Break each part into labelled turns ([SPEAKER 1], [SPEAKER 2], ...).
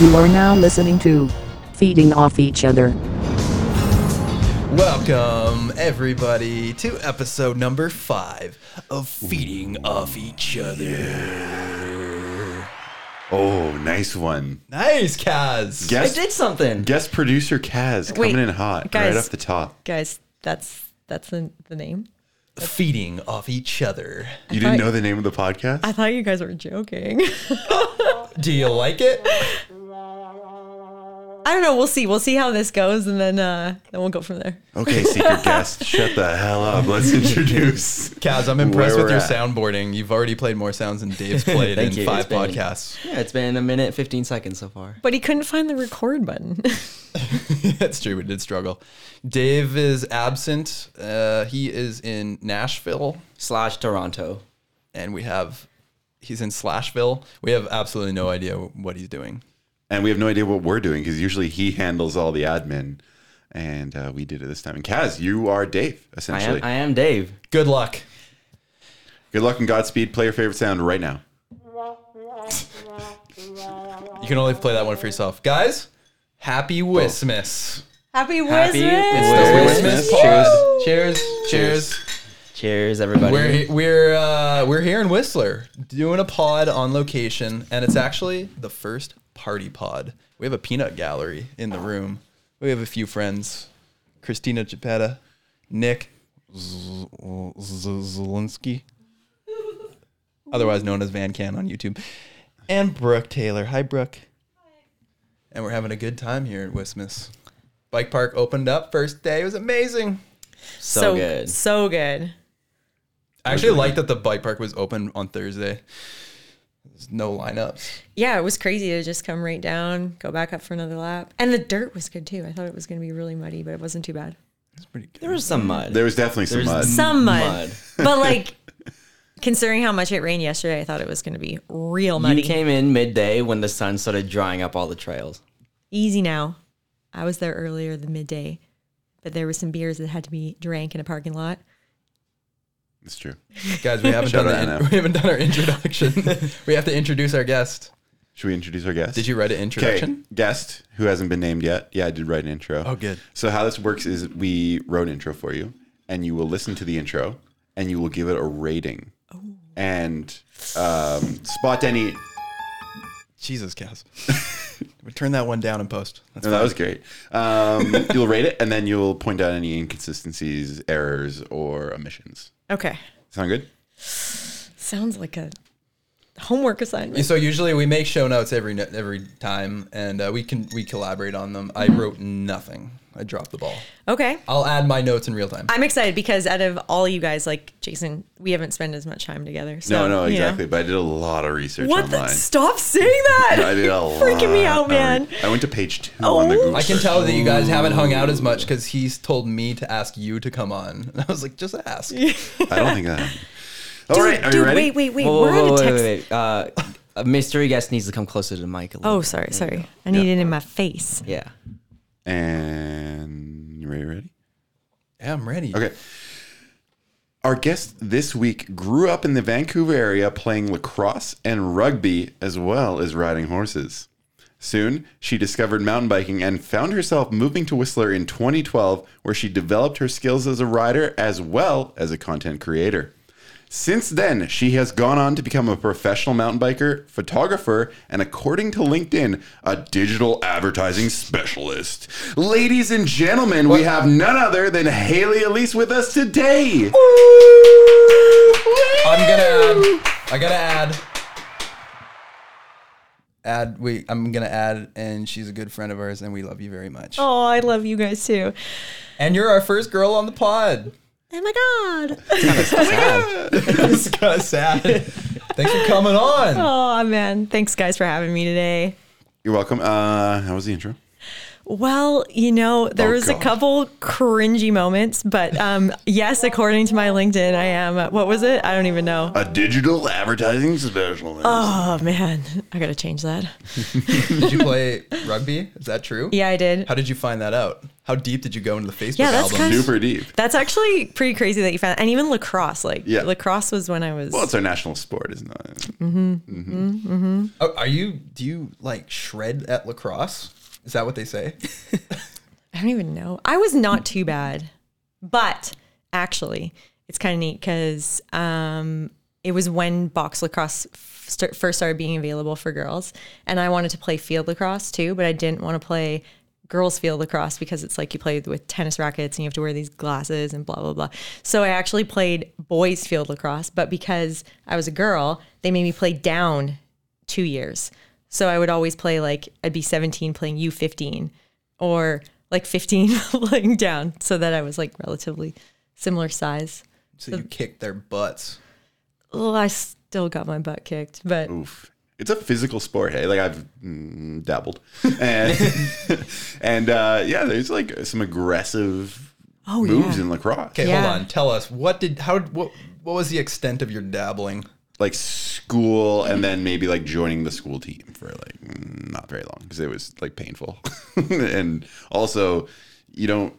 [SPEAKER 1] You are now listening to Feeding Off Each Other.
[SPEAKER 2] Welcome, everybody, to episode number five of Feeding Off Each Other.
[SPEAKER 3] Oh, nice one.
[SPEAKER 2] Nice, Kaz.
[SPEAKER 3] Guess,
[SPEAKER 4] I did something.
[SPEAKER 3] guest producer Kaz
[SPEAKER 4] Wait,
[SPEAKER 3] coming in hot
[SPEAKER 4] guys.
[SPEAKER 3] right off the top.
[SPEAKER 4] Guys, that's that's the, the name.
[SPEAKER 2] Feeding off each other.
[SPEAKER 3] You didn't
[SPEAKER 4] thought-
[SPEAKER 3] know the name of the podcast?
[SPEAKER 4] I thought you guys were joking.
[SPEAKER 2] Do you like it?
[SPEAKER 4] I don't know. We'll see. We'll see how this goes, and then uh, then we'll go from there.
[SPEAKER 3] okay, secret guest, shut the hell up. Let's introduce.
[SPEAKER 2] Kaz, I'm impressed
[SPEAKER 3] Where
[SPEAKER 2] with
[SPEAKER 3] we're
[SPEAKER 2] your
[SPEAKER 3] at.
[SPEAKER 2] soundboarding. You've already played more sounds than Dave's played in
[SPEAKER 5] Thank you.
[SPEAKER 2] five
[SPEAKER 5] It's been-
[SPEAKER 2] podcasts.
[SPEAKER 5] Yeah, it's been a minute, 15 seconds so far.
[SPEAKER 4] But he couldn't find the record button.
[SPEAKER 2] That's true. We did struggle. Dave is absent. Uh, he is in Nashville,
[SPEAKER 5] Slash Toronto.
[SPEAKER 2] and we have he's in Slashville. We have absolutely no idea what he's doing.
[SPEAKER 3] And we have no idea what we're doing because usually he handles all the admin. And uh, we did it this time. And Kaz, you are Dave,
[SPEAKER 5] I
[SPEAKER 3] essentially.
[SPEAKER 5] am, I am Dave.
[SPEAKER 2] Good luck.
[SPEAKER 3] Good luck and Godspeed. Play your favorite sound right now.
[SPEAKER 2] You can only play that one for yourself, guys. Happy Christmas!
[SPEAKER 4] Happy
[SPEAKER 5] Happy
[SPEAKER 4] Christmas!
[SPEAKER 3] Christmas.
[SPEAKER 5] Cheers.
[SPEAKER 2] Cheers! Cheers!
[SPEAKER 5] Cheers, everybody.
[SPEAKER 2] We're he- we're uh, we're here in Whistler doing a pod on location, and it's actually the first party pod. We have a peanut gallery in the room. We have a few friends: Christina Geppetta, Nick Z- Z- Zelinsky, otherwise known as Van Can on YouTube, and Brooke Taylor. Hi, Brooke. And we're having a good time here at Wismas. Bike park opened up first day. It was amazing.
[SPEAKER 5] so, good.
[SPEAKER 4] So good.
[SPEAKER 2] I actually like that the bike park was open on Thursday. There's no lineups.
[SPEAKER 4] Yeah, it was crazy to just come right down, go back up for another lap, and the dirt was good too. I thought it was going to be really muddy, but it wasn't too bad.
[SPEAKER 2] It's pretty good.
[SPEAKER 5] There was some mud.
[SPEAKER 3] There was definitely some uh, mud.
[SPEAKER 5] There's-
[SPEAKER 4] Some mud,
[SPEAKER 5] Mud.
[SPEAKER 4] but like considering how much it rained yesterday, I thought it was going to be real
[SPEAKER 5] you
[SPEAKER 4] muddy.
[SPEAKER 5] came in midday when the sun started drying up all the trails.
[SPEAKER 4] Easy now. I was there earlier than midday, but there were some beers that had to be drank in a parking lot.
[SPEAKER 3] It's true.
[SPEAKER 2] Guys, we haven't
[SPEAKER 3] Shout
[SPEAKER 2] done the
[SPEAKER 3] out
[SPEAKER 2] in- we haven't done our introduction. we have to introduce our guest.
[SPEAKER 3] Should we introduce our guest?
[SPEAKER 2] Did you write an
[SPEAKER 3] Okay,
[SPEAKER 2] introduction?
[SPEAKER 3] guest who hasn't been named yet. Yeah, I did write an intro.
[SPEAKER 2] Oh, good.
[SPEAKER 3] So how this works is we wrote an intro for you, and you will listen to the intro, and you will give it a rating,
[SPEAKER 4] Oh.
[SPEAKER 3] and um, spot any.
[SPEAKER 2] Jesus, Cass. we turn that one down in post. That's
[SPEAKER 3] No, that was great. Um, you'll rate it, and then you'll point out any inconsistencies, errors, or omissions.
[SPEAKER 4] Okay.
[SPEAKER 3] Sound good?
[SPEAKER 4] Sounds like a homework assignment.
[SPEAKER 2] so usually we make show notes every no- every time, and uh, we can we collaborate on them. I
[SPEAKER 3] Mm-hmm.
[SPEAKER 2] wrote nothing. I dropped the ball.
[SPEAKER 4] Okay.
[SPEAKER 2] I'll add my notes in real time.
[SPEAKER 4] I'm excited because out of all you guys, like Jason, we haven't spent as much time together. So,
[SPEAKER 3] no, no,
[SPEAKER 4] you know.
[SPEAKER 3] exactly. But I did a lot of research
[SPEAKER 4] What the?
[SPEAKER 3] online.
[SPEAKER 4] Stop saying that.
[SPEAKER 3] I did a
[SPEAKER 4] Freaking me
[SPEAKER 3] lot
[SPEAKER 4] out,
[SPEAKER 3] of
[SPEAKER 4] man.
[SPEAKER 3] re- I went to page two on the
[SPEAKER 4] Oh.
[SPEAKER 3] Google.
[SPEAKER 2] I can
[SPEAKER 3] search.
[SPEAKER 2] tell that you guys haven't hung out as much because he's told me to ask you to come on, and I was like, just ask.
[SPEAKER 3] I don't think that. Happened. All right, are
[SPEAKER 4] dude,
[SPEAKER 3] you ready?
[SPEAKER 4] wait, wait, wait.
[SPEAKER 5] Whoa,
[SPEAKER 4] We're
[SPEAKER 5] whoa,
[SPEAKER 4] on
[SPEAKER 5] whoa,
[SPEAKER 4] a
[SPEAKER 5] wait,
[SPEAKER 4] text.
[SPEAKER 5] wait, wait. Uh, a mystery guest needs to come closer to the mic a little.
[SPEAKER 4] Oh, sorry, sorry. I need it in my face.
[SPEAKER 5] Yeah.
[SPEAKER 3] And you ready? Ready?
[SPEAKER 2] Yeah, I'm ready.
[SPEAKER 3] Okay. Our guest this week grew up in the Vancouver area playing lacrosse and rugby as well as riding horses. Soon, she discovered mountain biking and found herself moving to Whistler in 2012, where she developed her skills as a rider as well as a content creator. Since then, she has gone on to become a professional mountain biker, photographer, and according to LinkedIn, a digital advertising specialist. Ladies and gentlemen, we have none other than Haley Elise with us today.
[SPEAKER 2] I'm gonna add. I gotta add. Add. We. I'm gonna add, and she's a good friend of ours, and we love you very much.
[SPEAKER 4] Oh, I love you guys too.
[SPEAKER 2] And you're our first girl on the pod.
[SPEAKER 4] Oh my god.
[SPEAKER 2] it's kind of sad. Thanks for coming on.
[SPEAKER 4] Oh man, thanks guys for having me today.
[SPEAKER 3] You're welcome. Uh, how was the intro?
[SPEAKER 4] Well, you know, there
[SPEAKER 3] Oh,
[SPEAKER 4] was a
[SPEAKER 3] gosh.
[SPEAKER 4] couple cringy moments, but um, yes, according to my LinkedIn, I am. uh, What was it? I don't even know.
[SPEAKER 3] A digital advertising specialist.
[SPEAKER 4] Oh man, I gotta change that.
[SPEAKER 2] Did you play rugby? Is that true?
[SPEAKER 4] Yeah, I did.
[SPEAKER 2] How did you find that out? How deep did you go into the Facebook
[SPEAKER 4] Yeah, that's
[SPEAKER 2] album?
[SPEAKER 4] kind of-
[SPEAKER 3] Super deep.
[SPEAKER 4] That's actually pretty crazy that you found, and even lacrosse. Like
[SPEAKER 3] Yeah.
[SPEAKER 4] lacrosse was when I was.
[SPEAKER 3] Well, it's our national sport, isn't it?
[SPEAKER 4] Mm.
[SPEAKER 2] Oh, are you? Do you like shred at lacrosse? Is that what they say?
[SPEAKER 4] I don't even know. I was not too bad, but actually, it's kind of neat because um, it was when box lacrosse f- start, first started being available for girls, and I wanted to play field lacrosse too, but I didn't want to play girls field lacrosse because it's like you play with tennis rackets and you have to wear these glasses and blah blah blah. So I actually played boys field lacrosse, but because I was a girl, they made me play down two years. So I would always play like I'd be 17 playing U15 or like 15 playing down so that I was like relatively similar size.
[SPEAKER 2] So you kick their butts.
[SPEAKER 4] Well, I still got my butt kicked, but
[SPEAKER 3] Oof. It's a physical sport, hey. Like I've mm, dabbled, and and uh, yeah, there's like some aggressive
[SPEAKER 4] oh
[SPEAKER 3] moves
[SPEAKER 4] yeah.
[SPEAKER 3] in lacrosse,
[SPEAKER 2] Okay,
[SPEAKER 4] Yeah.
[SPEAKER 2] hold on. Tell us what did how what what was the extent of your dabbling?
[SPEAKER 3] like school, and then maybe like joining the school team for like mm, not very long because it was like painful, and also you don't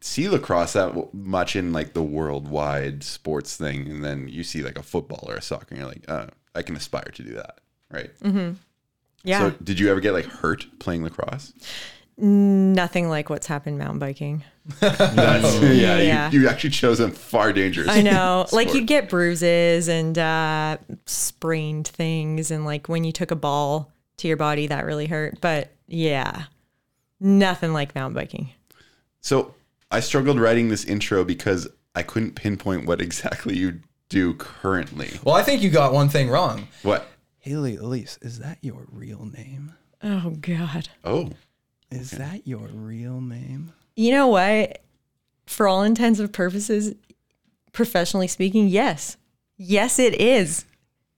[SPEAKER 3] see lacrosse that w- much in like the worldwide sports thing, and then you see like a football or a soccer, and you're like, oh, I can aspire to do that, right?
[SPEAKER 4] Mm-hmm. Yeah.
[SPEAKER 3] So did you ever get like hurt playing lacrosse?
[SPEAKER 4] Nothing like what's happened mountain biking.
[SPEAKER 3] That's, yeah,
[SPEAKER 4] Yeah.
[SPEAKER 3] You, you actually chose a far dangerous.
[SPEAKER 4] I know. like
[SPEAKER 3] sport.
[SPEAKER 4] you'd get bruises and uh sprained things and like when you took a ball to your body that really hurt, but yeah. Nothing like mountain biking.
[SPEAKER 3] So I struggled writing this intro because I couldn't pinpoint what exactly you do currently.
[SPEAKER 2] Well, I think you got one thing wrong.
[SPEAKER 3] What?
[SPEAKER 2] Haley Elise, is that your real name?
[SPEAKER 4] Oh god.
[SPEAKER 3] Oh,
[SPEAKER 2] Is that your real name?
[SPEAKER 4] You know what? For all intents and purposes, professionally speaking, yes. Yes, it is.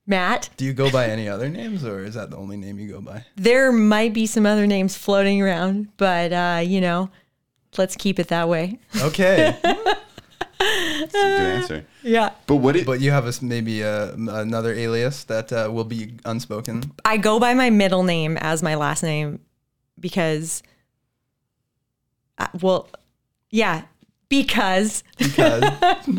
[SPEAKER 4] Matt,
[SPEAKER 2] Do you go by any other names, or is that the only name you go by?
[SPEAKER 4] there might be some other names floating around, but uh, you know, let's keep it that way.
[SPEAKER 2] Okay,
[SPEAKER 3] that's a good answer.
[SPEAKER 4] Yeah.
[SPEAKER 3] But what it?
[SPEAKER 2] but you have a s maybe uh, m- another alias that uh, will be unspoken.
[SPEAKER 4] I go by my middle name as my last name because, uh, well, yeah, because
[SPEAKER 2] Because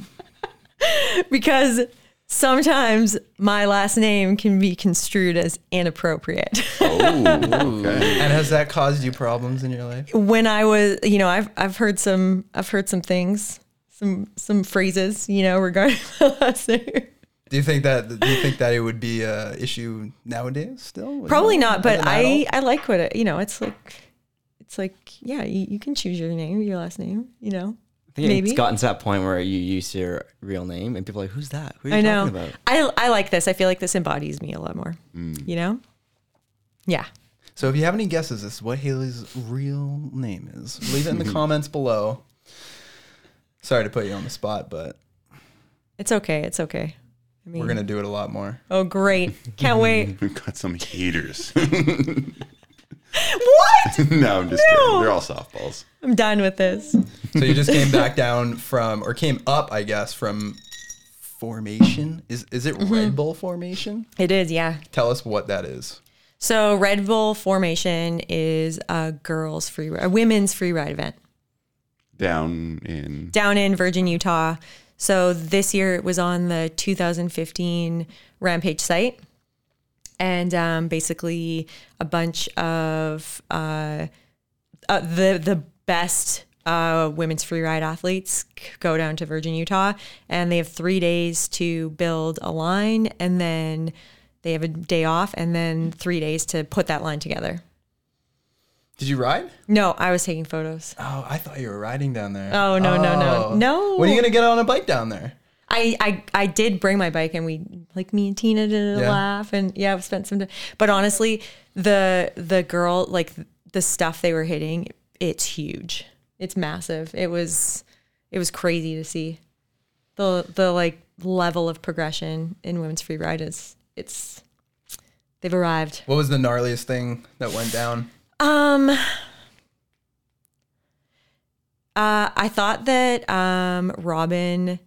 [SPEAKER 4] because sometimes my last name can be construed as inappropriate.
[SPEAKER 3] oh, okay.
[SPEAKER 2] and has that caused you problems in your life?
[SPEAKER 4] when I was, you know, I've I've heard some I've heard some things, some some phrases, you know, regarding my last name.
[SPEAKER 2] Do you think that do you think that it would be a issue nowadays still?
[SPEAKER 4] Probably not, but
[SPEAKER 2] As an
[SPEAKER 4] I
[SPEAKER 2] adult?
[SPEAKER 4] I like what it, you know. It's like it's like yeah, you, you can choose your name, your last name, you know.
[SPEAKER 5] I think
[SPEAKER 4] Maybe.
[SPEAKER 5] it's gotten to that point where you use your real name and people are like, who's that? Who are you
[SPEAKER 4] I know.
[SPEAKER 5] talking about? Mm.
[SPEAKER 4] I I like this. I feel like this embodies me a lot more. You know. Yeah.
[SPEAKER 2] So if you have any guesses as to what Haley's real name is, leave it in the comments below. Sorry to put you on the spot, but
[SPEAKER 4] It's okay. It's okay. I mean,
[SPEAKER 2] we're gonna do it a lot more.
[SPEAKER 4] oh great! Can't wait.
[SPEAKER 3] We've got some haters.
[SPEAKER 4] what?
[SPEAKER 3] no, I'm just kidding. They're all softballs.
[SPEAKER 4] I'm done with this.
[SPEAKER 2] So you just came back down from, or came up, I guess, from formation. Is is it
[SPEAKER 4] Mm-hmm.
[SPEAKER 2] Red Bull formation?
[SPEAKER 4] It is. Yeah.
[SPEAKER 2] Tell us what that is.
[SPEAKER 4] So Red Bull Formation is a girls free a women's free ride event
[SPEAKER 3] Down in
[SPEAKER 4] down in Virgin, Utah. So this year it was on the 2015 Rampage site. And um, basically a bunch of uh, uh, the the best uh, women's free ride athletes c- go down to Virgin, Utah, and they have three days to build a line, and then they have a day off, and then three days to put that line together.
[SPEAKER 2] Did you ride?
[SPEAKER 4] No, I was taking photos.
[SPEAKER 2] Oh, I thought you were riding down there.
[SPEAKER 4] Oh, no, no, no.
[SPEAKER 2] Oh.
[SPEAKER 4] No.
[SPEAKER 2] When are you gonna get on a bike down there?
[SPEAKER 4] I, I I did bring my bike and we like me and Tina did a
[SPEAKER 2] Yeah.
[SPEAKER 4] laugh and yeah, we spent some time. But honestly, the the girl like the stuff they were hitting, it's huge. It's massive. It was it was crazy to see. The the like level of progression in women's free ride is it's they've arrived. uh,
[SPEAKER 2] What was the gnarliest thing that went down?
[SPEAKER 4] Um Uh, I thought that um, Robin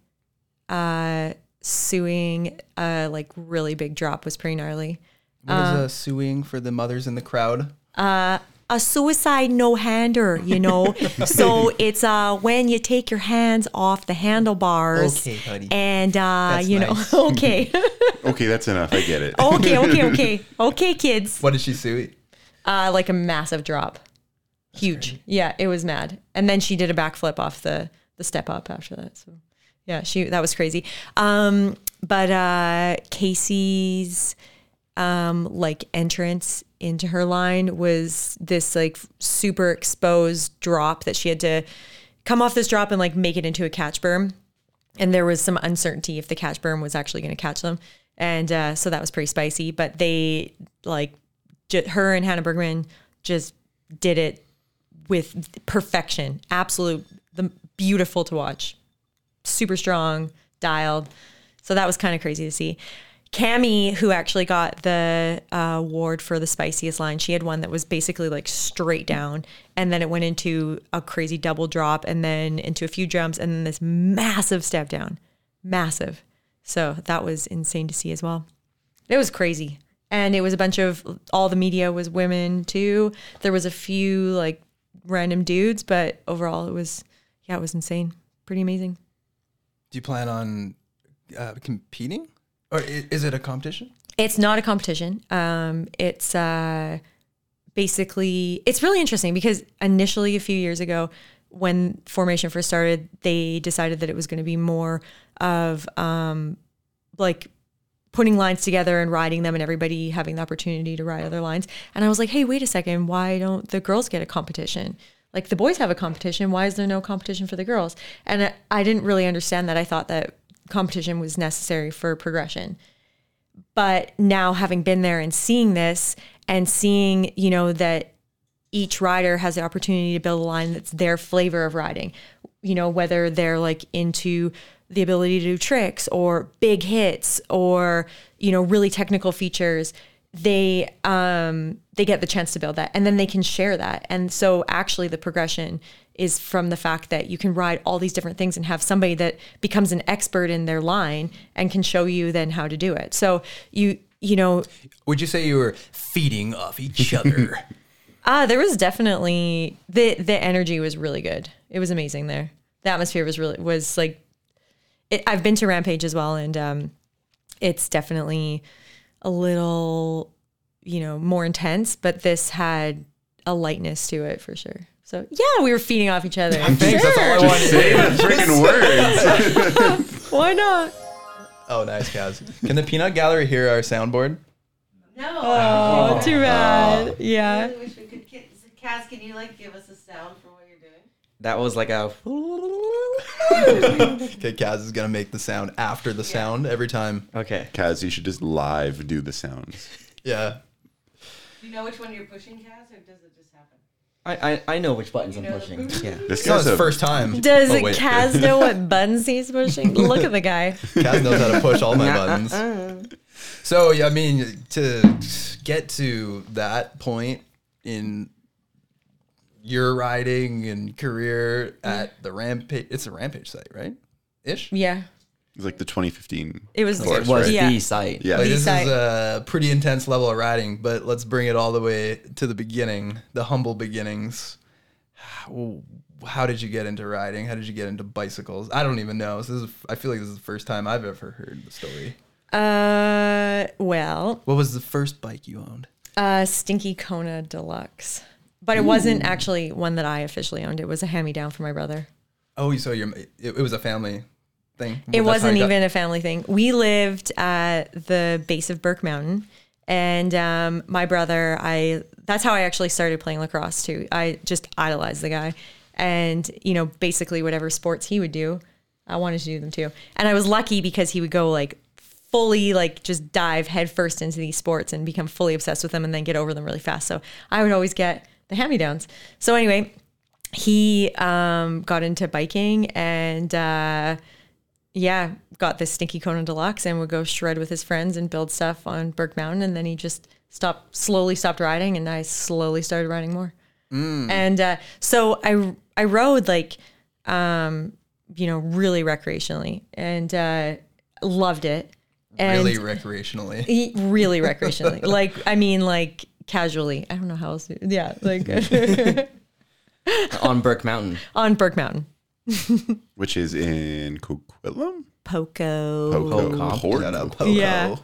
[SPEAKER 4] uh, suing a like really big drop was pretty gnarly.
[SPEAKER 2] What is
[SPEAKER 4] Um,
[SPEAKER 2] uh, suing for the mothers in the crowd?
[SPEAKER 4] a suicide no hander, you know. so it's uh when you take your hands off the handlebars.
[SPEAKER 2] Okay, honey.
[SPEAKER 4] And uh,
[SPEAKER 2] That's
[SPEAKER 4] you know,
[SPEAKER 2] nice.
[SPEAKER 4] okay.
[SPEAKER 3] Okay, that's enough. I get it.
[SPEAKER 4] Oh, okay, okay, okay. Okay, kids.
[SPEAKER 2] What did she sue?
[SPEAKER 4] Uh like a massive drop. Huge. Yeah, it was mad. And then she did a backflip off the the step up after that. So yeah, she that was crazy. Um but uh Casey's um like entrance into her line was this like super exposed drop that she had to come off this drop and like make it into a catch berm and there was some uncertainty if the catch berm was actually going to catch them and uh, so that was pretty spicy but they like j- her and hannah bergman just did it with perfection absolute the beautiful to watch super strong dialed so that was kind of crazy to see Cammy, who actually got the uh, award for the spiciest line, she had one that was basically like straight down, and then it went into a crazy double drop, and then into a few jumps, and then this massive step down, massive. So that was insane to see as well. It was crazy, and it was a bunch of all the media was women too. There was a few like random dudes, but overall it was yeah, it was insane, pretty amazing.
[SPEAKER 2] Do you plan on uh, competing, or i- is it a competition?
[SPEAKER 4] It's not a competition. Um, it's uh, basically it's really interesting because initially a few years ago, when formation first started, they decided that it was going to be more of um, like putting lines together and riding them, and everybody having the opportunity to ride other lines. And I was like, hey, wait a second, why don't the girls get a competition? Like the boys have a competition. Why is there no competition for the girls? And I, I didn't really understand that. I thought that competition was necessary for progression but now having been there and seeing this and seeing you know that each rider has the opportunity to build a line that's their flavor of riding you know whether they're like into the ability to do tricks or big hits or you know really technical features they um they get the chance to build that and then they can share that and so actually the progression is from the fact that you can ride all these different things and have somebody that becomes an expert in their line and can show you then how to do it so you you know
[SPEAKER 2] Would you say you were feeding off each other?
[SPEAKER 4] Ah, there was definitely the the energy was really good. It was amazing there. The atmosphere was really was like it, I've been to Rampage as well and um it's definitely a little you know more intense, but this had a lightness to it for sure. So yeah, we were feeding off each other.
[SPEAKER 2] Thanks, that's all I
[SPEAKER 4] sure.
[SPEAKER 2] wanted to
[SPEAKER 3] Say
[SPEAKER 2] hear.
[SPEAKER 3] the freaking words.
[SPEAKER 4] Why not?
[SPEAKER 2] Oh, nice, Kaz. Can the peanut gallery hear our soundboard?
[SPEAKER 4] Oh, too bad. yeah.
[SPEAKER 2] Oh.
[SPEAKER 6] really wish we could get Kaz, can you like give us a sound for what you're doing?
[SPEAKER 5] That was like a.
[SPEAKER 2] Okay, Kaz is gonna make the sound after the sound every time.
[SPEAKER 5] Okay.
[SPEAKER 3] Kaz, you should just live do the sounds.
[SPEAKER 2] Yeah.
[SPEAKER 6] Do you know which one you're pushing, Kaz, or does it just happen?
[SPEAKER 5] I, I, I know which buttons I'm pushing. Yeah.
[SPEAKER 3] This
[SPEAKER 2] It's not
[SPEAKER 3] guy's
[SPEAKER 2] his
[SPEAKER 3] a
[SPEAKER 2] first time.
[SPEAKER 4] Does
[SPEAKER 2] Oh, wait.
[SPEAKER 4] Kaz know what buttons he's pushing? Look at the guy.
[SPEAKER 2] Kaz knows how to push all my buttons. So yeah, I mean, to get to that point in your riding and career at the rampage, it's a rampage site, right? Ish.
[SPEAKER 4] Yeah.
[SPEAKER 3] It's like the 2015.
[SPEAKER 4] It was
[SPEAKER 5] It was
[SPEAKER 4] yeah.
[SPEAKER 5] the site.
[SPEAKER 3] Yeah.
[SPEAKER 2] Like, this is uh,
[SPEAKER 4] site.
[SPEAKER 2] a pretty intense level of riding, but let's bring it all the way to the beginning, the humble beginnings. How how did you get into riding? How did you get into bicycles? I don't even know. So this is, I feel like this is the first time I've ever heard the story.
[SPEAKER 4] Uh, well,
[SPEAKER 2] What was the first bike you owned?
[SPEAKER 4] uh, Stinky Kona Deluxe, but it wasn't actually one that I officially owned. It was a hand-me-down for my brother.
[SPEAKER 2] Oh, you saw your. It, it was a family thing.
[SPEAKER 4] It
[SPEAKER 2] That's how
[SPEAKER 4] wasn't
[SPEAKER 2] you got-
[SPEAKER 4] even a family thing. We lived at the base of Burke Mountain, and um, my brother, I that's how I actually started playing lacrosse too. I just idolized the guy, and you know, basically whatever sports he would do, I wanted to do them too. And I was lucky because he would go like fully like just dive headfirst into these sports and become fully obsessed with them, and then get over them really fast. So I would always get the hand me downs. So anyway, he um, got into biking and. Uh, yeah, got this Stinky Conan Deluxe and would go shred with his friends and build stuff on Burke Mountain. And then he just stopped, slowly stopped riding, and I slowly started riding more. And uh, so I I rode like you know, really recreationally and uh, loved it. And
[SPEAKER 2] really recreationally.
[SPEAKER 4] he- really recreationally. like, I mean, like casually. I don't know how else. Yeah, like
[SPEAKER 5] on Burke Mountain.
[SPEAKER 4] on Burke Mountain,
[SPEAKER 3] which is in Coquitlam,
[SPEAKER 2] Oh,
[SPEAKER 4] Poco.
[SPEAKER 3] Poco, Port-
[SPEAKER 2] Shut up,
[SPEAKER 3] Poco.
[SPEAKER 2] Poco.
[SPEAKER 4] Yeah.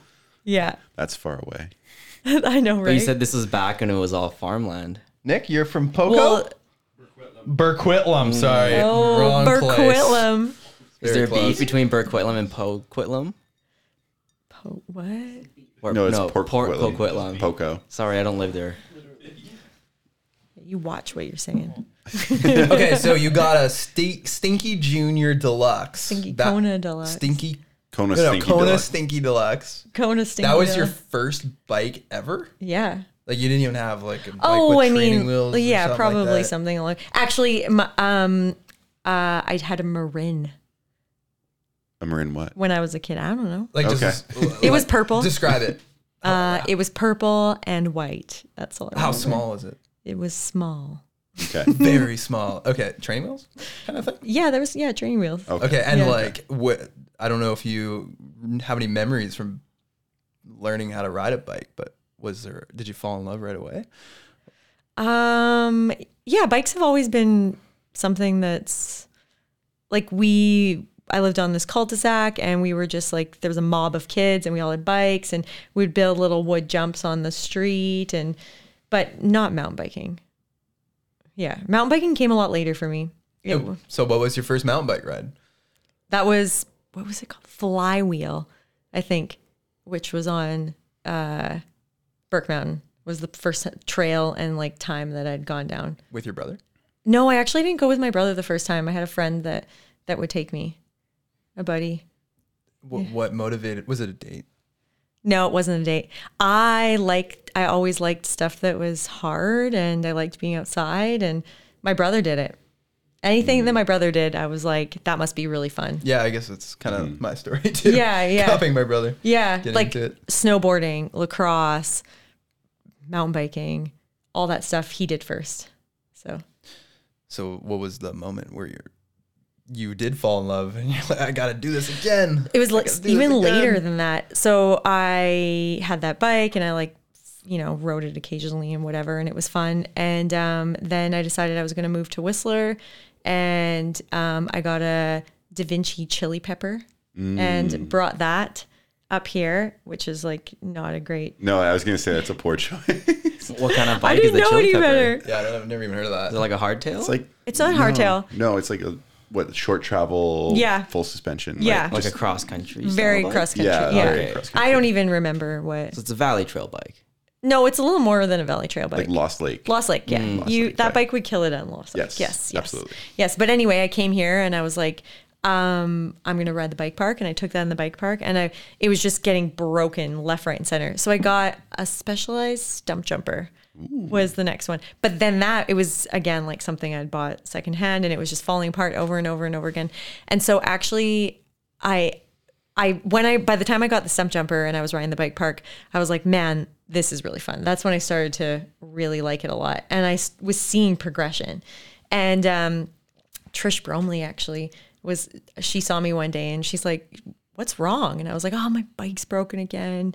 [SPEAKER 4] Yeah,
[SPEAKER 3] That's far away.
[SPEAKER 4] I know,
[SPEAKER 5] But
[SPEAKER 4] right?
[SPEAKER 5] you said this was back when it was all farmland.
[SPEAKER 2] Nick, you're from Poco?
[SPEAKER 4] well,
[SPEAKER 2] Burquitlam, sorry.
[SPEAKER 4] oh,
[SPEAKER 2] Wrong
[SPEAKER 4] Burke
[SPEAKER 2] place.
[SPEAKER 4] Whitlam.
[SPEAKER 5] Is
[SPEAKER 2] Very
[SPEAKER 5] there a
[SPEAKER 2] close.
[SPEAKER 5] beef between Burquitlam and
[SPEAKER 4] Po-
[SPEAKER 5] Poquitlam?
[SPEAKER 4] Oh, what?
[SPEAKER 5] Or-
[SPEAKER 3] No, it's Port Coquitlam.
[SPEAKER 5] Coquitlam.
[SPEAKER 3] Poco.
[SPEAKER 5] Sorry, I don't live there.
[SPEAKER 4] You watch what you're
[SPEAKER 2] Mm-hmm.
[SPEAKER 4] saying.
[SPEAKER 2] okay, so you got a stink, Stinky Junior Deluxe.
[SPEAKER 4] Stinky
[SPEAKER 2] That-
[SPEAKER 4] Kona Deluxe.
[SPEAKER 2] Stinky
[SPEAKER 3] Kona
[SPEAKER 2] no, no,
[SPEAKER 3] Stinky
[SPEAKER 2] Kona
[SPEAKER 3] Deluxe.
[SPEAKER 2] Stinky Deluxe.
[SPEAKER 4] Kona Stinky.
[SPEAKER 2] That was your
[SPEAKER 4] Deluxe.
[SPEAKER 2] first bike ever?
[SPEAKER 4] yeah.
[SPEAKER 2] Like you didn't even have like a bike
[SPEAKER 4] Oh,
[SPEAKER 2] with
[SPEAKER 4] I
[SPEAKER 2] training
[SPEAKER 4] mean,
[SPEAKER 2] wheels or
[SPEAKER 4] yeah,
[SPEAKER 2] something like
[SPEAKER 4] probably
[SPEAKER 2] that.
[SPEAKER 4] something along. Actually, my, um, uh, I had a Marin
[SPEAKER 3] And we're in what?
[SPEAKER 4] when I was a kid. I don't know.
[SPEAKER 2] Like
[SPEAKER 3] Okay.
[SPEAKER 2] just
[SPEAKER 4] It was purple.
[SPEAKER 2] Describe it.
[SPEAKER 4] Uh, it was purple and white. That's all. I
[SPEAKER 2] Oh, How
[SPEAKER 4] remember.
[SPEAKER 2] small is it?
[SPEAKER 4] It was small.
[SPEAKER 3] Okay.
[SPEAKER 2] Very small. Okay, training wheels kind of thing.
[SPEAKER 4] Yeah, there was yeah training wheels.
[SPEAKER 3] Okay.
[SPEAKER 2] Okay, and
[SPEAKER 4] Yeah.
[SPEAKER 2] like what? I don't know if you have any memories from learning how to ride a bike, but was there? Did you fall in love right away?
[SPEAKER 4] Um, yeah, bikes have always been something that's like we. I lived on this cul-de-sac, and we were just like there was a mob of kids, and we all had bikes, and we'd build little wood jumps on the street, and but not mountain biking. Yeah, mountain biking came a lot later for me. It,
[SPEAKER 2] So, what was your first mountain bike ride?
[SPEAKER 4] that was what was it called? Flywheel, I think, which was on uh, Burke Mountain. Was the first trail and like time that I'd gone down.
[SPEAKER 2] With your brother?
[SPEAKER 4] No, I actually didn't go with my brother the first time. I had a friend that that would take me, a buddy.
[SPEAKER 2] What, what motivated? Was it a date?
[SPEAKER 4] No, it wasn't a date. I liked. I always liked stuff that was hard, and I liked being outside. And my brother did it. Anything
[SPEAKER 2] Mm.
[SPEAKER 4] that my brother did, I was like, that must be really fun.
[SPEAKER 2] Yeah, I guess it's kind of my story too.
[SPEAKER 4] Yeah, yeah.
[SPEAKER 2] Copying my brother.
[SPEAKER 4] Yeah,
[SPEAKER 2] Get
[SPEAKER 4] like
[SPEAKER 2] into it.
[SPEAKER 4] snowboarding, lacrosse, mountain biking, all that stuff. He did first. So
[SPEAKER 2] So, what was the moment where you you did fall in love and you're like, I got to do this again?
[SPEAKER 4] It was
[SPEAKER 2] I
[SPEAKER 4] like
[SPEAKER 2] gotta do this
[SPEAKER 4] even later
[SPEAKER 2] again."
[SPEAKER 4] than that. So I had that bike and I like, you know, rode it occasionally and whatever, and it was fun. And um, then I decided I was going to move to Whistler, and um, I got a Da Vinci chili pepper and brought that up here, which is like not a great.
[SPEAKER 3] No, I was going to say that's a poor choice.
[SPEAKER 5] What kind of
[SPEAKER 4] I
[SPEAKER 5] bike is
[SPEAKER 4] didn't
[SPEAKER 5] the
[SPEAKER 4] know
[SPEAKER 5] chili
[SPEAKER 4] any
[SPEAKER 5] pepper?
[SPEAKER 4] better.
[SPEAKER 2] Yeah, I don't, I've never even heard of that.
[SPEAKER 5] Is it like a hardtail?
[SPEAKER 3] It's like
[SPEAKER 4] It's not hardtail.
[SPEAKER 3] No, it's like a what short travel.
[SPEAKER 4] Yeah.
[SPEAKER 3] Full suspension.
[SPEAKER 4] Yeah.
[SPEAKER 5] Like a cross country.
[SPEAKER 4] Very cross country.
[SPEAKER 3] Yeah,
[SPEAKER 4] Yeah.
[SPEAKER 3] very cross
[SPEAKER 4] I don't even remember what.
[SPEAKER 5] So it's a valley trail bike.
[SPEAKER 4] No, it's a little more than a valley trail bike.
[SPEAKER 3] Like Lost Lake.
[SPEAKER 4] Lost Lake, yeah.
[SPEAKER 3] Mm. Lost
[SPEAKER 4] you
[SPEAKER 3] Lake,
[SPEAKER 4] that
[SPEAKER 3] right.
[SPEAKER 4] bike would kill it on Lost Lake.
[SPEAKER 3] Yes,
[SPEAKER 4] Yes, yes,
[SPEAKER 3] absolutely.
[SPEAKER 4] Yes, but anyway, I came here and I was like, um, I'm gonna ride the bike park, and I took that in the bike park, and I it was just getting broken left, right, and center. So I got a Specialized stump jumper was the next one, but then that it was again like something I'd bought secondhand, and it was just falling apart over and over and over again. And so actually, I I when I by the time I got the stump jumper and I was riding the bike park, I was like, man, this is really fun. That's when I started to really like it a lot, and I s- was seeing progression. And um, Trish Bromley actually was she saw me one day and she's like, "What's wrong?" And I was like, "Oh, my bike's broken again."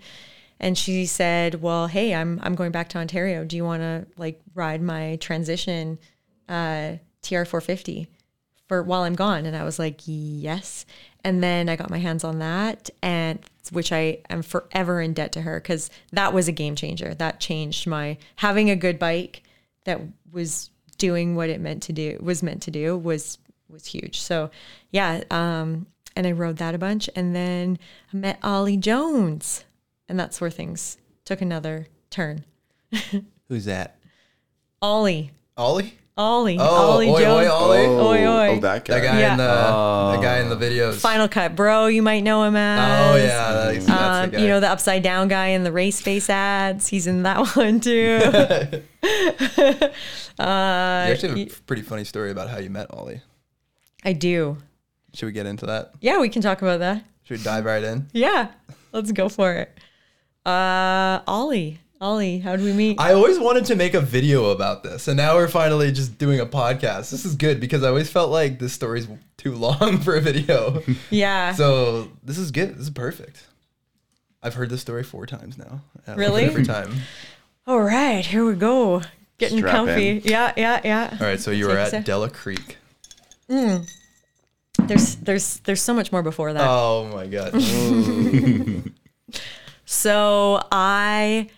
[SPEAKER 4] And she said, "Well, hey, I'm I'm going back to Ontario. Do you want to like ride my transition uh, TR450?" for while I'm gone. And I was like, yes. And then I got my hands on that and which I am forever in debt to her because that was a game changer. That changed my having a good bike that was doing what it meant to do was meant to do was was huge. So yeah, um, and I rode that a bunch and then I met Ollie Jones. And that's where things took another turn.
[SPEAKER 2] Who's that?
[SPEAKER 4] Ollie.
[SPEAKER 2] Ollie?
[SPEAKER 4] Ollie.
[SPEAKER 2] Oh,
[SPEAKER 4] Ollie
[SPEAKER 2] oi,
[SPEAKER 4] Jones.
[SPEAKER 2] oi, Ollie.
[SPEAKER 4] Oi, oi.
[SPEAKER 3] Oh, that guy.
[SPEAKER 2] That guy
[SPEAKER 4] Yeah.
[SPEAKER 2] in the that guy in the videos.
[SPEAKER 4] Final cut, bro. You might know him as.
[SPEAKER 2] Oh yeah, that's, that's
[SPEAKER 4] Um,
[SPEAKER 2] the guy.
[SPEAKER 4] you know the upside down guy in the race face ads. He's in that one too.
[SPEAKER 2] you actually have a pretty funny story about how you met Ollie.
[SPEAKER 4] I do.
[SPEAKER 2] Should we get into that?
[SPEAKER 4] Yeah, we can talk about that.
[SPEAKER 2] Should we dive right in?
[SPEAKER 4] Yeah, let's go for it. Uh, Ollie. Ollie, how did we meet?
[SPEAKER 2] I always wanted to make a video about this, and now we're finally just doing a podcast. This is good because I always felt like this story's too long for a video.
[SPEAKER 4] yeah.
[SPEAKER 2] so this is good. This is perfect. I've heard this story four times now. Yeah, like
[SPEAKER 4] Really?
[SPEAKER 2] Every time.
[SPEAKER 4] All right, here we go. Getting
[SPEAKER 3] Strap
[SPEAKER 4] comfy.
[SPEAKER 3] in.
[SPEAKER 4] Yeah, yeah, yeah.
[SPEAKER 2] All right, so you
[SPEAKER 4] Take
[SPEAKER 2] were
[SPEAKER 4] a sec.
[SPEAKER 2] at Della Creek.
[SPEAKER 4] There's there's there's so much more before that.
[SPEAKER 2] Oh my god.
[SPEAKER 4] So I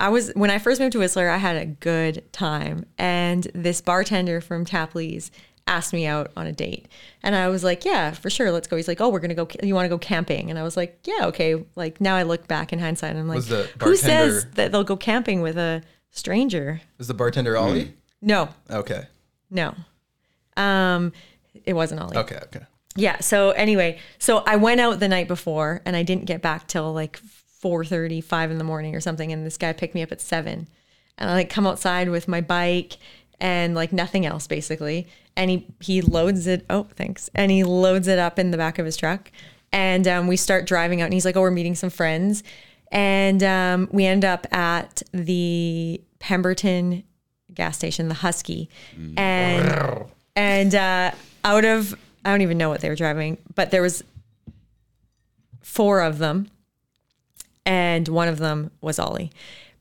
[SPEAKER 4] I was when I first moved to Whistler, I had a good time. And this bartender from Tapley's asked me out on a date. And I was like, yeah, for sure, let's go. He's like, "Oh, we're going to go you want to go camping?" And I was like, "Yeah, okay." Like now I look back in hindsight and I'm like,
[SPEAKER 2] Was the
[SPEAKER 4] who says
[SPEAKER 2] bartender-
[SPEAKER 4] that they'll go camping with a stranger?
[SPEAKER 2] Is the bartender Ollie?
[SPEAKER 4] No.
[SPEAKER 2] Okay.
[SPEAKER 4] No. Um it wasn't Ollie.
[SPEAKER 2] Okay. Okay.
[SPEAKER 4] Yeah. So anyway, so I went out the night before and I didn't get back till like 4:30, 5 in the morning or something. And this guy picked me up at seven, and I like come outside with my bike and like nothing else basically. And he he loads it. Oh, thanks. And he loads it up in the back of his truck, and um, we start driving out. And he's like, "Oh, we're meeting some friends," and um, we end up at the Pemberton gas station, the Husky, and and uh, out of I don't even know what they were driving, but there was four of them, and one of them was Ollie,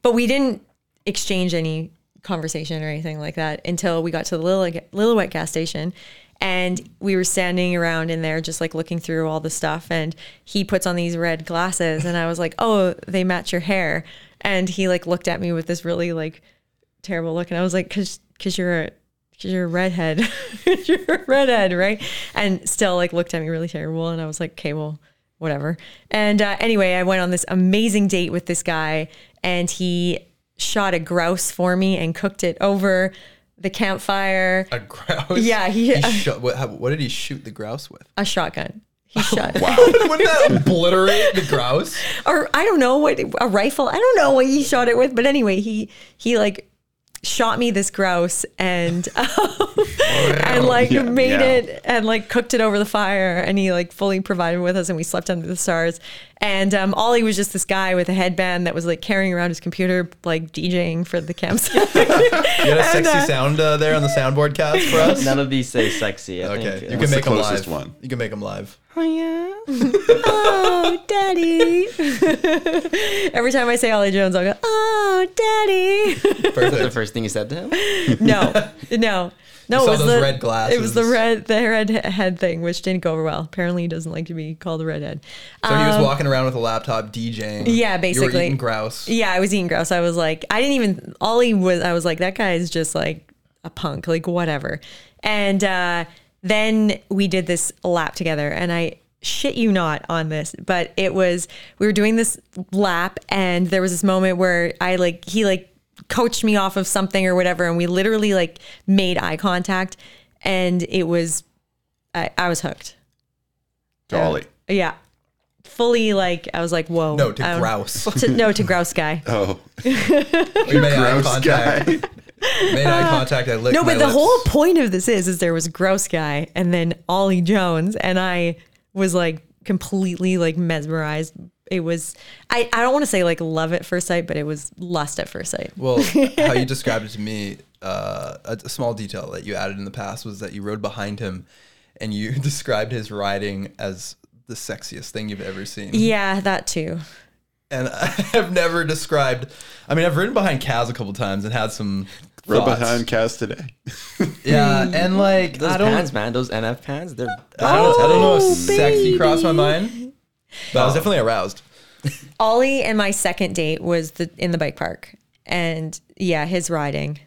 [SPEAKER 4] but we didn't exchange any conversation or anything like that until we got to the Lilla- Lillooet gas station. And we were standing around in there, just like looking through all the stuff. And he puts on these red glasses, and I was like, "Oh, they match your hair." And he like looked at me with this really like terrible look and i was like because because you're a because you're a redhead you're a redhead right and still like looked at me really terrible and i was like okay well whatever and uh, anyway i went on this amazing date with this guy and he shot a grouse for me and cooked it over the campfire
[SPEAKER 2] A grouse.
[SPEAKER 4] Yeah, he-
[SPEAKER 2] he shot, what, how, what did he shoot the grouse with?
[SPEAKER 4] a shotgun he shot
[SPEAKER 2] Wouldn't that obliterate the grouse?
[SPEAKER 4] or I don't know what a rifle. I don't know what he shot it with, but anyway, he he like shot me this grouse and and like
[SPEAKER 3] Yeah,
[SPEAKER 4] made
[SPEAKER 3] yeah.
[SPEAKER 4] it and like cooked it over the fire and he like fully provided with us and we slept under the stars and um Ollie was just this guy with a headband that was like carrying around his computer like DJing for the campsite.
[SPEAKER 2] You got a sexy
[SPEAKER 4] uh,
[SPEAKER 2] sound uh, there on the soundboard cast for us.
[SPEAKER 5] None of these say sexy. I
[SPEAKER 2] Okay,
[SPEAKER 5] think.
[SPEAKER 2] you
[SPEAKER 5] uh,
[SPEAKER 2] can
[SPEAKER 3] the
[SPEAKER 2] make them
[SPEAKER 3] closest
[SPEAKER 2] live.
[SPEAKER 3] one?
[SPEAKER 2] You can make them live.
[SPEAKER 4] oh, daddy. Every time I say Ollie Jones I'll go, "Oh, daddy."
[SPEAKER 5] that's the
[SPEAKER 2] Perfect.
[SPEAKER 5] first thing you said to him.
[SPEAKER 4] No, no, no.
[SPEAKER 2] saw
[SPEAKER 4] it was
[SPEAKER 2] those
[SPEAKER 4] the
[SPEAKER 2] red glasses.
[SPEAKER 4] It was the red, the red head thing, which didn't go over well. Apparently, he doesn't like to be called a redhead.
[SPEAKER 2] So he was walking around with a laptop DJing.
[SPEAKER 4] Um,
[SPEAKER 2] You
[SPEAKER 4] yeah,
[SPEAKER 2] were
[SPEAKER 4] basically.
[SPEAKER 2] eating grouse.
[SPEAKER 4] Yeah, I was eating grouse. I was like, I didn't even. Ollie was. I was like, that guy is just like a punk, like whatever. And uh, then we did this lap together, and I shit you not on this, but it was we were doing this lap, and there was this moment where I like he like coached me off of something or whatever, and we literally like made eye contact, and it was I, I was hooked.
[SPEAKER 3] Dolly.
[SPEAKER 4] Yeah. Fully like I was like, whoa.
[SPEAKER 2] No, to
[SPEAKER 4] I-
[SPEAKER 2] grouse.
[SPEAKER 4] To, no, to grouse guy.
[SPEAKER 3] Oh,
[SPEAKER 2] we made eye
[SPEAKER 3] gross
[SPEAKER 2] contact.
[SPEAKER 3] guy.
[SPEAKER 2] Made eye contact. I licked
[SPEAKER 4] No,
[SPEAKER 2] my
[SPEAKER 4] but the
[SPEAKER 2] lips.
[SPEAKER 4] whole point of this is, is there was Gross Guy and then Ollie Jones, and I was like completely like mesmerized. It was, I, I don't want to say like love at first sight, but it was lust at first sight.
[SPEAKER 2] Well, how you described it to me, uh, a, a small detail that you added in the past was that you rode behind him, and you described his riding as the sexiest thing you've ever seen.
[SPEAKER 4] Yeah, that too.
[SPEAKER 2] and I have never described. I mean, I've ridden behind Kaz a couple times and had some
[SPEAKER 3] Rub
[SPEAKER 2] thoughts.
[SPEAKER 3] behind Kaz today.
[SPEAKER 4] Mm.
[SPEAKER 2] Yeah, and like
[SPEAKER 5] Those
[SPEAKER 2] I don't,
[SPEAKER 5] pants, man. Those NF pants. They're.
[SPEAKER 2] I don't, I don't know if
[SPEAKER 4] Oh,
[SPEAKER 2] sexy crossed my mind, but I was definitely aroused.
[SPEAKER 4] Ollie and my second date was the in the bike park, and yeah, his riding.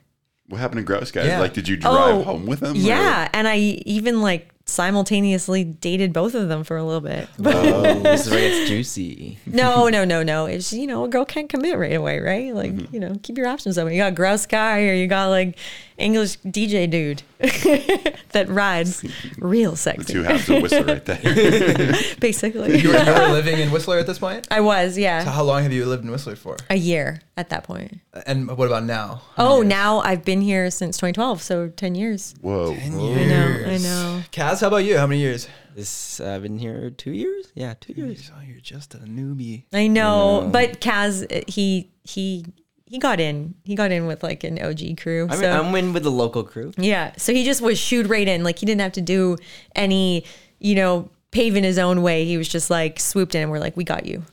[SPEAKER 3] What happened to Grouse guy?
[SPEAKER 2] Yeah.
[SPEAKER 3] Like, did you drive
[SPEAKER 4] Oh,
[SPEAKER 3] home with him? or-
[SPEAKER 4] Yeah, and I even like simultaneously dated both of them for a little bit.
[SPEAKER 5] this is where it gets juicy.
[SPEAKER 4] No, no, no, no. It's you know, a girl can't commit right away,
[SPEAKER 2] Mm-hmm.
[SPEAKER 4] right? Like, you know, keep your options open. You got grouse guy or you got like English DJ dude. that rides real sexy,
[SPEAKER 3] Two halves of Whistler right there.
[SPEAKER 4] basically.
[SPEAKER 2] You were, you were living in Whistler at this point?
[SPEAKER 4] I was,
[SPEAKER 2] So
[SPEAKER 4] yeah,
[SPEAKER 2] how long have you lived in Whistler for?
[SPEAKER 4] a year at that point.
[SPEAKER 2] And what about now?
[SPEAKER 4] Oh, now I've been here since 2012, so 10 years.
[SPEAKER 3] Whoa.
[SPEAKER 4] I know, I know.
[SPEAKER 2] Kaz, how about you? How many years?
[SPEAKER 5] This I've been here two years. Yeah, two years.
[SPEAKER 2] Oh, you're just a newbie.
[SPEAKER 4] I know,
[SPEAKER 2] Mm.
[SPEAKER 4] but Kaz, uh, he he he got in. He got in with like an OG crew.
[SPEAKER 5] I'm,
[SPEAKER 4] so
[SPEAKER 5] I'm in with the local crew.
[SPEAKER 4] yeah, so he just was shooed right in. Like he didn't have to do any, you know, paving his own way. He was just like swooped in. and We're like, we got you.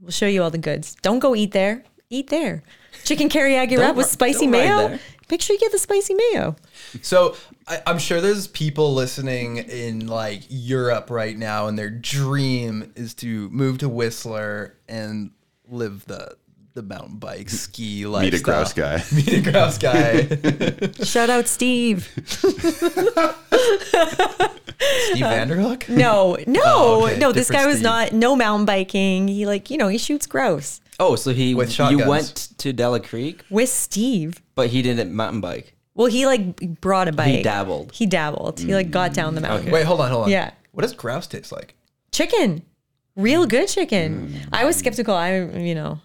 [SPEAKER 4] We'll show you all the goods. Don't go eat there. Eat there. Chicken teriyaki wrap with
[SPEAKER 5] ri-
[SPEAKER 4] spicy
[SPEAKER 5] don't ride
[SPEAKER 4] mayo.
[SPEAKER 5] there.
[SPEAKER 4] Make sure you get the spicy mayo.
[SPEAKER 2] So I, I'm sure there's people listening in like Europe right now, and their dream is to move to Whistler and live the the mountain bike ski lifestyle.
[SPEAKER 3] Meet a grouse guy.
[SPEAKER 2] Meet a grouse guy.
[SPEAKER 4] Shout out Steve.
[SPEAKER 2] Steve Vanderhook.
[SPEAKER 4] No, no,
[SPEAKER 2] Oh, okay.
[SPEAKER 4] no. This
[SPEAKER 2] Different
[SPEAKER 4] guy was
[SPEAKER 2] Steve.
[SPEAKER 4] not no mountain biking. He like you know he shoots gross
[SPEAKER 5] Oh, so he
[SPEAKER 2] With
[SPEAKER 5] you
[SPEAKER 2] shotguns.
[SPEAKER 5] went to Della Creek,
[SPEAKER 4] with Steve.
[SPEAKER 5] but he didn't mountain bike.
[SPEAKER 4] Well, he like b- brought a bike.
[SPEAKER 5] dabbled.
[SPEAKER 4] He dabbled. He like got down the mountain.
[SPEAKER 2] Wait, hold on, hold on.
[SPEAKER 4] Yeah.
[SPEAKER 2] What does grouse taste like?
[SPEAKER 4] Chicken, real good chicken. I was skeptical. I you know,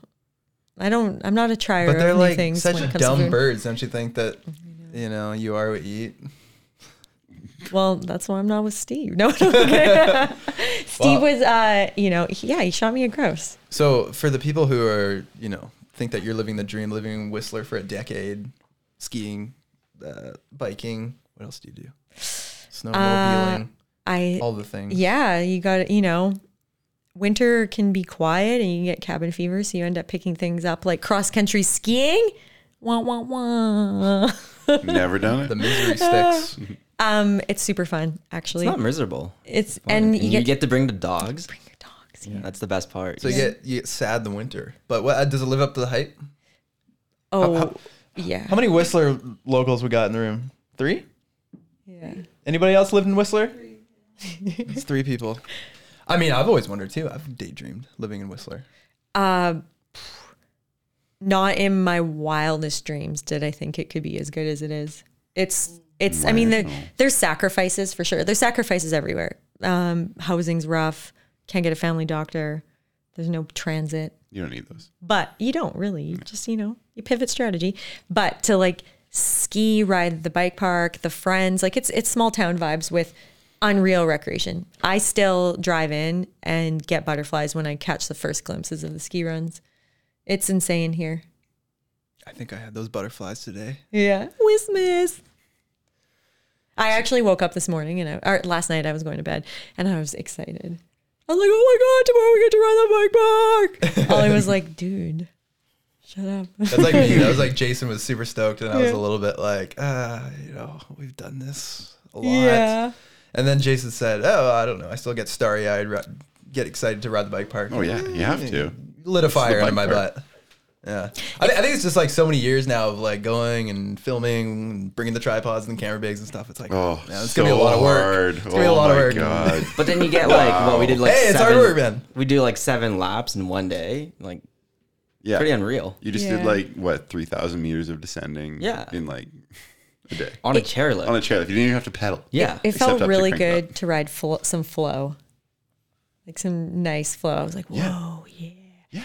[SPEAKER 4] I don't. I'm not a trier
[SPEAKER 2] But they're
[SPEAKER 4] of new
[SPEAKER 2] like
[SPEAKER 4] things when it
[SPEAKER 2] such
[SPEAKER 4] comes
[SPEAKER 2] dumb
[SPEAKER 4] to food. Mm-hmm.
[SPEAKER 2] birds, don't you think that? You know, you are what you eat.
[SPEAKER 4] Well, that's why I'm not with Steve. No, no. Steve
[SPEAKER 2] Wow.
[SPEAKER 4] was uh you know he- yeah he shot me a gross.
[SPEAKER 2] So for the people who are, you know, think that you're living the dream, living in Whistler for a decade, skiing, uh, biking, what else do you do? Snowmobiling,
[SPEAKER 4] I
[SPEAKER 2] all the things.
[SPEAKER 4] Uh, yeah, you got you know, winter can be quiet and you can get cabin fever, so you end up picking things up like cross country skiing. Wah wah wah.
[SPEAKER 3] Never done
[SPEAKER 2] The
[SPEAKER 3] it.
[SPEAKER 2] misery sticks.
[SPEAKER 4] Um, it's super fun
[SPEAKER 5] It's
[SPEAKER 4] actually.
[SPEAKER 5] not miserable.
[SPEAKER 4] It's, and you get,
[SPEAKER 5] to bring the dogs.
[SPEAKER 4] bring your dogs.
[SPEAKER 5] Yeah, that's the best part.
[SPEAKER 2] So you get you get sad in the winter. But what does it live up to the hype?
[SPEAKER 4] Oh yeah,
[SPEAKER 2] How many Whistler locals we got in the room? Three?
[SPEAKER 4] yeah.
[SPEAKER 2] Anybody else lived in Whistler? it's three people. I mean, I've always wondered too. I've daydreamed living in Whistler.
[SPEAKER 4] Uh, not in my wildest dreams did I think it could be as good as it is. It's it's. I mean, there, there's sacrifices for sure. There's sacrifices everywhere. Um, housing's rough. Can't get a family doctor. There's no transit,
[SPEAKER 3] You don't need those.
[SPEAKER 4] but you don't really. You just you know you pivot strategy. But to like ski, ride the bike park, the friends, like it's it's small town vibes with unreal recreation. I still drive in and get butterflies when I catch the first glimpses of the ski runs. It's insane here.
[SPEAKER 2] I think I had those butterflies today.
[SPEAKER 4] Yeah. Christmas. I actually woke up this morning and I, or last night I was going to bed and I was excited. I was like, oh my God, tomorrow we get to ride that bike park. Ollie was like, dude, shut up.
[SPEAKER 2] That's like me. I was like Jason was super stoked, and I was a little bit like, ah, you know, we've done this a lot.
[SPEAKER 4] Yeah.
[SPEAKER 2] And then Jason said, "Oh, I don't know. I still get starry-eyed, ri- get excited to ride the bike park.
[SPEAKER 3] Oh, yeah. You have to.
[SPEAKER 2] lit a fire
[SPEAKER 3] bike
[SPEAKER 2] under my
[SPEAKER 3] park.
[SPEAKER 2] butt." Yeah, I, thi- I think it's just like so many years now of like going and filming and bringing the tripods and the camera bags and stuff. It's like,
[SPEAKER 3] Oh,
[SPEAKER 2] man, it's
[SPEAKER 3] so
[SPEAKER 2] gonna be a lot of work.
[SPEAKER 3] Hard.
[SPEAKER 2] It's gonna be a lot
[SPEAKER 3] oh
[SPEAKER 2] of
[SPEAKER 3] my
[SPEAKER 2] work.
[SPEAKER 3] God.
[SPEAKER 5] But then you get like what we did like
[SPEAKER 2] Hey, it's hard
[SPEAKER 5] seven,
[SPEAKER 2] work, man.
[SPEAKER 5] We do like seven laps in one day. Like
[SPEAKER 3] Yeah.
[SPEAKER 5] pretty unreal.
[SPEAKER 3] You just
[SPEAKER 4] Yeah.
[SPEAKER 3] did like what three thousand meters of descending.
[SPEAKER 5] Yeah.
[SPEAKER 3] In like a day
[SPEAKER 5] On a chairlift.
[SPEAKER 3] on a chairlift. You didn't even have to pedal.
[SPEAKER 5] yeah.
[SPEAKER 4] It
[SPEAKER 3] Except up
[SPEAKER 4] felt
[SPEAKER 3] to
[SPEAKER 4] really
[SPEAKER 3] crank
[SPEAKER 4] good
[SPEAKER 3] up.
[SPEAKER 4] to ride flo- some flow, like some nice flow. I was like, whoa, yeah. Yeah.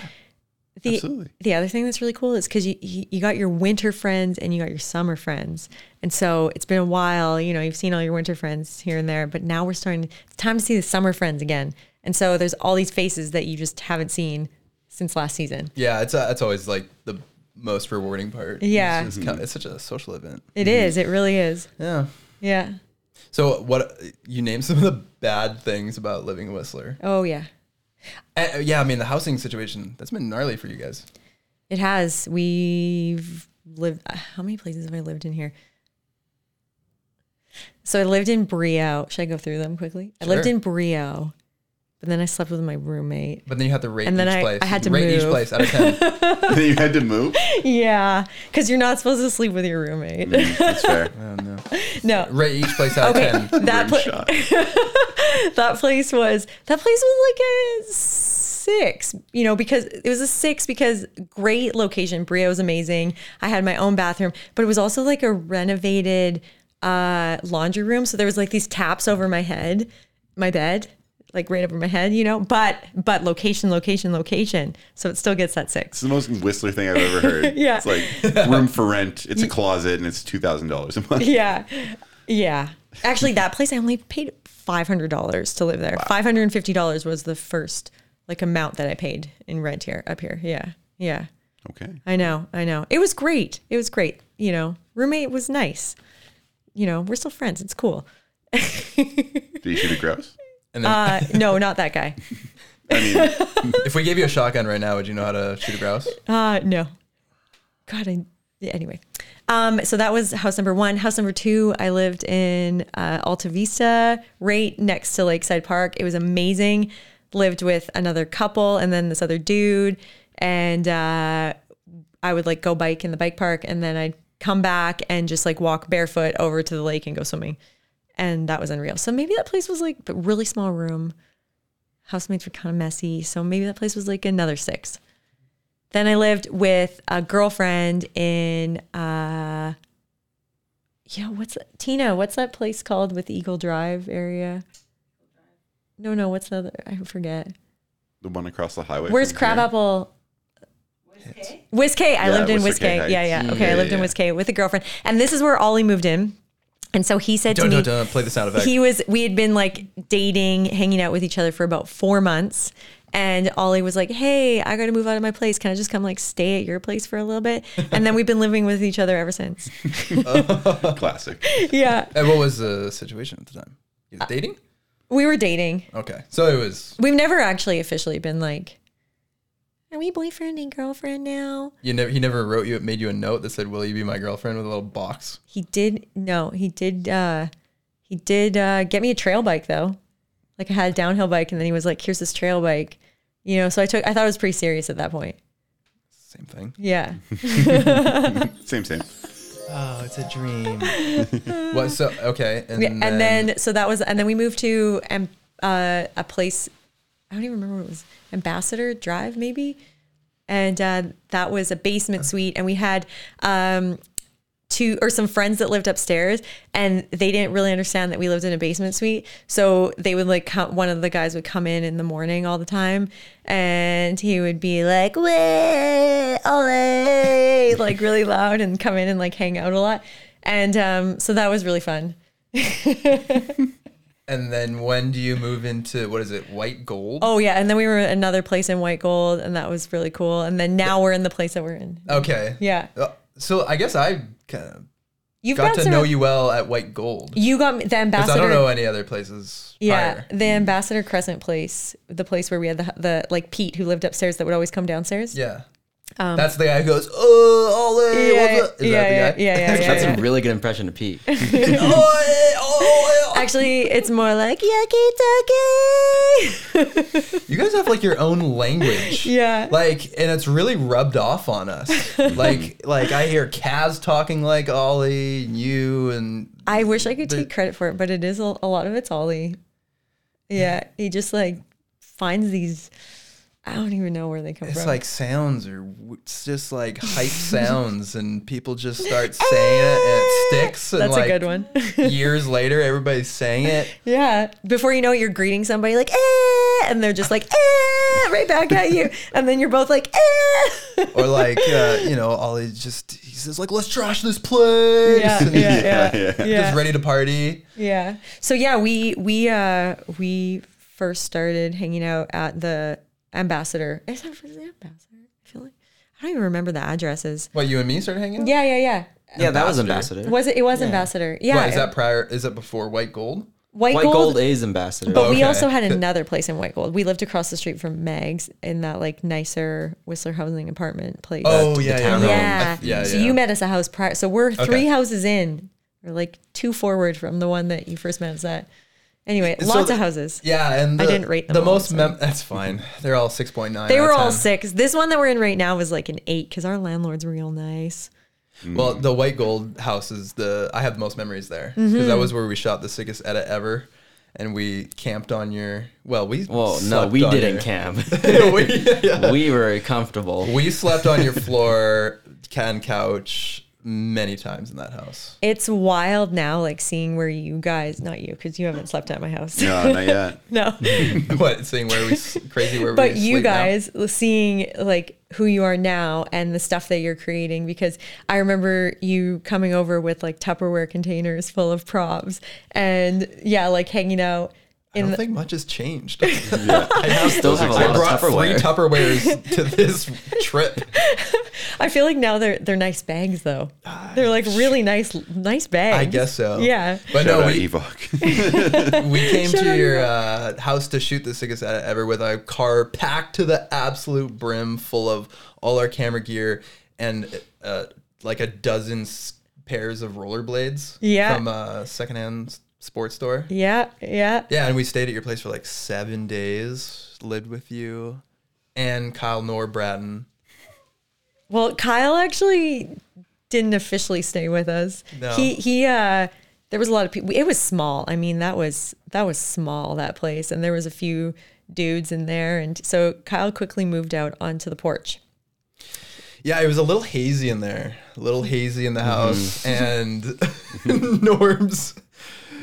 [SPEAKER 4] The,
[SPEAKER 3] absolutely.
[SPEAKER 4] The other thing that's really cool is because you, you you got your winter friends and you got your summer friends, and so it's been a while. You know, you've seen all your winter friends here and there, but now we're starting. It's time to see the summer friends again, and so there's all these faces that you just haven't seen since last season.
[SPEAKER 2] Yeah, it's uh, it's always like the most rewarding part.
[SPEAKER 4] Yeah.
[SPEAKER 2] it's, just kind of- it's such a social event.
[SPEAKER 4] It
[SPEAKER 3] Mm-hmm.
[SPEAKER 4] is. It really is.
[SPEAKER 2] Yeah.
[SPEAKER 4] Yeah.
[SPEAKER 2] So what you name some of the bad things about living in Whistler?
[SPEAKER 4] Oh yeah.
[SPEAKER 2] Uh, yeah, I mean the housing situation that's been gnarly for you guys.
[SPEAKER 4] It has. We've lived. How many places have I lived in here? So I lived in Brio. Should I go through them quickly? I lived
[SPEAKER 2] Sure.
[SPEAKER 4] in Brio, but then I slept with my roommate.
[SPEAKER 2] But then you have to rate
[SPEAKER 4] And then
[SPEAKER 2] each
[SPEAKER 4] I-
[SPEAKER 2] place.
[SPEAKER 4] I had to
[SPEAKER 2] rate each
[SPEAKER 4] move.
[SPEAKER 2] place out of ten.
[SPEAKER 3] then you had to move.
[SPEAKER 4] Yeah, because you're not supposed to sleep with your roommate.
[SPEAKER 3] That's fair.
[SPEAKER 4] no.
[SPEAKER 2] rate each place out
[SPEAKER 4] Okay,
[SPEAKER 2] of ten.
[SPEAKER 3] Rim
[SPEAKER 4] that pla-
[SPEAKER 3] shot.
[SPEAKER 4] that place was that place was like a six, you know, because it was a six because great location. Brio was amazing. I had my own bathroom, but it was also like a renovated uh, laundry room. So there was like these taps over my head, my bed, like right over my head, you know. But but location, location, location. So it still gets that six.
[SPEAKER 3] It's the most Whistler thing I've ever heard.
[SPEAKER 4] Yeah.
[SPEAKER 3] It's like room for rent. It's a closet and it's $2,000 a month.
[SPEAKER 4] Yeah, yeah. Actually, that place I only paid five hundred dollars to live there. Five hundred and fifty dollars was the first like amount that I paid in rent here up here. Yeah, yeah.
[SPEAKER 3] Okay.
[SPEAKER 4] I know, I know. It was great. It was great. You know, roommate was nice. You know, we're still friends. It's cool.
[SPEAKER 3] Did you shoot a grouse?
[SPEAKER 2] And then
[SPEAKER 4] Uh, no, not that guy.
[SPEAKER 2] if we gave you a shotgun right now, would you know how to shoot a grouse?
[SPEAKER 4] Uh, no. God, I, yeah, anyway. Um, so that was house number one. House number two, I lived in uh, Alta Vista, right next to Lakeside Park. It was amazing. Lived with another couple and then this other dude. And uh, I would like go bike in the bike park and then I'd come back and just like walk barefoot over to the lake and go swimming. And that was unreal. So maybe that place was like a really small room. Housemates were kind of messy. So maybe that place was like another six. Then I lived with a girlfriend in uh yeah, what's that? Tina, what's that place called with Eagle Drive area? No, no, what's the other I forget.
[SPEAKER 3] The one across the highway.
[SPEAKER 4] Where's
[SPEAKER 3] from here?
[SPEAKER 4] Crabapple?
[SPEAKER 6] Okay.
[SPEAKER 4] Whiskey. I
[SPEAKER 3] Yeah,
[SPEAKER 4] lived in
[SPEAKER 3] Whiskey
[SPEAKER 4] Whiskey. Yeah,
[SPEAKER 3] Heights.
[SPEAKER 4] yeah. Okay, I
[SPEAKER 3] Yeah,
[SPEAKER 4] lived in
[SPEAKER 3] yeah.
[SPEAKER 4] Whiskey with a girlfriend. And this is where Ollie moved in. And so he said
[SPEAKER 2] Dun,
[SPEAKER 4] to me,
[SPEAKER 2] dun, dun, play the sound effect.
[SPEAKER 4] he was we had been like dating hanging out with each other for about four months and ollie was like hey i gotta move out of my place can i just come like stay at your place for a little bit and then we've been living with each other ever since
[SPEAKER 3] Classic.
[SPEAKER 4] yeah
[SPEAKER 2] and what was the situation at the time? You
[SPEAKER 4] Uh,
[SPEAKER 2] were dating?
[SPEAKER 4] we were dating
[SPEAKER 2] Okay. So it was,
[SPEAKER 4] we've never actually officially been like are we boyfriend and girlfriend now
[SPEAKER 2] you never, he never wrote you, made you a note that said, will you be my girlfriend with a little box?
[SPEAKER 4] he did no he did uh he did uh get me a trail bike though like i had a downhill bike and then he was like here's this trail bike you know so i took i thought it was pretty serious at that point
[SPEAKER 2] Same thing.
[SPEAKER 4] yeah
[SPEAKER 3] Same, same.
[SPEAKER 2] Oh, it's a dream. what? So, okay. And,
[SPEAKER 4] Yeah,
[SPEAKER 2] then,
[SPEAKER 4] and then so that was, and then we moved to um, uh, a place. I don't even remember what it was. Ambassador Drive, maybe, and uh, that was a basement suite, and we had um, two or some friends that lived upstairs, and they didn't really understand that we lived in a basement suite, so they would like come, one of the guys would come in in the morning all the time, and he would be like, "Way, ole," like really loud, and come in and like hang out a lot. And um, so that was really fun.
[SPEAKER 2] and then when do you move into, what is it? White gold?
[SPEAKER 4] Oh yeah, and then we were at another place in White Gold, and that was really cool. And then now we're in the place that we're in.
[SPEAKER 2] Okay.
[SPEAKER 4] Oh, Yeah,
[SPEAKER 2] Uh, So I guess I kind of
[SPEAKER 4] you've
[SPEAKER 2] got to
[SPEAKER 4] some-
[SPEAKER 2] know you well at White Gold.
[SPEAKER 4] You got me- the
[SPEAKER 2] Because I
[SPEAKER 4] ambassador.
[SPEAKER 2] don't know any other places.
[SPEAKER 4] yeah,
[SPEAKER 2] prior. Mm-hmm.
[SPEAKER 4] the Ambassador Crescent place, the place where we had the, the like Pete who lived upstairs that would always come downstairs.
[SPEAKER 2] Yeah. That's the guy who goes, oh, Ole,
[SPEAKER 4] um, yeah,
[SPEAKER 2] what's up?" Is
[SPEAKER 4] yeah,
[SPEAKER 2] that the guy?
[SPEAKER 4] yeah, yeah, yeah,
[SPEAKER 5] That's
[SPEAKER 4] yeah.
[SPEAKER 5] a really good impression of Pete.
[SPEAKER 2] "Ole, ole, ole."
[SPEAKER 4] Actually, it's more like yucky ducky.
[SPEAKER 2] You guys have like your own language.
[SPEAKER 4] Yeah.
[SPEAKER 2] Like, and it's really rubbed off on us. like, like I hear Kaz talking like Ollie and you and
[SPEAKER 4] I wish I could
[SPEAKER 2] The-
[SPEAKER 4] take credit for it, but it is a, a lot of it's Ollie. Yeah, he just like finds these. I don't even know where they come
[SPEAKER 2] it's
[SPEAKER 4] from.
[SPEAKER 2] like sounds or w- it's just like hype sounds and people just start saying it and it sticks. And
[SPEAKER 4] Eh. That's
[SPEAKER 2] like
[SPEAKER 4] a good one.
[SPEAKER 2] years later, everybody's saying it.
[SPEAKER 4] Yeah. Before you know it, you're greeting somebody like, eh, and they're just like, eh, right back at you. And then you're both like, eh.
[SPEAKER 2] Or like, uh, you know, Ollie just, he says like, let's trash this place.
[SPEAKER 4] yeah,
[SPEAKER 2] and
[SPEAKER 4] yeah, yeah, yeah,
[SPEAKER 2] Just ready to party.
[SPEAKER 4] yeah. So yeah, we we uh we first started hanging out at the ambassador. Is that is it ambassador? I feel like I don't even remember the addresses.
[SPEAKER 2] What, you and me started hanging out?
[SPEAKER 4] Yeah, yeah, yeah.
[SPEAKER 5] yeah, that was
[SPEAKER 2] Ambassador.
[SPEAKER 5] ambassador.
[SPEAKER 4] Was it? It was ambassador. Yeah. uh,
[SPEAKER 2] What, is that prior? Is it before White Gold? Oh,
[SPEAKER 4] white,
[SPEAKER 5] White
[SPEAKER 4] gold?
[SPEAKER 5] Gold is ambassador.
[SPEAKER 4] But
[SPEAKER 2] Okay.
[SPEAKER 4] we also had another place in White Gold. We lived across the street from Meg's in that like nicer Whistler housing apartment place.
[SPEAKER 2] Oh yeah, yeah,
[SPEAKER 5] town
[SPEAKER 2] yeah.
[SPEAKER 5] hall.
[SPEAKER 4] Yeah.
[SPEAKER 2] I- yeah,
[SPEAKER 4] So
[SPEAKER 2] yeah.
[SPEAKER 4] you met us a house prior. So we're
[SPEAKER 2] Okay.
[SPEAKER 4] three houses in. We're like two forward from the one that you first met us at. Anyway,
[SPEAKER 2] So
[SPEAKER 4] lots
[SPEAKER 2] the-
[SPEAKER 4] of houses.
[SPEAKER 2] Yeah, and the,
[SPEAKER 4] I didn't rate them
[SPEAKER 2] the
[SPEAKER 4] all,
[SPEAKER 2] most.
[SPEAKER 4] so-
[SPEAKER 2] Mem- that's fine. They're all six point nine.
[SPEAKER 4] They were all six. This one that we're in right now was like an eight because our landlord's real nice.
[SPEAKER 2] Well, the White Gold house is the I have the most memories there
[SPEAKER 4] Mm-hmm.
[SPEAKER 2] because that was where we shot the sickest edit ever, and we camped on your. Well, we.
[SPEAKER 5] Well, no,
[SPEAKER 2] slept
[SPEAKER 5] we
[SPEAKER 2] on
[SPEAKER 5] didn't
[SPEAKER 2] your-
[SPEAKER 5] camp.
[SPEAKER 2] we, yeah.
[SPEAKER 5] we were comfortable.
[SPEAKER 2] we slept on your floor, can couch. many times in that house.
[SPEAKER 4] It's wild now, like seeing where you guys, not you, because you haven't slept at my house.
[SPEAKER 3] No, not yet.
[SPEAKER 4] no.
[SPEAKER 2] what seeing where we s- crazy where we
[SPEAKER 4] but you
[SPEAKER 2] sleep now.
[SPEAKER 4] guys seeing like who you are now and the stuff that you're creating because i remember you coming over with like tupperware containers full of props and yeah like hanging out
[SPEAKER 2] I don't
[SPEAKER 4] in the,
[SPEAKER 2] think much has changed.
[SPEAKER 5] I still have a
[SPEAKER 2] I
[SPEAKER 5] lot
[SPEAKER 2] brought
[SPEAKER 5] of
[SPEAKER 2] three
[SPEAKER 5] Tupperware.
[SPEAKER 2] Tupperwares to this trip.
[SPEAKER 4] i feel like now they're they're nice bags though they're like really nice nice bags
[SPEAKER 2] Ah, I guess so.
[SPEAKER 4] yeah
[SPEAKER 2] But
[SPEAKER 3] Shout
[SPEAKER 2] no,
[SPEAKER 3] out
[SPEAKER 2] we,
[SPEAKER 3] Evoc.
[SPEAKER 2] we came to your uh, house to shoot the sickest edit ever with a car packed to the absolute brim full of all our camera gear and uh, like a dozen s- pairs of rollerblades
[SPEAKER 4] Yeah.
[SPEAKER 2] from a secondhand s- sports store.
[SPEAKER 4] yeah yeah
[SPEAKER 2] Yeah, and we stayed at your place for like seven days, lived with you and Kyle Norbratton.
[SPEAKER 4] Well, Kyle actually didn't officially stay with us.
[SPEAKER 2] No.
[SPEAKER 4] He he uh there was a lot of people. It was small. I mean, that was that was small that place and there was a few dudes in there and so Kyle quickly moved out onto the porch.
[SPEAKER 2] Yeah, it was a little hazy in there, a little hazy
[SPEAKER 4] Mm-hmm.
[SPEAKER 2] in the house, and Norm's.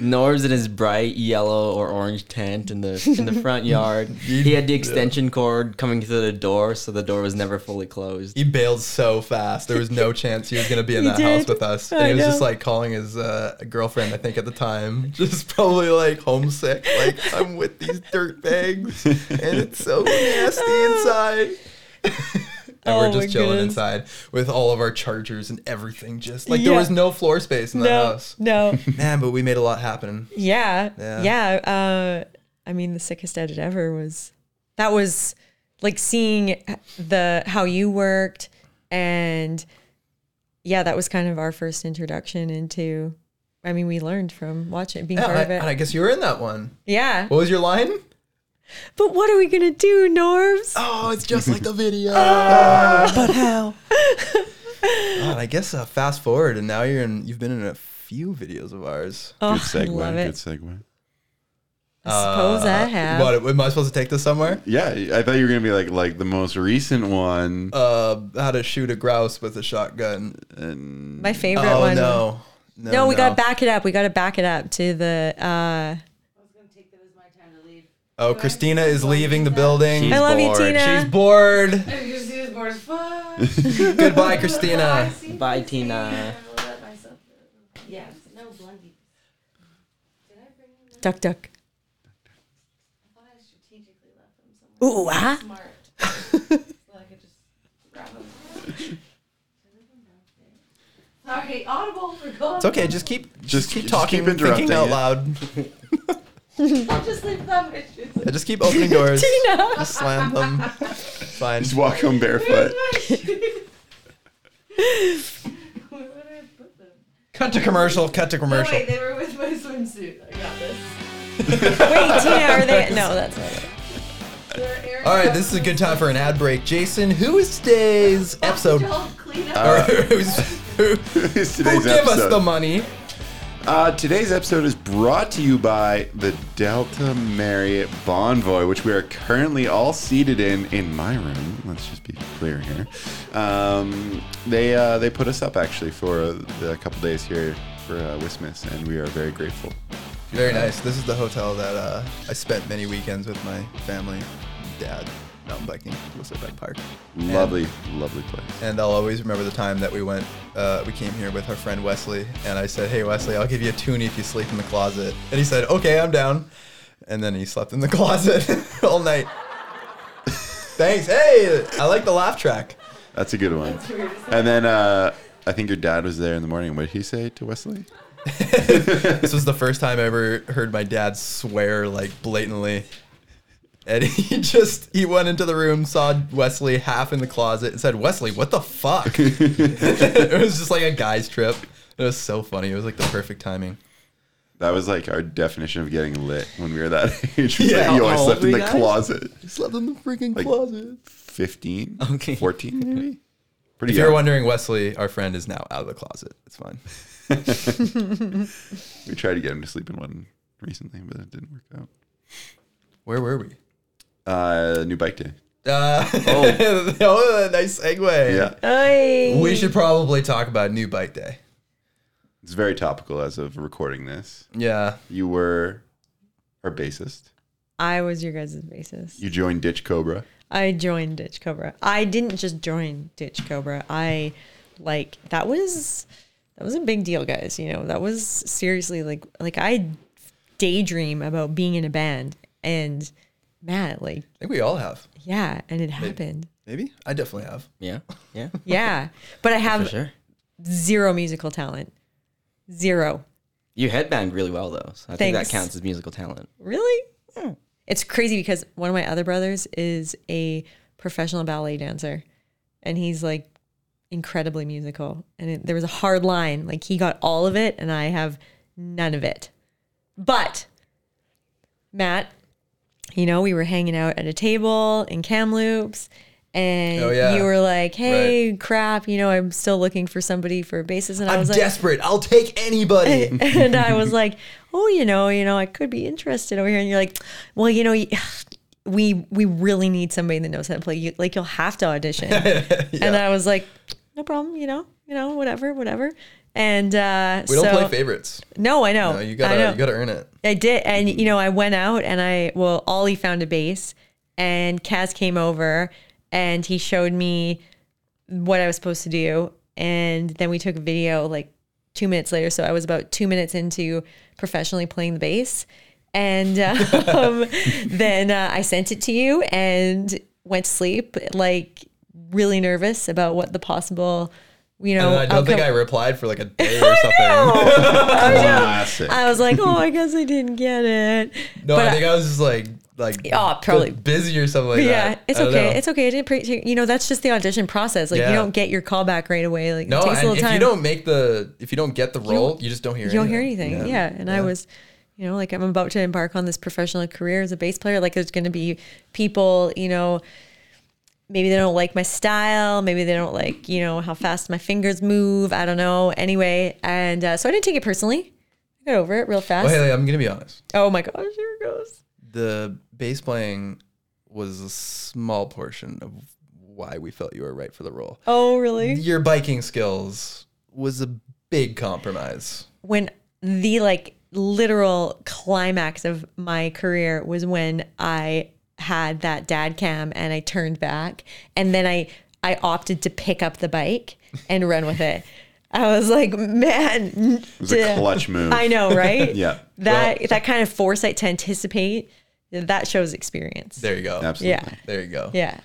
[SPEAKER 5] Norb's in his bright yellow or orange tent in the in the front yard. he had the extension cord coming through the door, so the door was never fully closed.
[SPEAKER 2] He bailed so fast. There was no chance he was going to be in
[SPEAKER 4] He
[SPEAKER 2] that house
[SPEAKER 4] did.
[SPEAKER 2] with us.
[SPEAKER 4] I
[SPEAKER 2] And he was just
[SPEAKER 4] know.
[SPEAKER 2] like calling his uh, girlfriend, I think, at the time, just probably like homesick. Like, I'm with these dirt bags and it's so nasty inside. and
[SPEAKER 4] Oh
[SPEAKER 2] we're
[SPEAKER 4] my
[SPEAKER 2] just chilling
[SPEAKER 4] goodness.
[SPEAKER 2] inside with all of our chargers and everything. Just like there
[SPEAKER 4] Yeah.
[SPEAKER 2] was no floor space in the
[SPEAKER 4] No.
[SPEAKER 2] house.
[SPEAKER 4] No.
[SPEAKER 2] Man, but we made a lot happen.
[SPEAKER 4] yeah.
[SPEAKER 2] Yeah.
[SPEAKER 4] Yeah. Uh I mean, the sickest edit ever was that was like seeing the how you worked and yeah, that was kind of our first introduction into I mean, we learned from watching being
[SPEAKER 2] Yeah,
[SPEAKER 4] part
[SPEAKER 2] I-
[SPEAKER 4] of it.
[SPEAKER 2] and I Oh. guess you were in that one.
[SPEAKER 4] Yeah.
[SPEAKER 2] What was your line?
[SPEAKER 4] But what are we gonna do, Norms?
[SPEAKER 2] Oh, it's just like the video. but how? Ah. God, I guess uh, fast forward, and now you're in. You've been in a few videos of ours.
[SPEAKER 4] Oh,
[SPEAKER 3] Good segue.
[SPEAKER 4] I love
[SPEAKER 3] Good
[SPEAKER 4] it.
[SPEAKER 3] segue.
[SPEAKER 4] I
[SPEAKER 2] Uh,
[SPEAKER 4] suppose I have.
[SPEAKER 2] What? Am I supposed to take this somewhere?
[SPEAKER 3] Yeah, I thought you were gonna be like like the most recent one.
[SPEAKER 2] Uh, how to shoot a grouse with a shotgun?
[SPEAKER 4] My favorite
[SPEAKER 2] Oh
[SPEAKER 4] one.
[SPEAKER 2] no.
[SPEAKER 4] No, we gotta back it up. We gotta back it up to the uh
[SPEAKER 6] I was gonna take that as my time to leave.
[SPEAKER 2] Oh, Christina is leaving the building.
[SPEAKER 5] She's
[SPEAKER 4] I love
[SPEAKER 5] bored.
[SPEAKER 4] you, Tina.
[SPEAKER 2] She's bored.
[SPEAKER 6] Christina's bored as fuck.
[SPEAKER 2] Goodbye, Christina.
[SPEAKER 5] Bye, Tina.
[SPEAKER 6] Yeah, no blondie. Did I bring them?
[SPEAKER 4] duck duck.
[SPEAKER 6] I thought I strategically left them somewhere.
[SPEAKER 4] Ooh, ah.
[SPEAKER 6] Smart. so I could just grab them. Sorry, audible for God.
[SPEAKER 2] It's okay. Just keep. Just,
[SPEAKER 3] Just-
[SPEAKER 2] keep
[SPEAKER 3] just
[SPEAKER 2] talking.
[SPEAKER 3] keep
[SPEAKER 2] thinking
[SPEAKER 3] interrupting
[SPEAKER 2] out
[SPEAKER 3] it.
[SPEAKER 2] loud.
[SPEAKER 6] I'll just leave them. It's just
[SPEAKER 2] Yeah, Just keep opening doors.
[SPEAKER 4] Tina.
[SPEAKER 2] Just slam them. Fine.
[SPEAKER 3] Just walk home barefoot.
[SPEAKER 6] Where would I put them?
[SPEAKER 2] Cut to commercial. Cut to
[SPEAKER 6] Oh,
[SPEAKER 2] commercial.
[SPEAKER 6] wait, they were with my swimsuit. I got this.
[SPEAKER 4] Wait, Tina, are they no, that's not it.
[SPEAKER 6] They're air
[SPEAKER 2] All right, this is a good time for an ad break. Jason, who is today's episode?
[SPEAKER 6] Don't clean up.
[SPEAKER 2] Or who's, who who give
[SPEAKER 3] It's today's
[SPEAKER 2] us
[SPEAKER 3] episode.
[SPEAKER 2] the money?
[SPEAKER 3] Uh, today's episode is brought to you by the Delta Marriott Bonvoy, which we are currently all seated in in my room. Let's just be clear here. Um, they uh, they put us up actually for a, a couple days here for uh, Wismas, and we are very grateful.
[SPEAKER 2] Very nice. This is the hotel that uh, I spent many weekends with my family, dad, mountain biking, Whistleback Park.
[SPEAKER 3] Lovely, lovely place.
[SPEAKER 2] And I'll always remember the time that we went, uh, we came here with our friend Wesley, and I said, Hey, Wesley, I'll give you a toonie if you sleep in the closet. And he said, Okay, I'm down. And then he slept in the closet all night. Thanks. Hey, I like the laugh track.
[SPEAKER 3] That's a good one. And then uh, I think your dad was there in the morning. What did he say to Wesley?
[SPEAKER 2] This was the first time I ever heard my dad swear like blatantly. And he just he went into the room, saw Wesley half in the closet, and said, "Wesley, what the fuck?" it was just like a guy's trip. It was so funny. It was like the perfect timing.
[SPEAKER 3] That was like our definition of getting lit when we were that age.
[SPEAKER 2] Yeah. Oh,
[SPEAKER 3] Yeah, you always
[SPEAKER 5] How
[SPEAKER 3] slept
[SPEAKER 5] old
[SPEAKER 3] in
[SPEAKER 5] were
[SPEAKER 3] the
[SPEAKER 5] you guys?
[SPEAKER 3] closet.
[SPEAKER 2] He slept in the freaking
[SPEAKER 3] Like-
[SPEAKER 2] closet.
[SPEAKER 3] 15,
[SPEAKER 5] Okay.
[SPEAKER 3] 14 maybe. Pretty
[SPEAKER 2] If you're
[SPEAKER 3] young.
[SPEAKER 2] wondering, Wesley, our friend, is now out of the closet. It's fine.
[SPEAKER 3] We tried to get him to sleep in one recently, but it didn't work out.
[SPEAKER 2] Where were we?
[SPEAKER 3] Uh, new bike day.
[SPEAKER 2] Uh, oh. nice segue.
[SPEAKER 3] Yeah.
[SPEAKER 4] Oy.
[SPEAKER 2] We should probably talk about New Bike Day.
[SPEAKER 3] It's very topical as of recording this.
[SPEAKER 2] Yeah.
[SPEAKER 3] You were our bassist.
[SPEAKER 4] I was your guys' basis.
[SPEAKER 3] You joined Ditch Cobra.
[SPEAKER 4] I joined Ditch Cobra. I didn't just join Ditch Cobra. I like that was that was a big deal, guys. You know, that was seriously like like I daydream about being in a band and Matt, like,
[SPEAKER 2] I think we all have.
[SPEAKER 4] yeah, and it happened.
[SPEAKER 2] Maybe? I definitely have.
[SPEAKER 5] Yeah, yeah,
[SPEAKER 4] Yeah. But I
[SPEAKER 5] for
[SPEAKER 4] have
[SPEAKER 5] sure.
[SPEAKER 4] zero musical talent. Zero.
[SPEAKER 5] You headband really well though, so I think that
[SPEAKER 4] Thanks.
[SPEAKER 5] counts as musical talent.
[SPEAKER 4] Really? Hmm. It's crazy because one of my other brothers is a professional ballet dancer and he's like incredibly musical. And it, there was a hard line. Like he got all of it and I have none of it. But Matt, you know, we were hanging out at a table in Kamloops and
[SPEAKER 2] Oh, yeah.
[SPEAKER 4] you were like, hey, crap, you know, I'm still looking for somebody for a bassist. And I
[SPEAKER 2] I'm
[SPEAKER 4] was like,
[SPEAKER 2] desperate. I'll take anybody.
[SPEAKER 4] and I was like, "Oh, you know, you know, I could be interested over here." And you're like, "Well, you know, we we really need somebody that knows how to play. You, like, you'll have to audition." And I was like, "No problem, you know, you know, whatever, whatever." And uh,
[SPEAKER 2] we don't
[SPEAKER 4] so,
[SPEAKER 2] play favorites.
[SPEAKER 4] No, I know.
[SPEAKER 2] No, you
[SPEAKER 4] I
[SPEAKER 2] gotta
[SPEAKER 4] know.
[SPEAKER 2] you gotta earn it.
[SPEAKER 4] I did, and you know, I went out and I well, Ollie found a bass, and Kaz came over and he showed me what I was supposed to do, and then we took a video like two minutes later. So I was about two minutes into professionally playing the bass, and um, then uh, I sent it to you and went to sleep like really nervous about what the possible, you know,
[SPEAKER 2] And I don't think I
[SPEAKER 4] outcome-
[SPEAKER 2] replied for like a day or something. Oh,
[SPEAKER 3] Classic.
[SPEAKER 4] I was like, oh, I guess I didn't get it.
[SPEAKER 2] No,
[SPEAKER 4] But
[SPEAKER 2] I think I was just like like
[SPEAKER 4] Oh, probably.
[SPEAKER 2] busy or something like
[SPEAKER 4] yeah,
[SPEAKER 2] that.
[SPEAKER 4] it's
[SPEAKER 2] I don't know.
[SPEAKER 4] okay. It's okay. I didn't pre- you know, that's just the audition process. Like
[SPEAKER 2] Yeah.
[SPEAKER 4] you don't get your call back right away. Like
[SPEAKER 2] no,
[SPEAKER 4] it takes a
[SPEAKER 2] and
[SPEAKER 4] little
[SPEAKER 2] if
[SPEAKER 4] time.
[SPEAKER 2] you don't make the if you don't get the role, you, just don't hear
[SPEAKER 4] You don't hear anything. Yeah. And I was, you know, like I'm about to embark on this professional career as a bass player. Like there's going to be people, you know, maybe they don't like my style. Maybe they don't like, you know, how fast my fingers move. I don't know. Anyway, and uh, so I didn't take it personally. I got over it real fast.
[SPEAKER 2] Well, Haley, I'm gonna be honest.
[SPEAKER 4] oh my gosh, here it goes.
[SPEAKER 2] The bass playing was a small portion of why we felt you were right for the role.
[SPEAKER 4] Oh, really?
[SPEAKER 2] Your biking skills was a big compromise.
[SPEAKER 4] when the like literal climax of my career was when I had that dad cam and I turned back and then I I opted to pick up the bike and run with it. I was like, man,
[SPEAKER 3] it was a clutch move.
[SPEAKER 4] I know, right?
[SPEAKER 3] Yeah.
[SPEAKER 4] That that kind of foresight to anticipate that shows experience.
[SPEAKER 2] There you go.
[SPEAKER 3] Absolutely.
[SPEAKER 4] yeah.
[SPEAKER 2] There you go.
[SPEAKER 4] Yeah.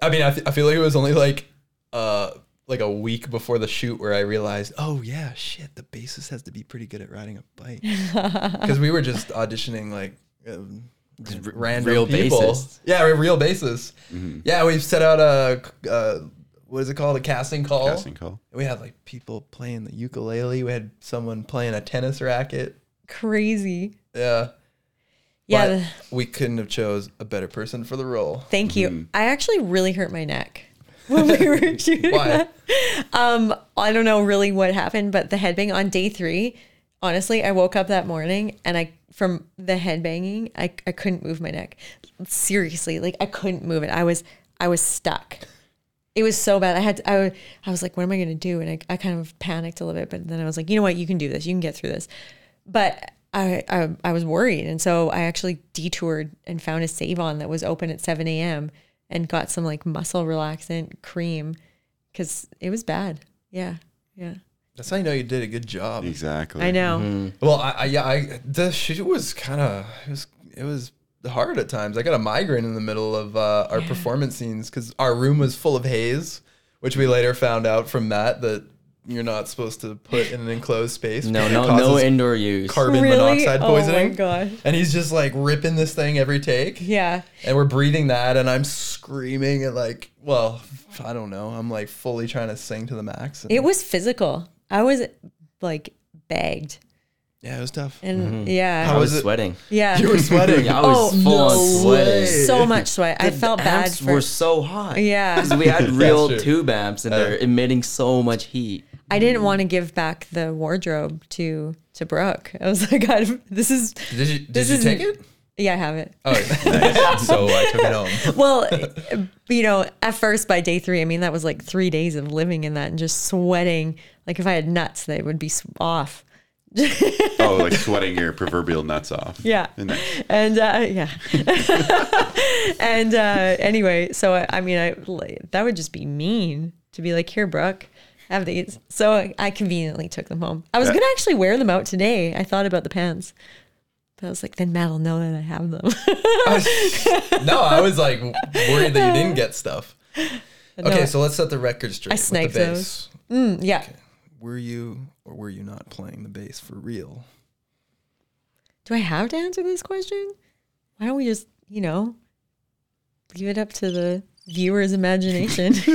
[SPEAKER 2] I mean, I, fe- I feel like it was only like uh like a week before the shoot where I realized, oh yeah, shit, the bassist has to be pretty good at riding a bike because we were just auditioning like um, just r- random
[SPEAKER 5] real
[SPEAKER 2] people.
[SPEAKER 5] bassists.
[SPEAKER 2] Yeah, we're real bassists.
[SPEAKER 3] Mm-hmm.
[SPEAKER 2] Yeah, we set out a c- uh, what is it called? A casting call.
[SPEAKER 3] Casting call.
[SPEAKER 2] We had like people playing the ukulele. We had someone playing a tennis racket.
[SPEAKER 4] Crazy.
[SPEAKER 2] Yeah.
[SPEAKER 4] Yeah.
[SPEAKER 2] But
[SPEAKER 4] the-
[SPEAKER 2] we couldn't have chose a better person for the role.
[SPEAKER 4] Thank you. I actually really hurt my neck when we were shooting
[SPEAKER 2] Why?
[SPEAKER 4] that. Um, I don't know really what happened, but the headbang on day three, honestly, I woke up that morning and I from the headbanging, I, I couldn't move my neck. Seriously, like I couldn't move it. I was I was stuck. It was so bad. I had to, I, wa- I was like, what am I gonna do? And I, I kind of panicked a little bit, but then I was like, you know what, you can do this. You can get through this. But I, I I was worried, and so I actually detoured and found a save on that was open at seven a.m. and got some like muscle relaxant cream because it was bad. Yeah, yeah.
[SPEAKER 2] That's how you know you did a good job.
[SPEAKER 3] Exactly.
[SPEAKER 4] I know.
[SPEAKER 2] Well, I, I yeah, I the shoot was kind of it was it was hard at times. I got a migraine in the middle of uh, our performance scenes because our room was full of haze, which we later found out from Matt that you're not supposed to put in an enclosed space.
[SPEAKER 5] No,
[SPEAKER 2] because it
[SPEAKER 5] no, no
[SPEAKER 2] causes
[SPEAKER 5] indoor use.
[SPEAKER 2] carbon
[SPEAKER 4] Really?
[SPEAKER 2] monoxide
[SPEAKER 4] Oh my
[SPEAKER 2] poisoning.
[SPEAKER 4] gosh.
[SPEAKER 2] And he's just like ripping this thing every take.
[SPEAKER 4] Yeah.
[SPEAKER 2] And we're breathing that, and I'm screaming and like, well, I don't know. I'm like fully trying to sing to the max. and-
[SPEAKER 4] It was physical. I was like bagged,
[SPEAKER 2] yeah, it was tough.
[SPEAKER 4] and yeah,
[SPEAKER 5] I was
[SPEAKER 2] was it-
[SPEAKER 5] sweating.
[SPEAKER 4] yeah.
[SPEAKER 2] You were sweating.
[SPEAKER 5] Yeah, I was
[SPEAKER 4] Oh,
[SPEAKER 5] full
[SPEAKER 4] no
[SPEAKER 5] on sweating.
[SPEAKER 4] so much sweat. I felt bad
[SPEAKER 5] amps were
[SPEAKER 4] for.
[SPEAKER 5] so hot.
[SPEAKER 4] Yeah.
[SPEAKER 5] 'Cause we had real
[SPEAKER 2] true.
[SPEAKER 5] tube amps and they're emitting so much heat.
[SPEAKER 4] I didn't want to give back the wardrobe to to Brooke. I was like, God, this is
[SPEAKER 2] Did you did
[SPEAKER 4] This
[SPEAKER 2] you
[SPEAKER 4] is-
[SPEAKER 2] take it?
[SPEAKER 4] Yeah, I have it.
[SPEAKER 2] Oh, nice. so I took it home.
[SPEAKER 4] Well, you know, at first by day three, I mean, that was like three days of living in that and just sweating. Like if I had nuts, they would be s- off.
[SPEAKER 3] Oh, like sweating your proverbial nuts off.
[SPEAKER 4] Yeah.
[SPEAKER 3] Isn't that-
[SPEAKER 4] and uh, yeah, and uh, anyway, so I, I mean, I like, that would just be mean to be like, here, Brooke, have these. So I conveniently took them home. I was
[SPEAKER 3] Yeah.
[SPEAKER 4] gonna actually wear them out today. I thought about the pants, but I was like, then Matt'll know that I have them.
[SPEAKER 2] No, I was like worried that you didn't get stuff. Okay,
[SPEAKER 4] No.
[SPEAKER 2] so let's set the record straight.
[SPEAKER 4] I sniped
[SPEAKER 2] with the bass.
[SPEAKER 4] yeah.
[SPEAKER 2] Were you or were you not playing the bass for real?
[SPEAKER 4] Do I have to answer this question? Why don't we just, you know, leave it up to the viewer's imagination?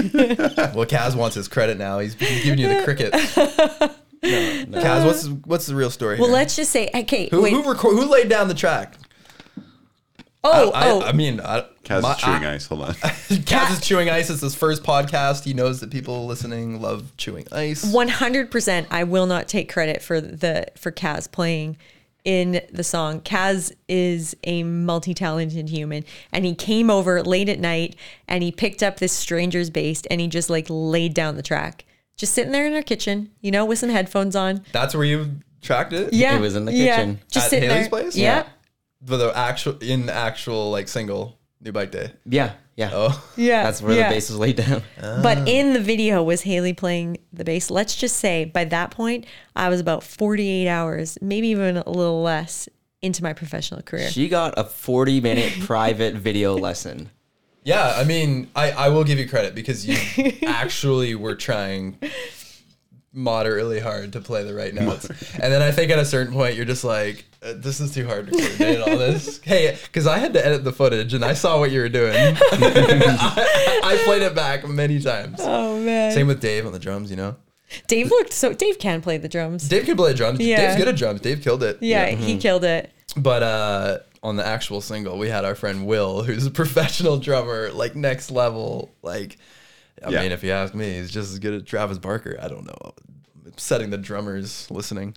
[SPEAKER 2] Well, Kaz wants his credit now. He's, he's giving you the cricket. No, Kaz, what's what's the real story?
[SPEAKER 4] well,
[SPEAKER 2] here?
[SPEAKER 4] let's just say, okay,
[SPEAKER 2] who
[SPEAKER 4] wait.
[SPEAKER 2] who, record, who laid down the track?
[SPEAKER 4] oh,
[SPEAKER 2] I,
[SPEAKER 4] oh,
[SPEAKER 2] I, I mean, I,
[SPEAKER 3] Kaz
[SPEAKER 2] my-
[SPEAKER 3] is chewing
[SPEAKER 2] I-
[SPEAKER 3] ice. Hold on.
[SPEAKER 2] Kaz is chewing ice. It's his first podcast. He knows that people listening love chewing ice.
[SPEAKER 4] One hundred percent. I will not take credit for the for Kaz playing in the song. Kaz is a multi-talented human, and he came over late at night and he picked up this stranger's bass and he just like laid down the track, just sitting there in our kitchen, you know, with some headphones on.
[SPEAKER 2] That's where you tracked it.
[SPEAKER 4] Yeah,
[SPEAKER 5] It was in the
[SPEAKER 4] yeah,
[SPEAKER 5] kitchen.
[SPEAKER 4] just
[SPEAKER 2] At
[SPEAKER 4] sitting
[SPEAKER 2] Haley's
[SPEAKER 4] there.
[SPEAKER 2] place?
[SPEAKER 4] Yeah,
[SPEAKER 2] For the actual in the actual like single new bike day.
[SPEAKER 5] Yeah, yeah.
[SPEAKER 2] Oh,
[SPEAKER 4] yeah.
[SPEAKER 5] That's where
[SPEAKER 4] yeah.
[SPEAKER 5] the bass was laid down.
[SPEAKER 2] Ah.
[SPEAKER 4] But in the video was Haley playing the bass. Let's just say by that point, I was about 48 hours, maybe even a little less into my professional career.
[SPEAKER 5] She got a 40 minute private video lesson.
[SPEAKER 2] yeah. I mean, I I will give you credit because you actually were trying moderately hard to play the right notes, and then I think at a certain point you're just like. uh, This is too hard to coordinate all this. Hey, because I had to edit the footage and I saw what you were doing. I, I played it back many times.
[SPEAKER 4] Oh man.
[SPEAKER 2] Same with Dave on the drums, you know?
[SPEAKER 4] Dave looked so Dave can play the drums.
[SPEAKER 2] Dave can play drums.
[SPEAKER 4] Yeah.
[SPEAKER 2] Dave's good at drums. Dave killed it.
[SPEAKER 4] yeah,
[SPEAKER 2] Mm-hmm.
[SPEAKER 4] he killed it.
[SPEAKER 2] But uh, on the actual single, we had our friend Will, who's a professional drummer, like next level. Like, I
[SPEAKER 3] Yeah.
[SPEAKER 2] mean, if you ask me, he's just as good as Travis Barker. I don't know, upsetting the drummers listening,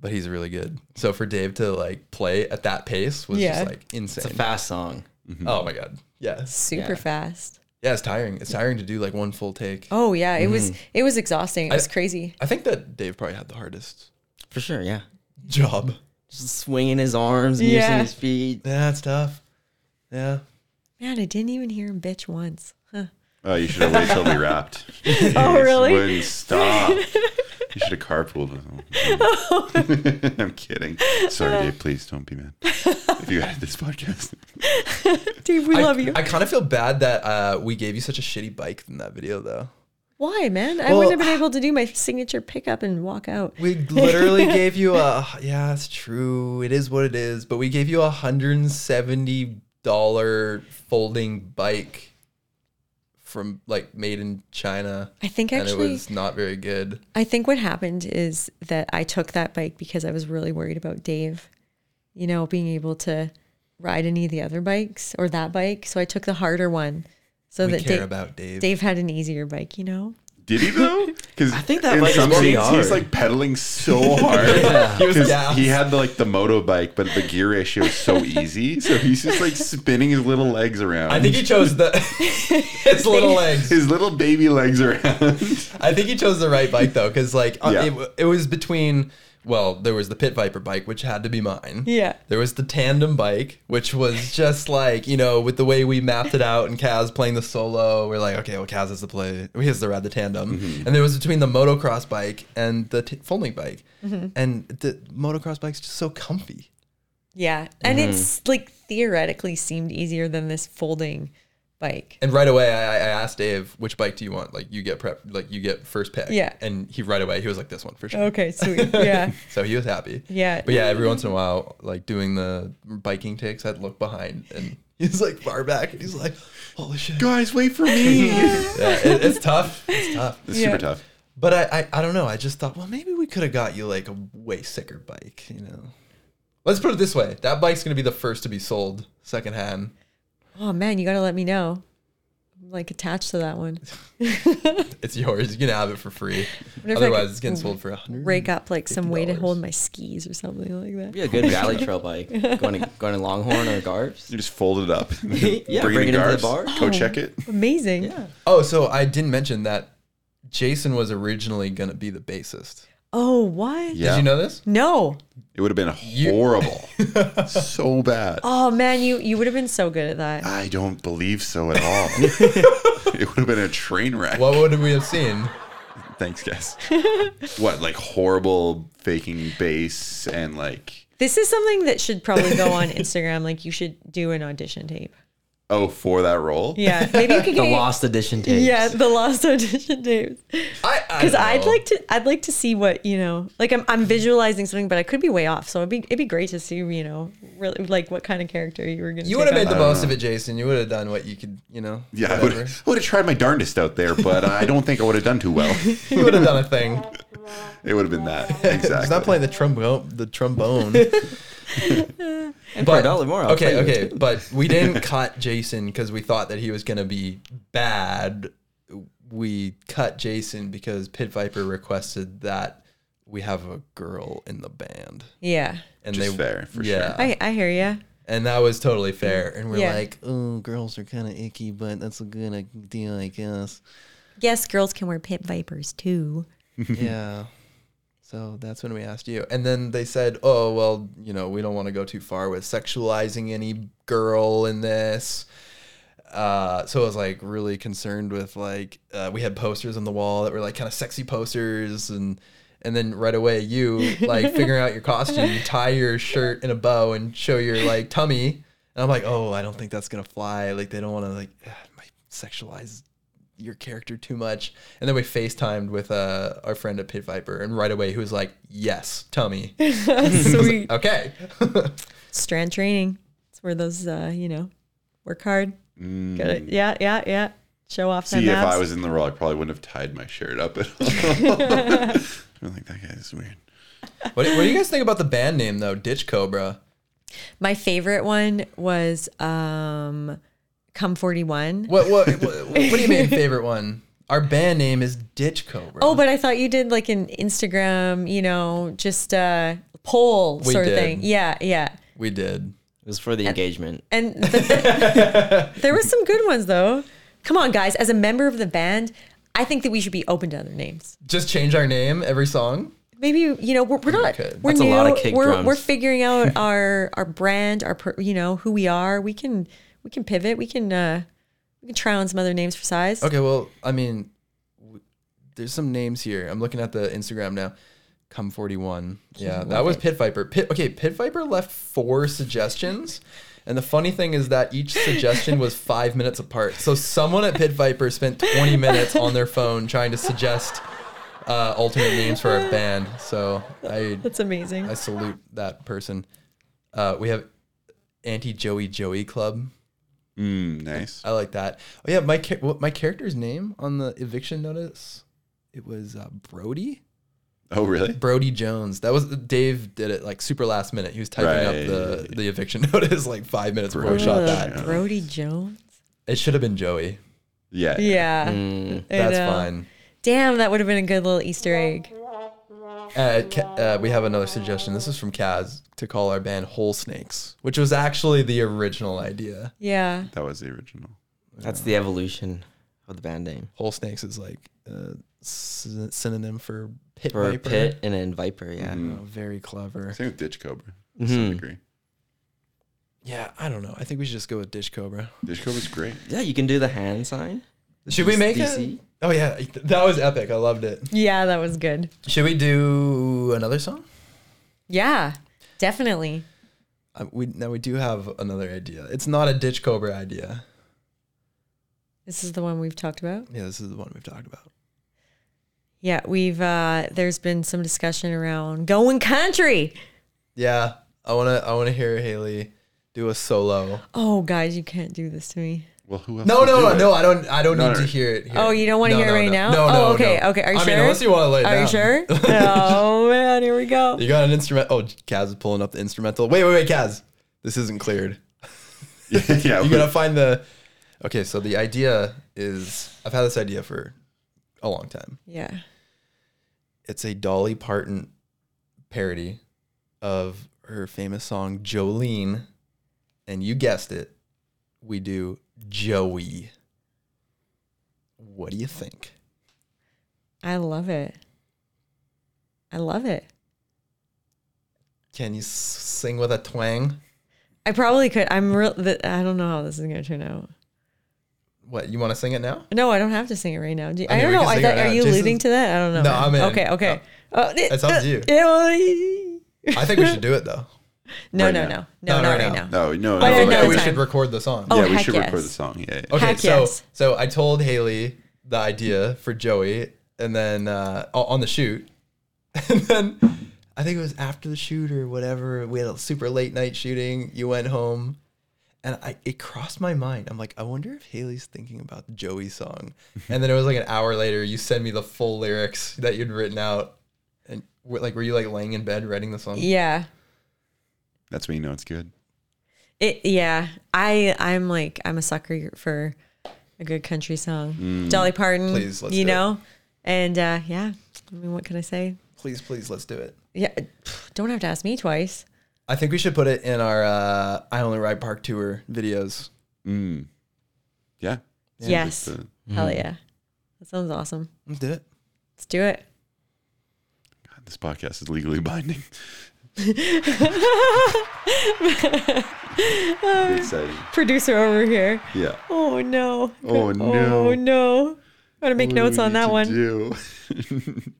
[SPEAKER 2] but he's really good. So for Dave to like play at that pace was
[SPEAKER 4] Yeah.
[SPEAKER 2] just like insane.
[SPEAKER 5] Fast song.
[SPEAKER 2] oh my god, yes,
[SPEAKER 4] Super fast.
[SPEAKER 2] yeah, it's tiring. It's tiring to do like one full take.
[SPEAKER 4] Oh yeah, it was it was exhausting. It was crazy.
[SPEAKER 2] Mm-hmm. I think that Dave probably had the hardest
[SPEAKER 5] For sure, yeah.
[SPEAKER 2] job.
[SPEAKER 5] Just swinging his arms and
[SPEAKER 4] Yeah.
[SPEAKER 5] using his feet.
[SPEAKER 2] Yeah, it's tough. Yeah.
[SPEAKER 4] Man, I didn't even hear him bitch once. Huh. Oh,
[SPEAKER 3] Oh, you should have waited till we wrapped. Jeez,
[SPEAKER 4] really?
[SPEAKER 3] Wouldn't stop. You should have carpooled.
[SPEAKER 5] Oh.
[SPEAKER 3] with him. I'm kidding. Sorry,
[SPEAKER 5] Uh.
[SPEAKER 3] Dave. Please don't be mad. If you had this podcast,
[SPEAKER 4] Dave, we
[SPEAKER 2] I-
[SPEAKER 4] love you.
[SPEAKER 2] I kind of feel bad that uh, we gave you such a shitty bike in that video, though.
[SPEAKER 4] Why, man? I
[SPEAKER 2] Well-
[SPEAKER 4] wouldn't have been able to do my signature pickup and walk out.
[SPEAKER 2] We literally gave you a yeah, it's true. It is what it is. But we gave you a hundred and seventy dollar folding bike from like made in China,
[SPEAKER 4] I think
[SPEAKER 2] and
[SPEAKER 4] actually
[SPEAKER 2] it was not very good.
[SPEAKER 4] I think what happened is that I took that bike because I was really worried about Dave, you know, being able to ride any of the other bikes or that bike. So I took the harder one so
[SPEAKER 2] we
[SPEAKER 4] that
[SPEAKER 2] care
[SPEAKER 4] Dave,
[SPEAKER 2] about Dave.
[SPEAKER 4] Dave had an easier bike, you know?
[SPEAKER 3] did he though? Because I
[SPEAKER 5] think that bike is pretty
[SPEAKER 3] he's
[SPEAKER 5] hard.
[SPEAKER 3] like pedaling so hard.
[SPEAKER 2] He was
[SPEAKER 3] 'Cause
[SPEAKER 2] gassed.
[SPEAKER 3] He had the, like the moto bike, but the gear ratio is so easy, so he's just like spinning his little legs around.
[SPEAKER 2] I think he chose the his little legs.
[SPEAKER 3] his little baby legs around.
[SPEAKER 2] I think he chose the right bike though, because like uh,
[SPEAKER 3] Yeah.
[SPEAKER 2] it, w- it was between. Well, there was the Pit Viper bike, which had to be mine.
[SPEAKER 4] Yeah.
[SPEAKER 2] There was the tandem bike, which was just like you know, with the way we mapped it out, and Kaz playing the solo. We're like, okay, well, Kaz has to play. He has to ride the tandem, and there was between the motocross bike and the t- folding bike,
[SPEAKER 4] Mm-hmm.
[SPEAKER 2] and the motocross bike's just so comfy.
[SPEAKER 4] Yeah. And
[SPEAKER 2] Mm-hmm.
[SPEAKER 4] it's like theoretically seemed easier than this folding bike.
[SPEAKER 2] And right away, I, I I asked Dave, which bike do you want? Like you get prep, like you get first pick.
[SPEAKER 4] Yeah.
[SPEAKER 2] And he right away, he was like, this one for sure.
[SPEAKER 4] Okay, sweet. Yeah.
[SPEAKER 2] So he was happy.
[SPEAKER 4] Yeah.
[SPEAKER 2] But yeah, every once in a while, like doing the biking takes, I'd look behind and he's like far back and he's like, holy shit.
[SPEAKER 3] Guys, wait for me. it's
[SPEAKER 2] Yeah, it- it's tough. It's tough.
[SPEAKER 4] Yeah.
[SPEAKER 3] super tough.
[SPEAKER 2] But I, I, I don't know. I just thought, well, maybe we could have got you like a way sicker bike, you know? Let's put it this way that bike's going to be the first to be sold secondhand.
[SPEAKER 4] oh man, you gotta let me know. like attached to that one.
[SPEAKER 2] It's yours. You can have it for free.
[SPEAKER 4] Wonder if I
[SPEAKER 2] Otherwise,
[SPEAKER 4] could
[SPEAKER 2] it's getting sold for a hundred.
[SPEAKER 4] Rake up like some way to
[SPEAKER 2] $50.
[SPEAKER 4] hold my skis or something like that.
[SPEAKER 5] Be a good valley trail bike. Going to going to Longhorn or Garbs.
[SPEAKER 3] You just fold it up.
[SPEAKER 5] Yeah, bring it into the bar.
[SPEAKER 3] Go check it.
[SPEAKER 4] Amazing.
[SPEAKER 2] Oh, so I didn't mention that Jason was originally gonna be the bassist.
[SPEAKER 4] Oh, what?
[SPEAKER 3] Yeah.
[SPEAKER 2] Did you know this?
[SPEAKER 4] No.
[SPEAKER 3] It would have been horrible. so bad.
[SPEAKER 4] Oh man, you you would have been so good at that.
[SPEAKER 3] I don't believe so at all. it would have been a train wreck.
[SPEAKER 2] What would we have seen?
[SPEAKER 3] Thanks, guys. what, like horrible faking bass and like,
[SPEAKER 4] This is something that should probably go on Instagram. Like you should do an audition tape.
[SPEAKER 3] oh, for that role?
[SPEAKER 4] Yeah, maybe you could
[SPEAKER 5] The
[SPEAKER 4] get
[SPEAKER 5] lost edition tapes.
[SPEAKER 4] yeah the lost audition tapes.
[SPEAKER 2] I
[SPEAKER 4] Because I'd like to I'd like to see what you know. Like I'm I'm visualizing something, but I could be way off. So it'd be it'd be great to see you know really like what kind of character you were gonna.
[SPEAKER 2] You
[SPEAKER 4] take
[SPEAKER 2] would have made
[SPEAKER 4] on.
[SPEAKER 2] the most of it, Jason. You would have done what you could. You know.
[SPEAKER 3] Yeah, I would,
[SPEAKER 2] Whatever.
[SPEAKER 3] I would have tried my darndest out there, but I don't think I would have done too well.
[SPEAKER 2] you would have done a thing.
[SPEAKER 3] It would have been that. Exactly.
[SPEAKER 2] He's not playing the trombone. The trombone.
[SPEAKER 5] for a dollar more, I'll
[SPEAKER 2] okay,
[SPEAKER 5] play
[SPEAKER 2] okay, but we didn't cut Jason because we thought that he was gonna be bad. We cut Jason because Pit Viper requested that we have a girl in the band,
[SPEAKER 4] Yeah,
[SPEAKER 2] and
[SPEAKER 3] Which is fair, for sure.
[SPEAKER 2] yeah,
[SPEAKER 4] I I hear you.
[SPEAKER 2] and that was totally fair. And we're
[SPEAKER 4] Yeah.
[SPEAKER 2] like, oh, girls are kind of icky, but that's a good idea, I guess.
[SPEAKER 4] Yes, girls can wear pit vipers too.
[SPEAKER 2] yeah. So that's when we asked you. And then they said, oh, well, you know, we don't want to go too far with sexualizing any girl in this. Uh, so I was like really concerned with like, uh, we had posters on the wall that were like kind of sexy posters. And, and then right away, you like figuring out your costume, you tie your shirt in a bow and show your like tummy. And I'm like, oh, I don't think that's going to fly. Like, they don't want to like, ah, it might sexualize your character too much. And then we FaceTimed with uh, our friend at Pit Viper, and right away he was like, Yes, tummy.
[SPEAKER 4] Sweet
[SPEAKER 2] Okay.
[SPEAKER 4] strand training. It's where those uh you know work hard. Get it? Yeah, yeah, yeah. Show off.
[SPEAKER 3] Mm. See,
[SPEAKER 4] them
[SPEAKER 3] if I
[SPEAKER 4] abs.
[SPEAKER 3] was in the role, I probably wouldn't have tied my shirt up at all. I'm like, that guy is weird.
[SPEAKER 2] what, what do you guys think about the band name, though? Ditch Cobra.
[SPEAKER 4] My favorite one was um Come 41.
[SPEAKER 2] What, what, what, what do you mean, favorite one? Our band name is Ditch Cobra.
[SPEAKER 4] Oh, but I thought you did like an Instagram, you know, just uh poll
[SPEAKER 2] We
[SPEAKER 4] sort
[SPEAKER 2] did.
[SPEAKER 4] of thing. Yeah, yeah.
[SPEAKER 2] we did.
[SPEAKER 5] It was for the engagement.
[SPEAKER 4] And the, there was some good ones though. Come on, guys, as a member of the band, I think that we should be open to other names.
[SPEAKER 2] Just change our name every song.
[SPEAKER 4] maybe you know we're, we're not
[SPEAKER 2] Okay.
[SPEAKER 4] we're
[SPEAKER 5] That's a
[SPEAKER 4] new
[SPEAKER 5] lot of kick
[SPEAKER 4] we're,
[SPEAKER 5] drums.
[SPEAKER 4] we're figuring out our our brand our per, you know who we are we can we can pivot we can uh we can try on some other names for size
[SPEAKER 2] Okay, well, I mean, w- there's some names here. I'm looking at the Instagram now. Come 41. Yeah, that was Pit Viper. Pit, okay, Pit Viper left four suggestions. And the funny thing is that each suggestion was five minutes apart. So someone at Pit Viper spent 20 minutes on their phone trying to suggest uh, alternate names for our band. So I,
[SPEAKER 4] that's amazing
[SPEAKER 2] I salute that person. Uh, we have Anti Joey Joey Club.
[SPEAKER 3] Mm, nice.
[SPEAKER 2] I like that. Oh yeah, my cha- what, my character's name on the eviction notice, it was uh, Brody.
[SPEAKER 3] Oh, really?
[SPEAKER 2] Brody Jones. That was Dave did it like super last minute. He was typing up the
[SPEAKER 3] Right.
[SPEAKER 2] the eviction notice like five minutes before we
[SPEAKER 3] Brody.
[SPEAKER 2] shot
[SPEAKER 4] Ugh,
[SPEAKER 2] that.
[SPEAKER 4] Brody Jones
[SPEAKER 2] It should have been Joey.
[SPEAKER 3] Yeah.
[SPEAKER 4] yeah
[SPEAKER 5] Mm,
[SPEAKER 4] I
[SPEAKER 2] Mm, That's
[SPEAKER 4] know.
[SPEAKER 2] fine.
[SPEAKER 4] damn that would have been a good little Easter egg
[SPEAKER 2] Uh, Ca- uh, we have another suggestion. This is from Kaz to call our band Whole Snakes, which was actually the original idea.
[SPEAKER 4] yeah
[SPEAKER 3] That was the original.
[SPEAKER 5] That's the evolution of the band name.
[SPEAKER 2] Whole Snakes is like a syn- synonym for pit
[SPEAKER 5] For
[SPEAKER 2] viper.
[SPEAKER 5] Pit and then Viper, yeah.
[SPEAKER 2] Oh, very clever.
[SPEAKER 3] Same with Ditch Cobra. To some degree.
[SPEAKER 2] Yeah, I don't know. I think we should just go with Dish Cobra.
[SPEAKER 3] Ditch Cobra's great.
[SPEAKER 5] Yeah, you can do the hand sign.
[SPEAKER 2] Should we make
[SPEAKER 5] DC?
[SPEAKER 2] it? Oh yeah, th- that was epic. I loved it.
[SPEAKER 4] yeah that was good
[SPEAKER 2] Should we do another song?
[SPEAKER 4] yeah definitely
[SPEAKER 2] Uh, we now we do have another idea. It's not a ditch cobra idea.
[SPEAKER 4] this is the one we've talked about
[SPEAKER 2] Yeah, this is the one we've talked about.
[SPEAKER 4] yeah we've uh there's been some discussion around going country
[SPEAKER 2] Yeah, I wanna I wanna hear Haley do a solo.
[SPEAKER 4] oh guys you can't do this to me
[SPEAKER 3] Well, who else?
[SPEAKER 2] No,
[SPEAKER 3] would do
[SPEAKER 2] no,
[SPEAKER 3] it?
[SPEAKER 2] no, no. I don't I don't
[SPEAKER 3] No,
[SPEAKER 2] need
[SPEAKER 3] no.
[SPEAKER 2] to hear it. Here.
[SPEAKER 4] Oh, you don't wanna
[SPEAKER 2] No,
[SPEAKER 4] hear it
[SPEAKER 2] no,
[SPEAKER 4] right
[SPEAKER 2] no.
[SPEAKER 4] now?
[SPEAKER 2] No, no.
[SPEAKER 4] Oh, okay,
[SPEAKER 2] no.
[SPEAKER 4] okay. Are you
[SPEAKER 2] I
[SPEAKER 4] sure?
[SPEAKER 2] mean, unless you want to lay it
[SPEAKER 4] Are
[SPEAKER 2] down.
[SPEAKER 4] you sure? oh man, here we go.
[SPEAKER 2] You got an instrument. Oh, Kaz is pulling up the instrumental. Wait, wait, wait, Kaz. This isn't cleared.
[SPEAKER 3] yeah,
[SPEAKER 2] You gotta find the. Okay, so the idea is I've had this idea for a long time.
[SPEAKER 4] Yeah.
[SPEAKER 2] It's a Dolly Parton parody of her famous song Jolene. And you guessed it, we do Joey. What do you think?
[SPEAKER 4] I love it. I love it.
[SPEAKER 2] Can you s- sing with a twang?
[SPEAKER 4] I probably could. I'm real. The, I don't know how this is going to turn out.
[SPEAKER 2] What, you want to sing it now?
[SPEAKER 4] No, I don't have to sing it right now. Do you,
[SPEAKER 2] I
[SPEAKER 4] I,
[SPEAKER 2] mean, we
[SPEAKER 4] don't know.
[SPEAKER 2] can
[SPEAKER 4] I
[SPEAKER 2] sing it
[SPEAKER 4] thought,
[SPEAKER 2] right
[SPEAKER 4] are
[SPEAKER 2] now.
[SPEAKER 4] you
[SPEAKER 2] Jason's-
[SPEAKER 4] alluding to that? I don't know.
[SPEAKER 2] No, I'm in.
[SPEAKER 4] Okay, okay. Oh,
[SPEAKER 2] It's up to you. I think we should do it though.
[SPEAKER 4] No,
[SPEAKER 3] Right
[SPEAKER 4] no,
[SPEAKER 3] now.
[SPEAKER 4] no, no,
[SPEAKER 2] Not
[SPEAKER 4] not
[SPEAKER 2] right
[SPEAKER 4] right
[SPEAKER 2] now.
[SPEAKER 4] now.
[SPEAKER 3] No, no, no.
[SPEAKER 4] I
[SPEAKER 2] I
[SPEAKER 4] don't
[SPEAKER 2] think
[SPEAKER 4] know
[SPEAKER 2] that
[SPEAKER 4] the
[SPEAKER 2] we
[SPEAKER 4] time.
[SPEAKER 2] should record the song.
[SPEAKER 4] Oh,
[SPEAKER 3] yeah, we
[SPEAKER 4] heck
[SPEAKER 3] should record
[SPEAKER 4] yes. Oh,
[SPEAKER 3] the song. Yeah, yeah.
[SPEAKER 2] Okay,
[SPEAKER 4] Heck
[SPEAKER 2] so
[SPEAKER 4] yes.
[SPEAKER 2] so I told Haley the idea for Joey, and then uh, o- on the shoot, and then I think it was after the shoot or whatever. We had a super late night shooting. You went home, and I it crossed my mind. I'm like, I wonder if Haley's thinking about the Joey song. And then it was like an hour later. You send me the full lyrics that you'd written out, and wh- like, were you like laying in bed writing the song?
[SPEAKER 4] Yeah.
[SPEAKER 3] That's when you know it's good.
[SPEAKER 4] It yeah. I I'm like I'm a sucker for a good country song.
[SPEAKER 3] Mm,
[SPEAKER 4] Dolly Parton.
[SPEAKER 2] Mm. Please, let's
[SPEAKER 4] you
[SPEAKER 2] do it.
[SPEAKER 4] know? And uh yeah. I mean what can I say?
[SPEAKER 2] Please, please, let's do it.
[SPEAKER 4] Yeah. pff, Don't have to ask me twice.
[SPEAKER 2] I think we should put it in our uh, I Only Ride Park tour videos.
[SPEAKER 3] Mm. Yeah.
[SPEAKER 4] yes.
[SPEAKER 3] Just, uh,
[SPEAKER 4] Hell yeah. That sounds awesome.
[SPEAKER 2] Let's do it.
[SPEAKER 4] Let's do it.
[SPEAKER 3] God, this podcast is legally binding. Exciting.
[SPEAKER 4] Producer over here.
[SPEAKER 3] Yeah.
[SPEAKER 4] Oh no.
[SPEAKER 3] Oh, no.
[SPEAKER 4] Oh no. Gotta make
[SPEAKER 3] What do
[SPEAKER 4] notes
[SPEAKER 3] we
[SPEAKER 4] on
[SPEAKER 3] need
[SPEAKER 4] that
[SPEAKER 3] to
[SPEAKER 4] one.
[SPEAKER 3] do?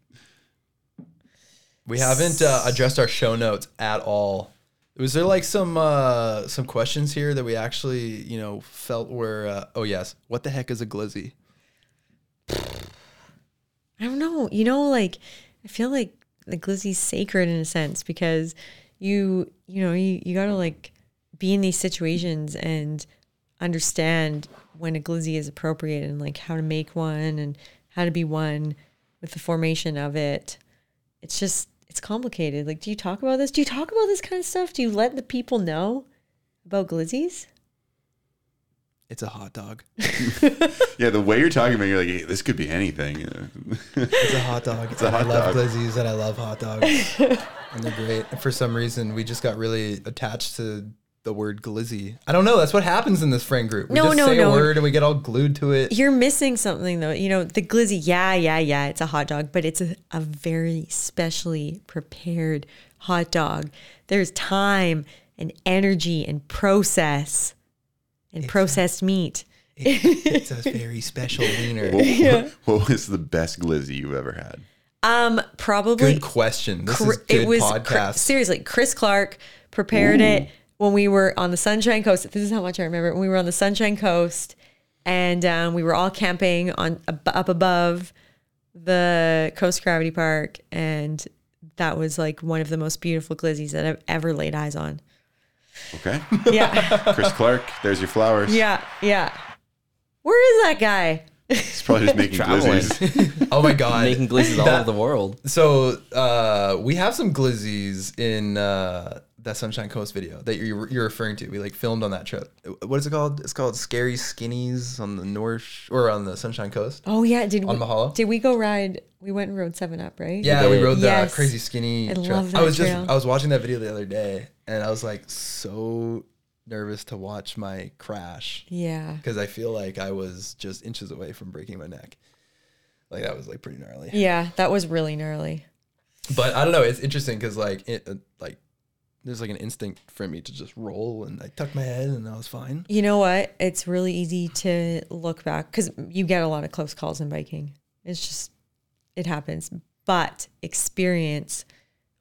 [SPEAKER 2] We haven't uh, addressed our show notes at all. Was there like some uh, some questions here that we actually you know felt were? Uh, oh yes, what the heck is a glizzy?
[SPEAKER 4] I don't know. You know, like I feel like the glizzy's sacred in a sense because you you know you, you gotta like be in these situations and understand when a glizzy is appropriate and like how to make one and how to be one with the formation of it. It's just it's complicated. Like, do you talk about this? Do you talk about this kind of stuff? Do you let the people know about glizzies?
[SPEAKER 2] It's a hot dog.
[SPEAKER 3] yeah, the way you're talking about, it, you're like, hey, this could be anything.
[SPEAKER 2] It's a hot dog.
[SPEAKER 3] a
[SPEAKER 2] and
[SPEAKER 3] hot
[SPEAKER 2] I love
[SPEAKER 3] dog.
[SPEAKER 2] glizzies and I love hot dogs. and they're great. And for some reason, we just got really attached to the word glizzy. I don't know. That's what happens in this friend group. We
[SPEAKER 4] No,
[SPEAKER 2] just
[SPEAKER 4] no,
[SPEAKER 2] say a
[SPEAKER 4] no.
[SPEAKER 2] word and we get all glued to it.
[SPEAKER 4] You're missing something though. You know, the glizzy, yeah, yeah, yeah, it's a hot dog, but it's a, a very specially prepared hot dog. There's time and energy and process and processed meat.
[SPEAKER 2] It's a very special wiener.
[SPEAKER 3] What, what was the best glizzy you've ever had?
[SPEAKER 4] Um, probably
[SPEAKER 2] Good question. This
[SPEAKER 4] Cr-
[SPEAKER 2] is good
[SPEAKER 4] Cr-
[SPEAKER 2] podcast.
[SPEAKER 4] seriously, Chris Clark prepared it when we were on the Sunshine Coast. This is how much I remember. When we were on the Sunshine Coast, and um, we were all camping on ab- up above the Coast Gravity Park, and that was like one of the most beautiful glizzies that I've ever laid eyes on.
[SPEAKER 3] Okay.
[SPEAKER 4] Yeah,
[SPEAKER 3] Chris Clark, there's your flowers.
[SPEAKER 4] yeah, yeah. Where is that guy?
[SPEAKER 3] He's probably just making
[SPEAKER 5] Traveling.
[SPEAKER 3] glizzies.
[SPEAKER 2] oh my god.
[SPEAKER 5] Making glizzes all
[SPEAKER 2] That-
[SPEAKER 5] over the world.
[SPEAKER 2] So uh, we have some glizzies in uh, that Sunshine Coast video that you're, you're referring to. We like filmed on that trip. What is it called? It's called Scary Skinnies on the North Sh- or on the Sunshine Coast.
[SPEAKER 4] Oh yeah, did
[SPEAKER 2] On
[SPEAKER 4] we,
[SPEAKER 2] Mahalo?
[SPEAKER 4] Did we go ride? We went and rode Seven Up, right?
[SPEAKER 2] Yeah, we
[SPEAKER 5] did.
[SPEAKER 2] rode the
[SPEAKER 4] Yes.
[SPEAKER 2] crazy skinny.
[SPEAKER 4] I
[SPEAKER 2] trail.
[SPEAKER 4] love
[SPEAKER 2] I
[SPEAKER 4] that
[SPEAKER 2] was
[SPEAKER 4] trail.
[SPEAKER 2] just I was watching that video the other day, and I was like so nervous to watch my crash
[SPEAKER 4] Yeah.
[SPEAKER 2] because I feel like I was just inches away from breaking my neck. Like that was like pretty gnarly.
[SPEAKER 4] Yeah, that was really gnarly.
[SPEAKER 2] but I don't know. It's interesting because like it, uh, like there's like an instinct for me to just roll, and I tucked my head, and I was fine.
[SPEAKER 4] You know what? It's really easy to look back because you get a lot of close calls in biking. It's just, it happens. But experience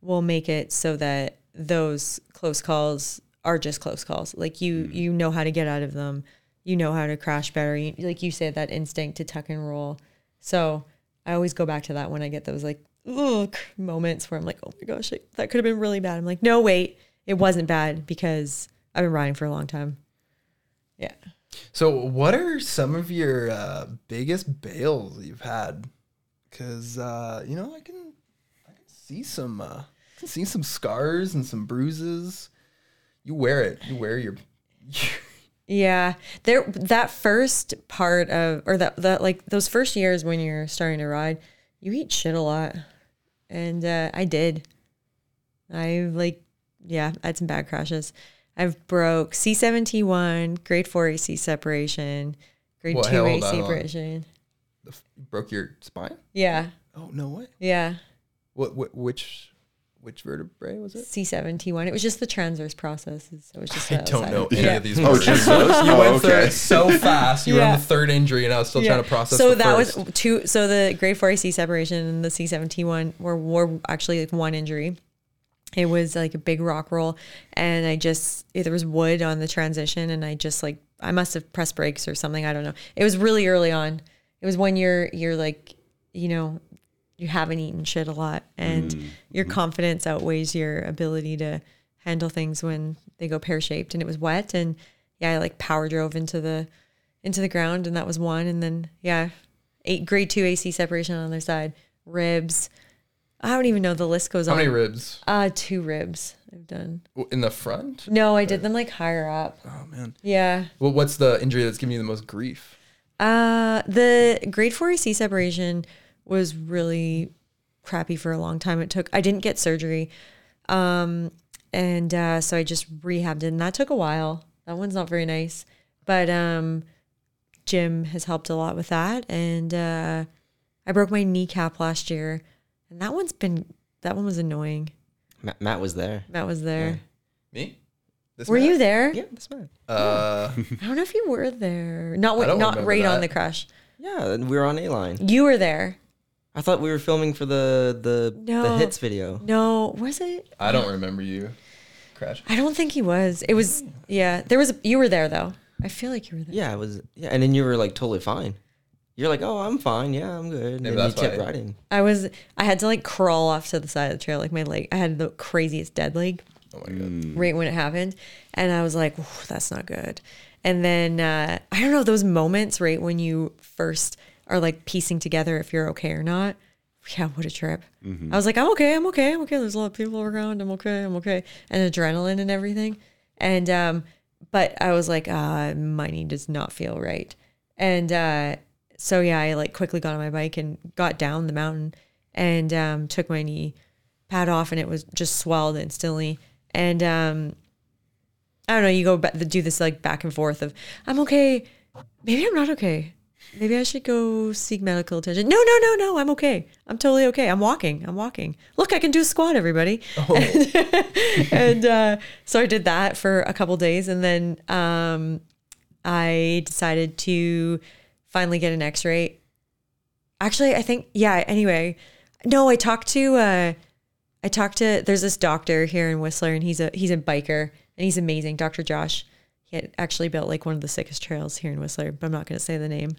[SPEAKER 4] will make it so that those close calls are just close calls. Like you, you know how to get out of them. You know how to crash better. You, like you said, that instinct to tuck and roll. So I always go back to that when I get those like ugh, moments where I'm like, oh my gosh, like, that could have been really bad. I'm like, no, wait, it wasn't bad because I've been riding for a long time. Yeah.
[SPEAKER 2] So, what are some of your uh, biggest bails you've had? Because uh, you know, I can, I can see some, uh, I can see some scars and some bruises. You wear it. You wear your,
[SPEAKER 4] Yeah, there that first part of or that that like those first years when you're starting to ride, you eat shit a lot, and uh, I did. I like, yeah, I had some bad crashes. I've broke C seventy one, grade four AC separation, grade
[SPEAKER 2] What
[SPEAKER 4] two
[SPEAKER 2] held
[SPEAKER 4] AC
[SPEAKER 2] that on?
[SPEAKER 4] separation.
[SPEAKER 2] The f- broke your spine?
[SPEAKER 4] Yeah,
[SPEAKER 2] Oh no way!
[SPEAKER 4] yeah,
[SPEAKER 2] What, what which which vertebrae was it?
[SPEAKER 4] C seventy one. It was just the transverse processes. So it was just
[SPEAKER 2] I
[SPEAKER 4] the
[SPEAKER 2] don't
[SPEAKER 4] outside.
[SPEAKER 2] know any
[SPEAKER 4] Yeah.
[SPEAKER 2] of these.
[SPEAKER 3] Oh,
[SPEAKER 2] words.
[SPEAKER 3] just those?
[SPEAKER 2] You
[SPEAKER 3] Oh,
[SPEAKER 2] went through
[SPEAKER 3] okay.
[SPEAKER 2] it so fast. You were on
[SPEAKER 4] Yeah.
[SPEAKER 2] the third injury, and I was still
[SPEAKER 4] Yeah.
[SPEAKER 2] trying to process.
[SPEAKER 4] So
[SPEAKER 2] the
[SPEAKER 4] that
[SPEAKER 2] first.
[SPEAKER 4] was two. So the grade four AC separation and the C seventy one were were actually like one injury. It was like a big rock roll, and I just there was wood on the transition, and I just like I must have pressed brakes or something. I don't know. It was really early on. It was when you're you're like you know you haven't eaten shit a lot, and
[SPEAKER 2] Mm-hmm.
[SPEAKER 4] your confidence outweighs your ability to handle things when they go pear shaped. And it was wet, and yeah, I like power drove into the into the ground, and that was one. And then yeah, eight grade two AC separation on the other side, ribs. I don't even know the list goes
[SPEAKER 2] how
[SPEAKER 4] on.
[SPEAKER 2] many ribs
[SPEAKER 4] Uh, two ribs I've done.
[SPEAKER 2] W- in the front?
[SPEAKER 4] No, I did them like higher up.
[SPEAKER 2] Oh man!
[SPEAKER 4] Yeah.
[SPEAKER 2] Well, what's the injury that's giving you the most grief?
[SPEAKER 4] Uh, the grade four AC separation was really crappy for a long time. It took, I didn't get surgery. Um, and, uh, so I just rehabbed it and that took a while. That one's not very nice, but, um, Jim has helped a lot with that. And, uh, I broke my kneecap last year and that one's been, that one was annoying.
[SPEAKER 5] Matt, Matt was there.
[SPEAKER 4] That was there.
[SPEAKER 2] Me? This
[SPEAKER 4] Were
[SPEAKER 2] man?
[SPEAKER 4] you there?
[SPEAKER 5] Yeah, that's Matt.
[SPEAKER 2] Uh,
[SPEAKER 4] I don't know if you were there. Not
[SPEAKER 2] don't
[SPEAKER 4] not
[SPEAKER 2] remember
[SPEAKER 4] right on
[SPEAKER 2] that.
[SPEAKER 4] the crash.
[SPEAKER 5] Yeah, and we were on A line.
[SPEAKER 4] You were there.
[SPEAKER 5] I thought we were filming for the the,
[SPEAKER 4] No.
[SPEAKER 5] the hits video.
[SPEAKER 4] No, was it?
[SPEAKER 2] I don't remember you. Crash.
[SPEAKER 4] I don't think he was. It was yeah. There was you were there though. I feel like you were there.
[SPEAKER 5] Yeah, it was. Yeah, and then you were like totally fine. You're like, oh, I'm fine. Yeah, I'm good. And
[SPEAKER 2] Maybe
[SPEAKER 5] then you
[SPEAKER 2] that's
[SPEAKER 5] kept
[SPEAKER 2] why.
[SPEAKER 5] riding.
[SPEAKER 4] I was I had to like crawl off to the side of the trail like my leg. I had the craziest dead leg
[SPEAKER 2] Oh my
[SPEAKER 3] Mm.
[SPEAKER 2] god!
[SPEAKER 4] right when it happened and I was like, "Ooh, that's not good." And then uh, I don't know those moments right when you first are like piecing together if you're okay or not. Yeah, what a trip. I was like, I'm okay, I'm okay, I'm okay. There's a lot of people around. I'm okay, I'm okay. And adrenaline and everything. And um, but I was like, uh, my knee does not feel right. And uh, so yeah, I like quickly got on my bike and got down the mountain and um, took my knee pad off, and it was just swelled instantly. And um, I don't know, you go ba- do this like back and forth of I'm okay, maybe I'm not okay. Maybe I should go seek medical attention. No, no, no, no. I'm okay. I'm totally okay. I'm walking. I'm walking. Look, I can do a squat, everybody. and uh, so I did that for a couple days, and then um, I decided to finally get an X-ray. Actually, I think yeah. Anyway, no, I talked to uh, I talked to there's this doctor here in Whistler, and he's a he's a biker, and he's amazing, Doctor Josh. He had actually built like one of the sickest trails here in Whistler, but I'm not going to say the name.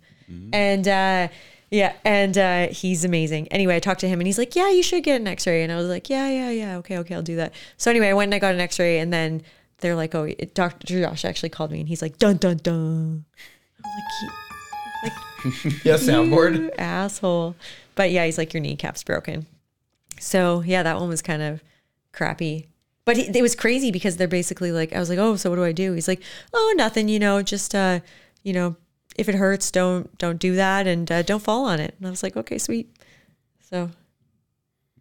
[SPEAKER 4] And uh, yeah, and uh, he's amazing. Anyway, I talked to him, and he's like, "Yeah, you should get an X-ray." And I was like, "Yeah, yeah, yeah, okay, okay, I'll do that." So anyway, I went and I got an X-ray, and then they're like, "Oh, it- Doctor Josh actually called me," and he's like, "Dun dun dun." I'm like, "You-
[SPEAKER 2] Yeah, soundboard.
[SPEAKER 4] you asshole. But yeah, he's like, your kneecap's broken. So yeah, that one was kind of crappy. But he, it was crazy because they're basically like, I was like, oh, so what do I do? He's like, oh, nothing, you know, just, uh, you know, if it hurts, don't, don't do that. And uh, don't fall on it. And I was like, okay, sweet. So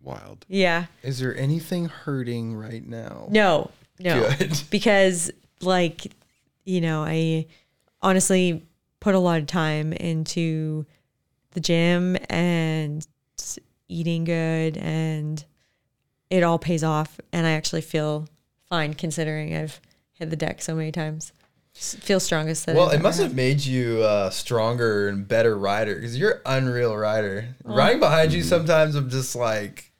[SPEAKER 3] Wild.
[SPEAKER 4] yeah,
[SPEAKER 2] Is there anything hurting right now?
[SPEAKER 4] no, no.
[SPEAKER 2] Good.
[SPEAKER 4] because like you know i honestly put a lot of time into the gym and eating good and it all pays off and i actually feel fine considering i've hit the deck so many times S- feel strongest that
[SPEAKER 2] Well,
[SPEAKER 4] I've
[SPEAKER 2] it
[SPEAKER 4] ever
[SPEAKER 2] must
[SPEAKER 4] had.
[SPEAKER 2] have made you uh, stronger and better rider because you're an unreal rider. Riding behind you sometimes, I'm just like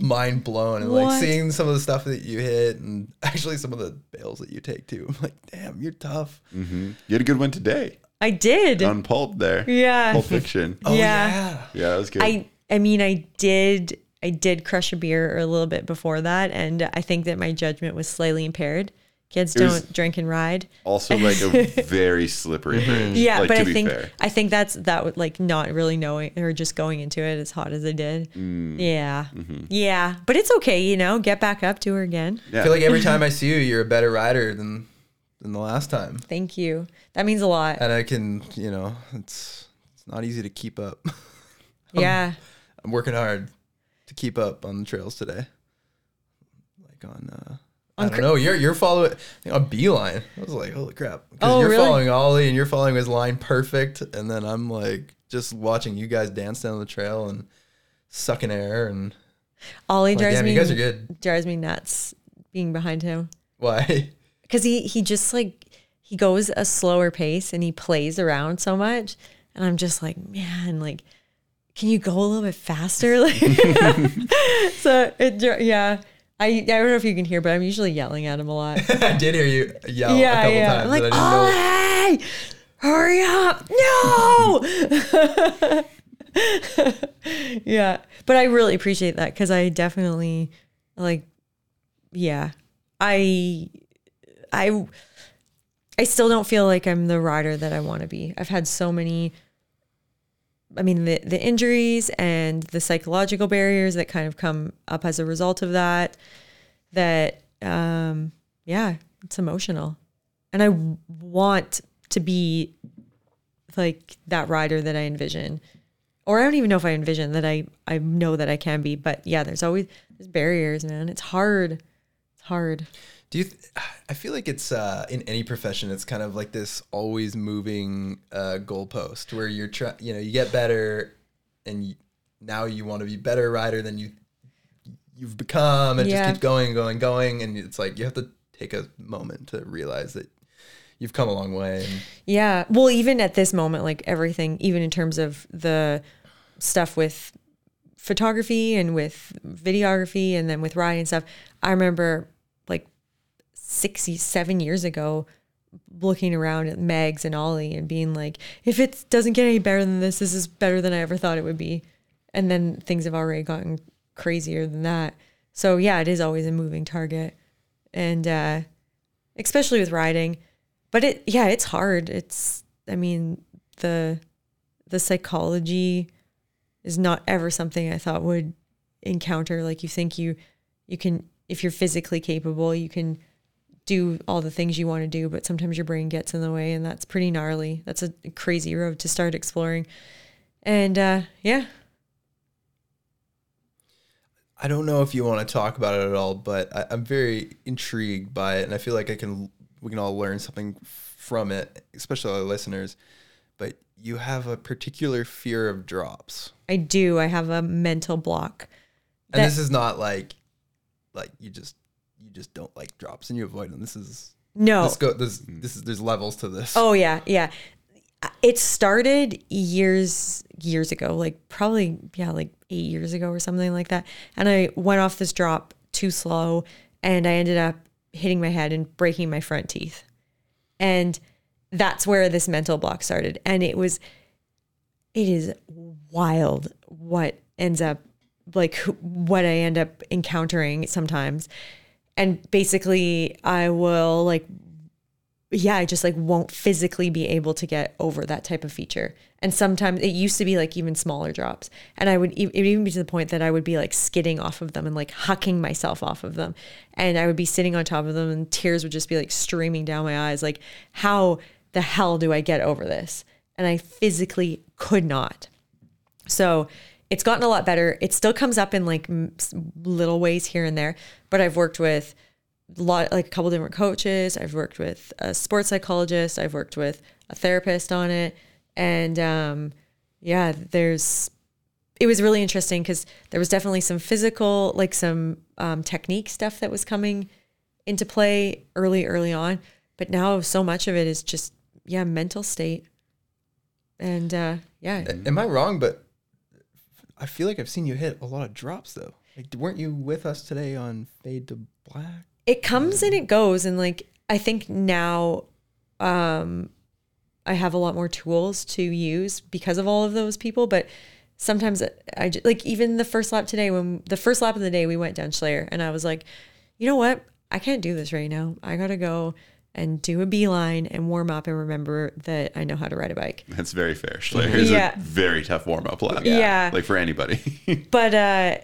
[SPEAKER 2] mind blown and like
[SPEAKER 4] What?
[SPEAKER 2] seeing some of the stuff that you hit and actually some of the bails that you take too. I'm like, damn, you're tough.
[SPEAKER 3] You had a good one today
[SPEAKER 4] i did
[SPEAKER 3] on Pulp there.
[SPEAKER 4] Yeah.
[SPEAKER 3] Pulp Fiction.
[SPEAKER 2] Oh,
[SPEAKER 4] Yeah.
[SPEAKER 3] Yeah, that was good.
[SPEAKER 4] I I mean I did I did crush a beer a little bit before that and I think that my judgment was slightly impaired. Kids
[SPEAKER 3] It
[SPEAKER 4] don't
[SPEAKER 3] was-
[SPEAKER 4] drink and ride.
[SPEAKER 3] also, like a very slippery
[SPEAKER 2] Mm-hmm.
[SPEAKER 3] bridge.
[SPEAKER 4] Yeah,
[SPEAKER 3] like,
[SPEAKER 4] but
[SPEAKER 3] to
[SPEAKER 4] I
[SPEAKER 3] be
[SPEAKER 4] think
[SPEAKER 3] fair.
[SPEAKER 4] I think that's that would like not really knowing or just going into it as hot as I did.
[SPEAKER 3] Mm.
[SPEAKER 4] Yeah.
[SPEAKER 3] Mm-hmm.
[SPEAKER 4] Yeah, but it's okay, you know, get back up do her again.
[SPEAKER 2] I feel like every time I see you, you're a better rider than than the last time.
[SPEAKER 4] Thank you. That means a lot.
[SPEAKER 2] And I can, you know, it's it's not easy to keep up. um,
[SPEAKER 4] yeah.
[SPEAKER 2] I'm working hard to keep up on the trails today. Like on uh I don't know. You're you're following a beeline. I was like, holy crap! Because
[SPEAKER 4] Oh,
[SPEAKER 2] you're
[SPEAKER 4] really?
[SPEAKER 2] following Ollie and you're following his line perfect, and then I'm like just watching you guys dance down the trail and sucking air, and
[SPEAKER 4] Ollie
[SPEAKER 2] like,
[SPEAKER 4] drives
[SPEAKER 2] damn,
[SPEAKER 4] me
[SPEAKER 2] you guys are good.
[SPEAKER 4] drives me nuts being behind him.
[SPEAKER 2] Why?
[SPEAKER 4] because he he just like he goes a slower pace and he plays around so much and i'm just like man like can you go a little bit faster like so it dri- yeah I, I don't know if you can hear, but I'm usually yelling at him a lot.
[SPEAKER 2] I did hear you yell a
[SPEAKER 4] yeah,
[SPEAKER 2] couple
[SPEAKER 4] yeah.
[SPEAKER 2] times,
[SPEAKER 4] I'm like,
[SPEAKER 2] but I didn't know.
[SPEAKER 4] Ollie, hurry up! No. yeah, but I really appreciate that because I definitely like, yeah, I, I, I still don't feel like I'm the rider that I want to be. I've had so many. I mean the the injuries and the psychological barriers that kind of come up as a result of that. That um, yeah, it's emotional and I w- want to be like that rider that I envision, or I don't even know if I envision that I I know that I can be, but yeah, there's always there's barriers, man. It's hard. It's hard.
[SPEAKER 2] Do you? Th- I feel like it's uh, in any profession. It's kind of like this always moving uh, goalpost where you're try. You know, you get better, and you, now you want to be better rider than you you've become, and it just
[SPEAKER 4] Yeah.
[SPEAKER 2] keeps going and going and going. And it's like you have to take a moment to realize that you've come a long way. And
[SPEAKER 4] Yeah. Well, even at this moment, like everything, even in terms of the stuff with photography and with videography and then with riding and stuff, I remember like six, seven years ago looking around at Megs and Ollie and being like, if it doesn't get any better than this, this is better than I ever thought it would be. And then things have already gotten crazier than that. So yeah, it is always a moving target. And uh especially with riding but it yeah it's hard it's i mean the the psychology is not ever something i thought would encounter like you think you you can if you're physically capable you can do all the things you want to do but sometimes your brain gets in the way and that's pretty gnarly that's a crazy road to start exploring and uh yeah
[SPEAKER 2] I don't know if you want to talk about it at all, but I, I'm very intrigued by it, and I feel like I can we can all learn something from it, especially our listeners. But you have a particular fear of drops,
[SPEAKER 4] i do i have a mental block
[SPEAKER 2] and
[SPEAKER 4] That-
[SPEAKER 2] this is not like like you just you just don't like drops and you avoid them. This is
[SPEAKER 4] no
[SPEAKER 2] this go this this is there's levels to this.
[SPEAKER 4] Oh yeah, yeah. It started years years ago, like probably yeah, like 8 years ago or something like that. And I went off this drop too slow and I ended up hitting my head and breaking my front teeth. And that's where this mental block started and it was it is wild what ends up like wh- what I end up encountering sometimes. And basically I will like yeah, I just like won't physically be able to get over that type of feature. And sometimes it used to be like even smaller drops, and I would e- it would even be to the point that I would be like skidding off of them and like hucking myself off of them, and I would be sitting on top of them, and tears would just be like streaming down my eyes. Like, how the hell do I get over this? And I physically could not. So it's gotten a lot better. It still comes up in like m- s- little ways here and there, but I've worked with lot like a couple different coaches. I've worked with a sports psychologist. I've worked with a therapist on it, and um, yeah, there's. It was really interesting because there was definitely some physical, like some um, technique stuff that was coming into play early, early on. But now so much of it is just yeah, mental state, and uh, yeah,
[SPEAKER 2] A- Am I wrong? But I feel like I've seen you hit a lot of drops though. Like, weren't you with us today on Fade to Black?
[SPEAKER 4] it comes and it goes and like i think now um i have a lot more tools to use because of all of those people but sometimes i ju- like even the first lap today when the first lap of the day we went down Schleyer and i was like you know what i can't do this right now i gotta go and do a beeline and warm up and remember that i know how to ride a bike
[SPEAKER 3] That's very fair.
[SPEAKER 2] Mm-hmm.
[SPEAKER 3] Schleyer is
[SPEAKER 4] Yeah.
[SPEAKER 3] a very tough warm up lap.
[SPEAKER 4] Yeah.
[SPEAKER 3] Like for anybody.
[SPEAKER 4] but uh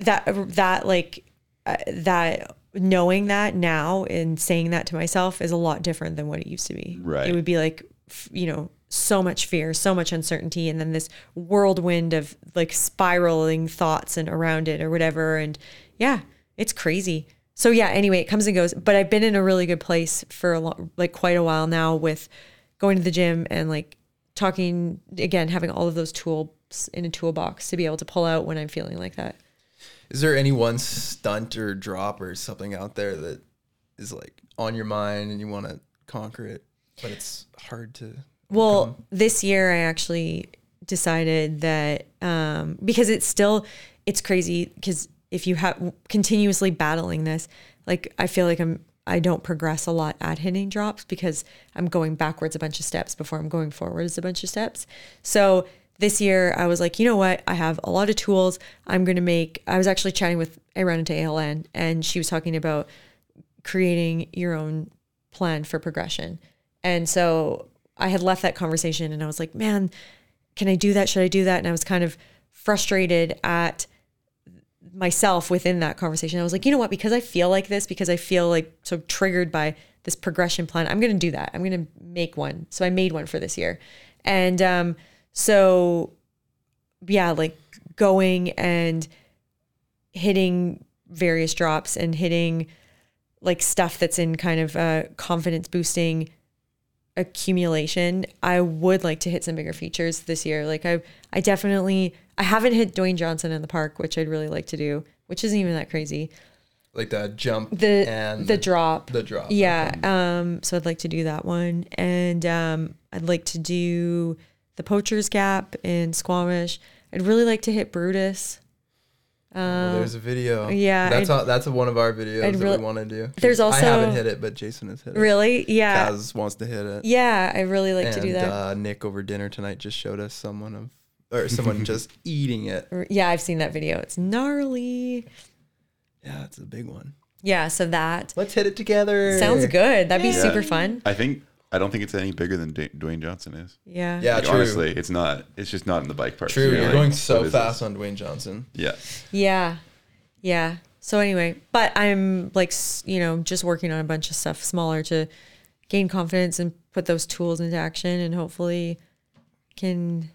[SPEAKER 4] that that like uh, that knowing that now and saying that to myself is a lot different than what it used to be.
[SPEAKER 3] Right.
[SPEAKER 4] It would be like, f- you know, so much fear, so much uncertainty, and then this whirlwind of like spiraling thoughts and around it or whatever. And yeah, it's crazy. So yeah, anyway, it comes and goes. But I've been in a really good place for a lo- like quite a while now with going to the gym and like talking again, having all of those tools in a toolbox to be able to pull out when I'm feeling like that.
[SPEAKER 2] Is there any one stunt or drop or something out there that is like on your mind and you want to conquer it, but it's hard to?
[SPEAKER 4] Well, this year I actually decided that um, because it's still it's crazy because if you have continuously battling this, like I feel like I'm I don't progress a lot at hitting drops because I'm going backwards a bunch of steps before I'm going forwards a bunch of steps. So this year I was like, you know what? I have a lot of tools. I'm gonna make. I was actually chatting with Irena to ALN, and she was talking about creating your own plan for progression. And so I had left that conversation and I was like, man, can I do that? Should I do that? And I was kind of frustrated at myself within that conversation. I was like, you know what? Because I feel like this, because I feel like so triggered by this progression plan, I'm going to do that. I'm going to make one. So I made one for this year. And um, so, yeah, like going and hitting various drops and hitting like stuff that's in kind of uh, confidence boosting accumulation. I would like to hit some bigger features this year. Like I, I definitely, I haven't hit Dwayne Johnson in the park, which I'd really like to do, which isn't even that crazy.
[SPEAKER 2] Like the jump,
[SPEAKER 4] The
[SPEAKER 2] and
[SPEAKER 4] the drop,
[SPEAKER 2] the drop.
[SPEAKER 4] yeah. Um. So I'd like to do that one, and um, I'd like to do the Poacher's Gap in Squamish. I'd really like to hit Brutus. Um,
[SPEAKER 2] Well, there's a video.
[SPEAKER 4] yeah,
[SPEAKER 2] that's
[SPEAKER 4] I'd-
[SPEAKER 2] all, that's one of our videos
[SPEAKER 4] I'd
[SPEAKER 2] that
[SPEAKER 4] real-
[SPEAKER 2] we want to do.
[SPEAKER 4] There's
[SPEAKER 2] I
[SPEAKER 4] also-
[SPEAKER 2] haven't hit it, but Jason has hit it.
[SPEAKER 4] Really? Yeah.
[SPEAKER 2] Kaz wants to hit it.
[SPEAKER 4] Yeah. I really like
[SPEAKER 2] and,
[SPEAKER 4] to do that.
[SPEAKER 2] Uh, Nick over dinner tonight just showed us someone of or someone just eating it.
[SPEAKER 4] R- yeah, I've seen that video. It's gnarly.
[SPEAKER 2] Yeah, it's a big one.
[SPEAKER 4] Yeah. So that
[SPEAKER 2] Let's hit it together.
[SPEAKER 4] sounds good. That'd be
[SPEAKER 3] Yeah.
[SPEAKER 4] super fun.
[SPEAKER 3] I think I don't think it's any bigger than D- Dwayne Johnson is.
[SPEAKER 4] Yeah.
[SPEAKER 2] Yeah,
[SPEAKER 3] Like,
[SPEAKER 2] true.
[SPEAKER 3] honestly, it's not. It's just not in the bike part.
[SPEAKER 2] True,
[SPEAKER 3] You're
[SPEAKER 2] you're
[SPEAKER 3] like,
[SPEAKER 2] going
[SPEAKER 3] what
[SPEAKER 2] so
[SPEAKER 3] is
[SPEAKER 2] fast on Dwayne Johnson.
[SPEAKER 3] this? Yeah.
[SPEAKER 4] Yeah. Yeah. So anyway, but I'm like, s- you know, just working on a bunch of stuff smaller to gain confidence and put those tools into action and hopefully can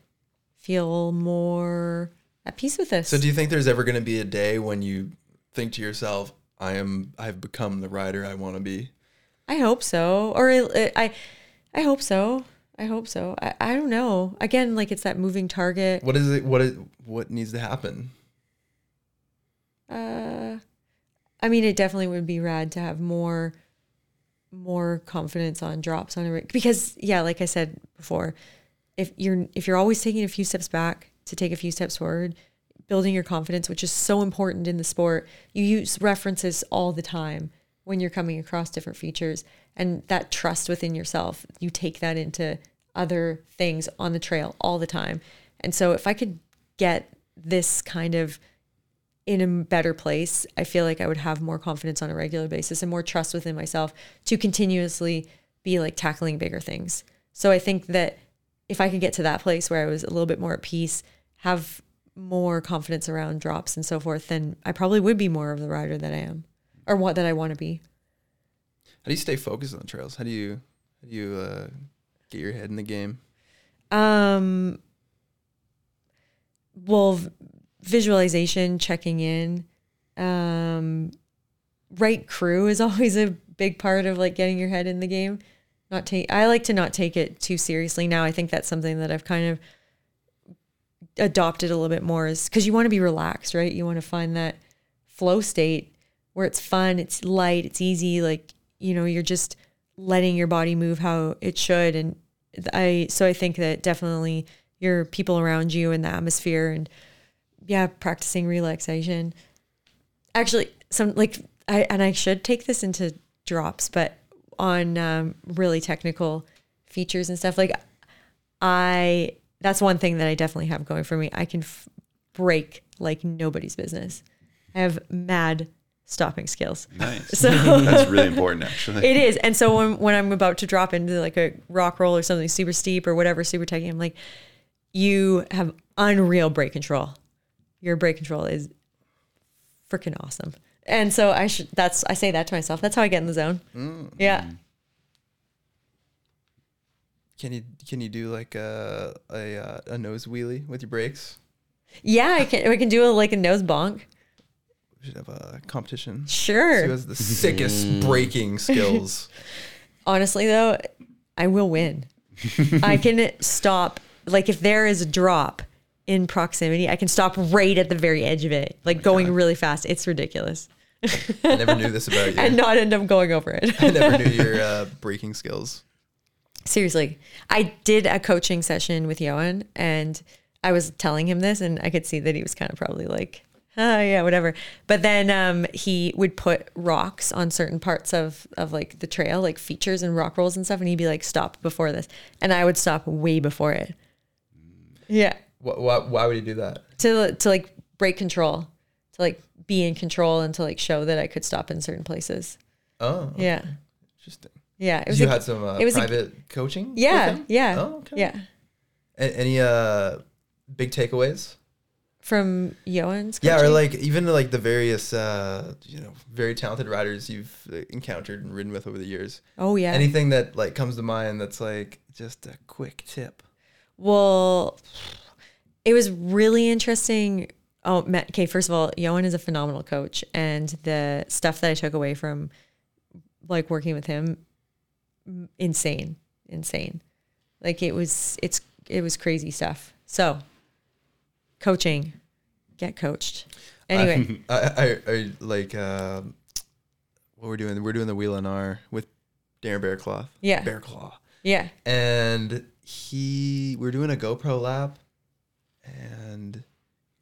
[SPEAKER 4] feel more at peace with this.
[SPEAKER 2] So do you think there's ever going to be a day when you think to yourself, I am I've become the rider I want to be?
[SPEAKER 4] I hope so. Or I, I, I hope so. I hope so. I, I don't know. Again, like it's that moving target.
[SPEAKER 2] What is it what is what needs to happen?
[SPEAKER 4] Uh, I mean, it definitely would be rad to have more, more confidence on drops on a rig because, yeah, like I said before, if you're if you're always taking a few steps back to take a few steps forward, building your confidence, which is so important in the sport, you use references all the time when you're coming across different features, and that trust within yourself, you take that into other things on the trail all the time, and so if I could get this kind of in a better place, I feel like I would have more confidence on a regular basis and more trust within myself to continuously be like tackling bigger things. So I think that if I could get to that place where I was a little bit more at peace, have more confidence around drops and so forth, then I probably would be more of the rider that I am or what that I want to be.
[SPEAKER 2] How do you stay focused on the trails? How do you how do you uh, get your head in the game?
[SPEAKER 4] Um, well, v- visualization, checking in, um, right crew is always a big part of like getting your head in the game. Not take, I like to not take it too seriously now. I think that's something that I've kind of adopted a little bit more is because you want to be relaxed, right? You want to find that flow state where it's fun, it's light, it's easy. Like, you know, you're just letting your body move how it should. And I, so I think that definitely your people around you and the atmosphere and yeah, practicing relaxation. Actually, some like, I, and I should take this into drops, but on um, really technical features and stuff, like I that's one thing that I definitely have going for me. I can f- break like nobody's business. I have mad stopping skills.
[SPEAKER 3] Nice.
[SPEAKER 4] So
[SPEAKER 3] That's really important, actually.
[SPEAKER 4] it is. And so when when I'm about to drop into like a rock roll or something super steep or whatever super techy, I'm like, you have unreal brake control. Your brake control is freaking awesome. And so I should. That's I say that to myself. That's how I get in the zone. Yeah.
[SPEAKER 2] Can you can you do like a a, uh, a nose wheelie with your brakes?
[SPEAKER 4] Yeah. I can. We can do a, like a nose bonk.
[SPEAKER 2] We should have a competition. Who
[SPEAKER 4] Sure.
[SPEAKER 2] has the sickest braking skills?
[SPEAKER 4] Honestly, though, I will win. I can stop. Like if there is a drop in proximity, I can stop right at the very edge of it, like going really fast. It's ridiculous,
[SPEAKER 2] I never knew this about you.
[SPEAKER 4] and not end up going over it.
[SPEAKER 2] I never knew your uh, braking skills.
[SPEAKER 4] Seriously, I did a coaching session with Johan and I was telling him this and I could see that he was kind of probably like, oh yeah, whatever. But then um, he would put rocks on certain parts of, of like the trail, like features and rock rolls and stuff. And he'd be like, stop before this. And I would stop way before it. Yeah.
[SPEAKER 2] Why, why, why would you do that?
[SPEAKER 4] To, to like break control, to like be in control and to like show that I could stop in certain places.
[SPEAKER 2] Oh,
[SPEAKER 4] Yeah.
[SPEAKER 2] interesting.
[SPEAKER 4] Yeah. It was
[SPEAKER 2] you
[SPEAKER 4] a-
[SPEAKER 2] had some uh,
[SPEAKER 4] it was a-
[SPEAKER 2] private coaching? with
[SPEAKER 4] yeah.
[SPEAKER 2] him?
[SPEAKER 4] Yeah.
[SPEAKER 2] Oh, okay.
[SPEAKER 4] Yeah.
[SPEAKER 2] A- any uh, big takeaways?
[SPEAKER 4] From Johan's
[SPEAKER 2] Yeah, or
[SPEAKER 4] coaching?
[SPEAKER 2] like even like the various uh, you know very talented riders you've uh, encountered and ridden with over the years.
[SPEAKER 4] Oh yeah.
[SPEAKER 2] Anything that like comes to mind that's like just a quick tip.
[SPEAKER 4] Well, it was really interesting. Oh, Ma- okay. First of all, Yohan is a phenomenal coach, and the stuff that I took away from like working with him, m- insane, insane. Like it was, it's it was crazy stuff. So, coaching, get coached. Anyway,
[SPEAKER 2] I, I, I like uh, what we're doing. We're doing the wheel and R with Darren Bearcloth.
[SPEAKER 4] Yeah.
[SPEAKER 2] Bearclaw.
[SPEAKER 4] yeah,
[SPEAKER 2] and he we are doing a GoPro lap, and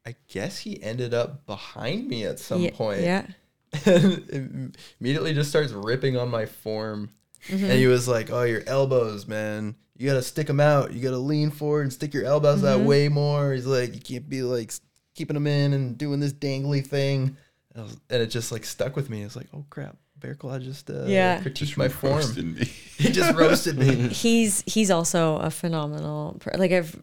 [SPEAKER 2] I guess he ended up behind me at some
[SPEAKER 4] yeah,
[SPEAKER 2] point.
[SPEAKER 4] yeah.
[SPEAKER 2] And immediately just starts ripping on my form,
[SPEAKER 4] Mm-hmm.
[SPEAKER 2] and he was like, "Oh, your elbows, man." You gotta stick them out. You gotta lean forward and stick your elbows out
[SPEAKER 4] Mm-hmm.
[SPEAKER 2] way more. He's like, you can't be like s- keeping them in and doing this dangly thing. And, I was- and it just like stuck with me. It's like, oh crap, Bear Claw just uh,
[SPEAKER 4] Yeah.
[SPEAKER 2] critiqued my form.
[SPEAKER 3] Roasted me.
[SPEAKER 2] He just roasted me.
[SPEAKER 4] he's he's also a phenomenal per- like i've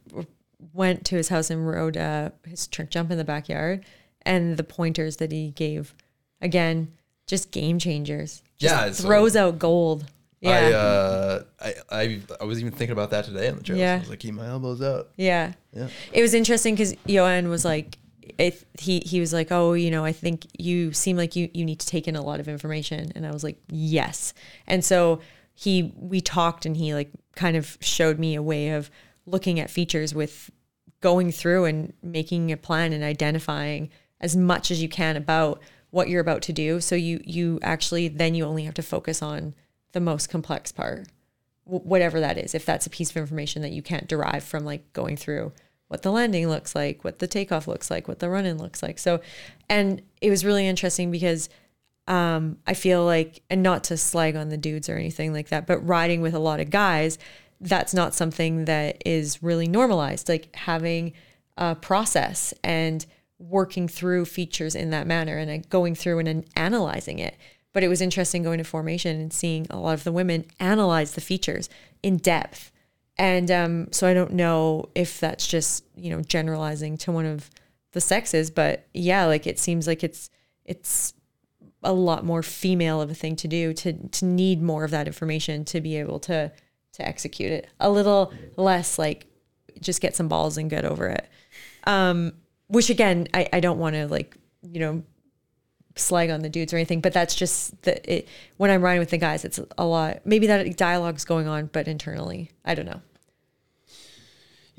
[SPEAKER 4] went to his house and rode uh, his trick jump in the backyard and the pointers that he gave again just game changers Just
[SPEAKER 2] Yeah, so-
[SPEAKER 4] throws out gold yeah
[SPEAKER 2] I, uh, I I I was even thinking about that today on the trails.
[SPEAKER 4] Yeah.
[SPEAKER 2] I was like, keep my elbows out.
[SPEAKER 4] yeah
[SPEAKER 2] Yeah.
[SPEAKER 4] it was interesting because Johan was like, it, he he was like, oh, you know, I think you seem like you you need to take in a lot of information, and I was like, yes. And so he we talked, and he like kind of showed me a way of looking at features with going through and making a plan and identifying as much as you can about what you're about to do. So you you actually then you only have to focus on the most complex part wh- whatever that is if that's a piece of information that you can't derive from like going through what the landing looks like what the takeoff looks like what the run-in looks like so and it was really interesting because um, i feel like and not to slag on the dudes or anything like that but riding with a lot of guys that's not something that is really normalized like having a process and working through features in that manner and uh, going through and an- analyzing it. But it was interesting going to formation and seeing a lot of the women analyze the features in depth. And um, so I don't know if that's just you know generalizing to one of the sexes, but yeah, like it seems like it's it's a lot more female of a thing to do to to need more of that information to be able to to execute it a little less like just get some balls and get over it Um, which again i, I don't want to like you know slag on the dudes or anything but that's just the it when i'm riding with the guys it's a lot maybe that dialogue's going on but internally i don't know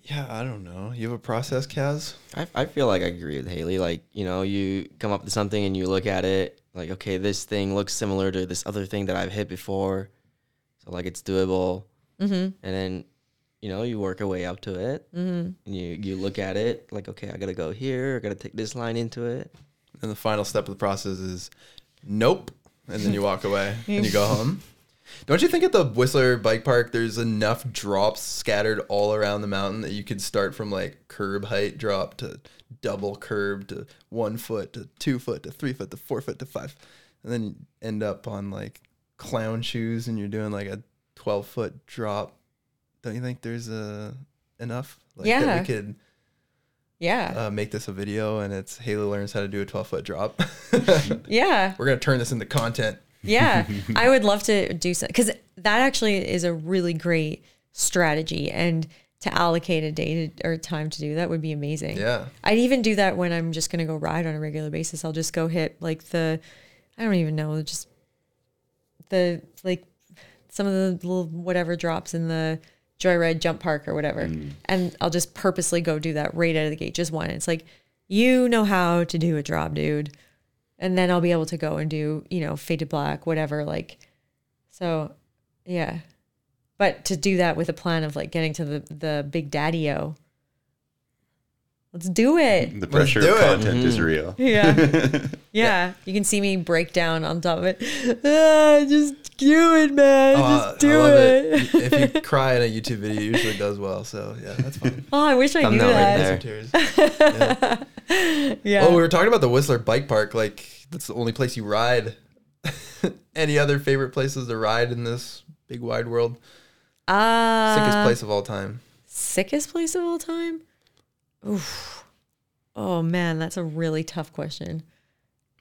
[SPEAKER 2] Yeah, I don't know. You have a process, Kaz?
[SPEAKER 5] I, I feel like I agree with Haley. Like, you know, you come up with something and you look at it, like, okay, this thing looks similar to this other thing that I've hit before. So, like, it's doable. Mm-hmm. And then, you know, you work your way up to it. Mm-hmm. And you, you look at it, like, okay, I got to go here. I got to take this line into it.
[SPEAKER 2] And the final step of the process is nope. And then you walk away and you go home. Don't you think at the Whistler Bike Park there's enough drops scattered all around the mountain that you could start from like curb height drop to double curb to one foot to two foot to three foot to four foot to five, and then you end up on like clown shoes and you're doing like a twelve foot drop. Don't you think there's uh, enough like that
[SPEAKER 4] Yeah.
[SPEAKER 2] we could
[SPEAKER 4] Yeah.
[SPEAKER 2] uh, make this a video, and it's Haley learns how to do a 12 foot drop.
[SPEAKER 4] yeah.
[SPEAKER 2] We're gonna turn this into content.
[SPEAKER 4] Yeah. I would love to do something because that actually is a really great strategy. And to allocate a day to, or time to do that would be amazing.
[SPEAKER 2] Yeah.
[SPEAKER 4] I'd even do that when I'm just going to go ride on a regular basis. I'll just go hit like the, I don't even know, just the like some of the little whatever drops in the joyride jump park or whatever. And I'll just purposely go do that right out of the gate, just one. It's like, you know how to do a drop, dude. And then I'll be able to go and do, you know, faded black, whatever. Like, so yeah. But to do that with a plan of like getting to the, the big daddy o. Let's do it.
[SPEAKER 3] The pressure of
[SPEAKER 2] do it. Mm-hmm.
[SPEAKER 3] content is real.
[SPEAKER 4] Yeah. yeah. You can see me break down on top of it. Ah, just do it, man.
[SPEAKER 2] Uh,
[SPEAKER 4] just do it.
[SPEAKER 2] If you cry in a YouTube video, it usually does well. So yeah, that's fine.
[SPEAKER 4] Oh, I wish I knew
[SPEAKER 5] Thumbnail
[SPEAKER 4] that.
[SPEAKER 5] right there.
[SPEAKER 2] Some tears.
[SPEAKER 4] Yeah.
[SPEAKER 2] Oh, we were talking about the Whistler Bike Park. Like that's the only place you ride. Any other favorite places to ride in this big wide world?
[SPEAKER 4] uh,
[SPEAKER 2] Sickest place of all time.
[SPEAKER 4] sickest place of all time? Oof. Oh, man. That's a really tough question.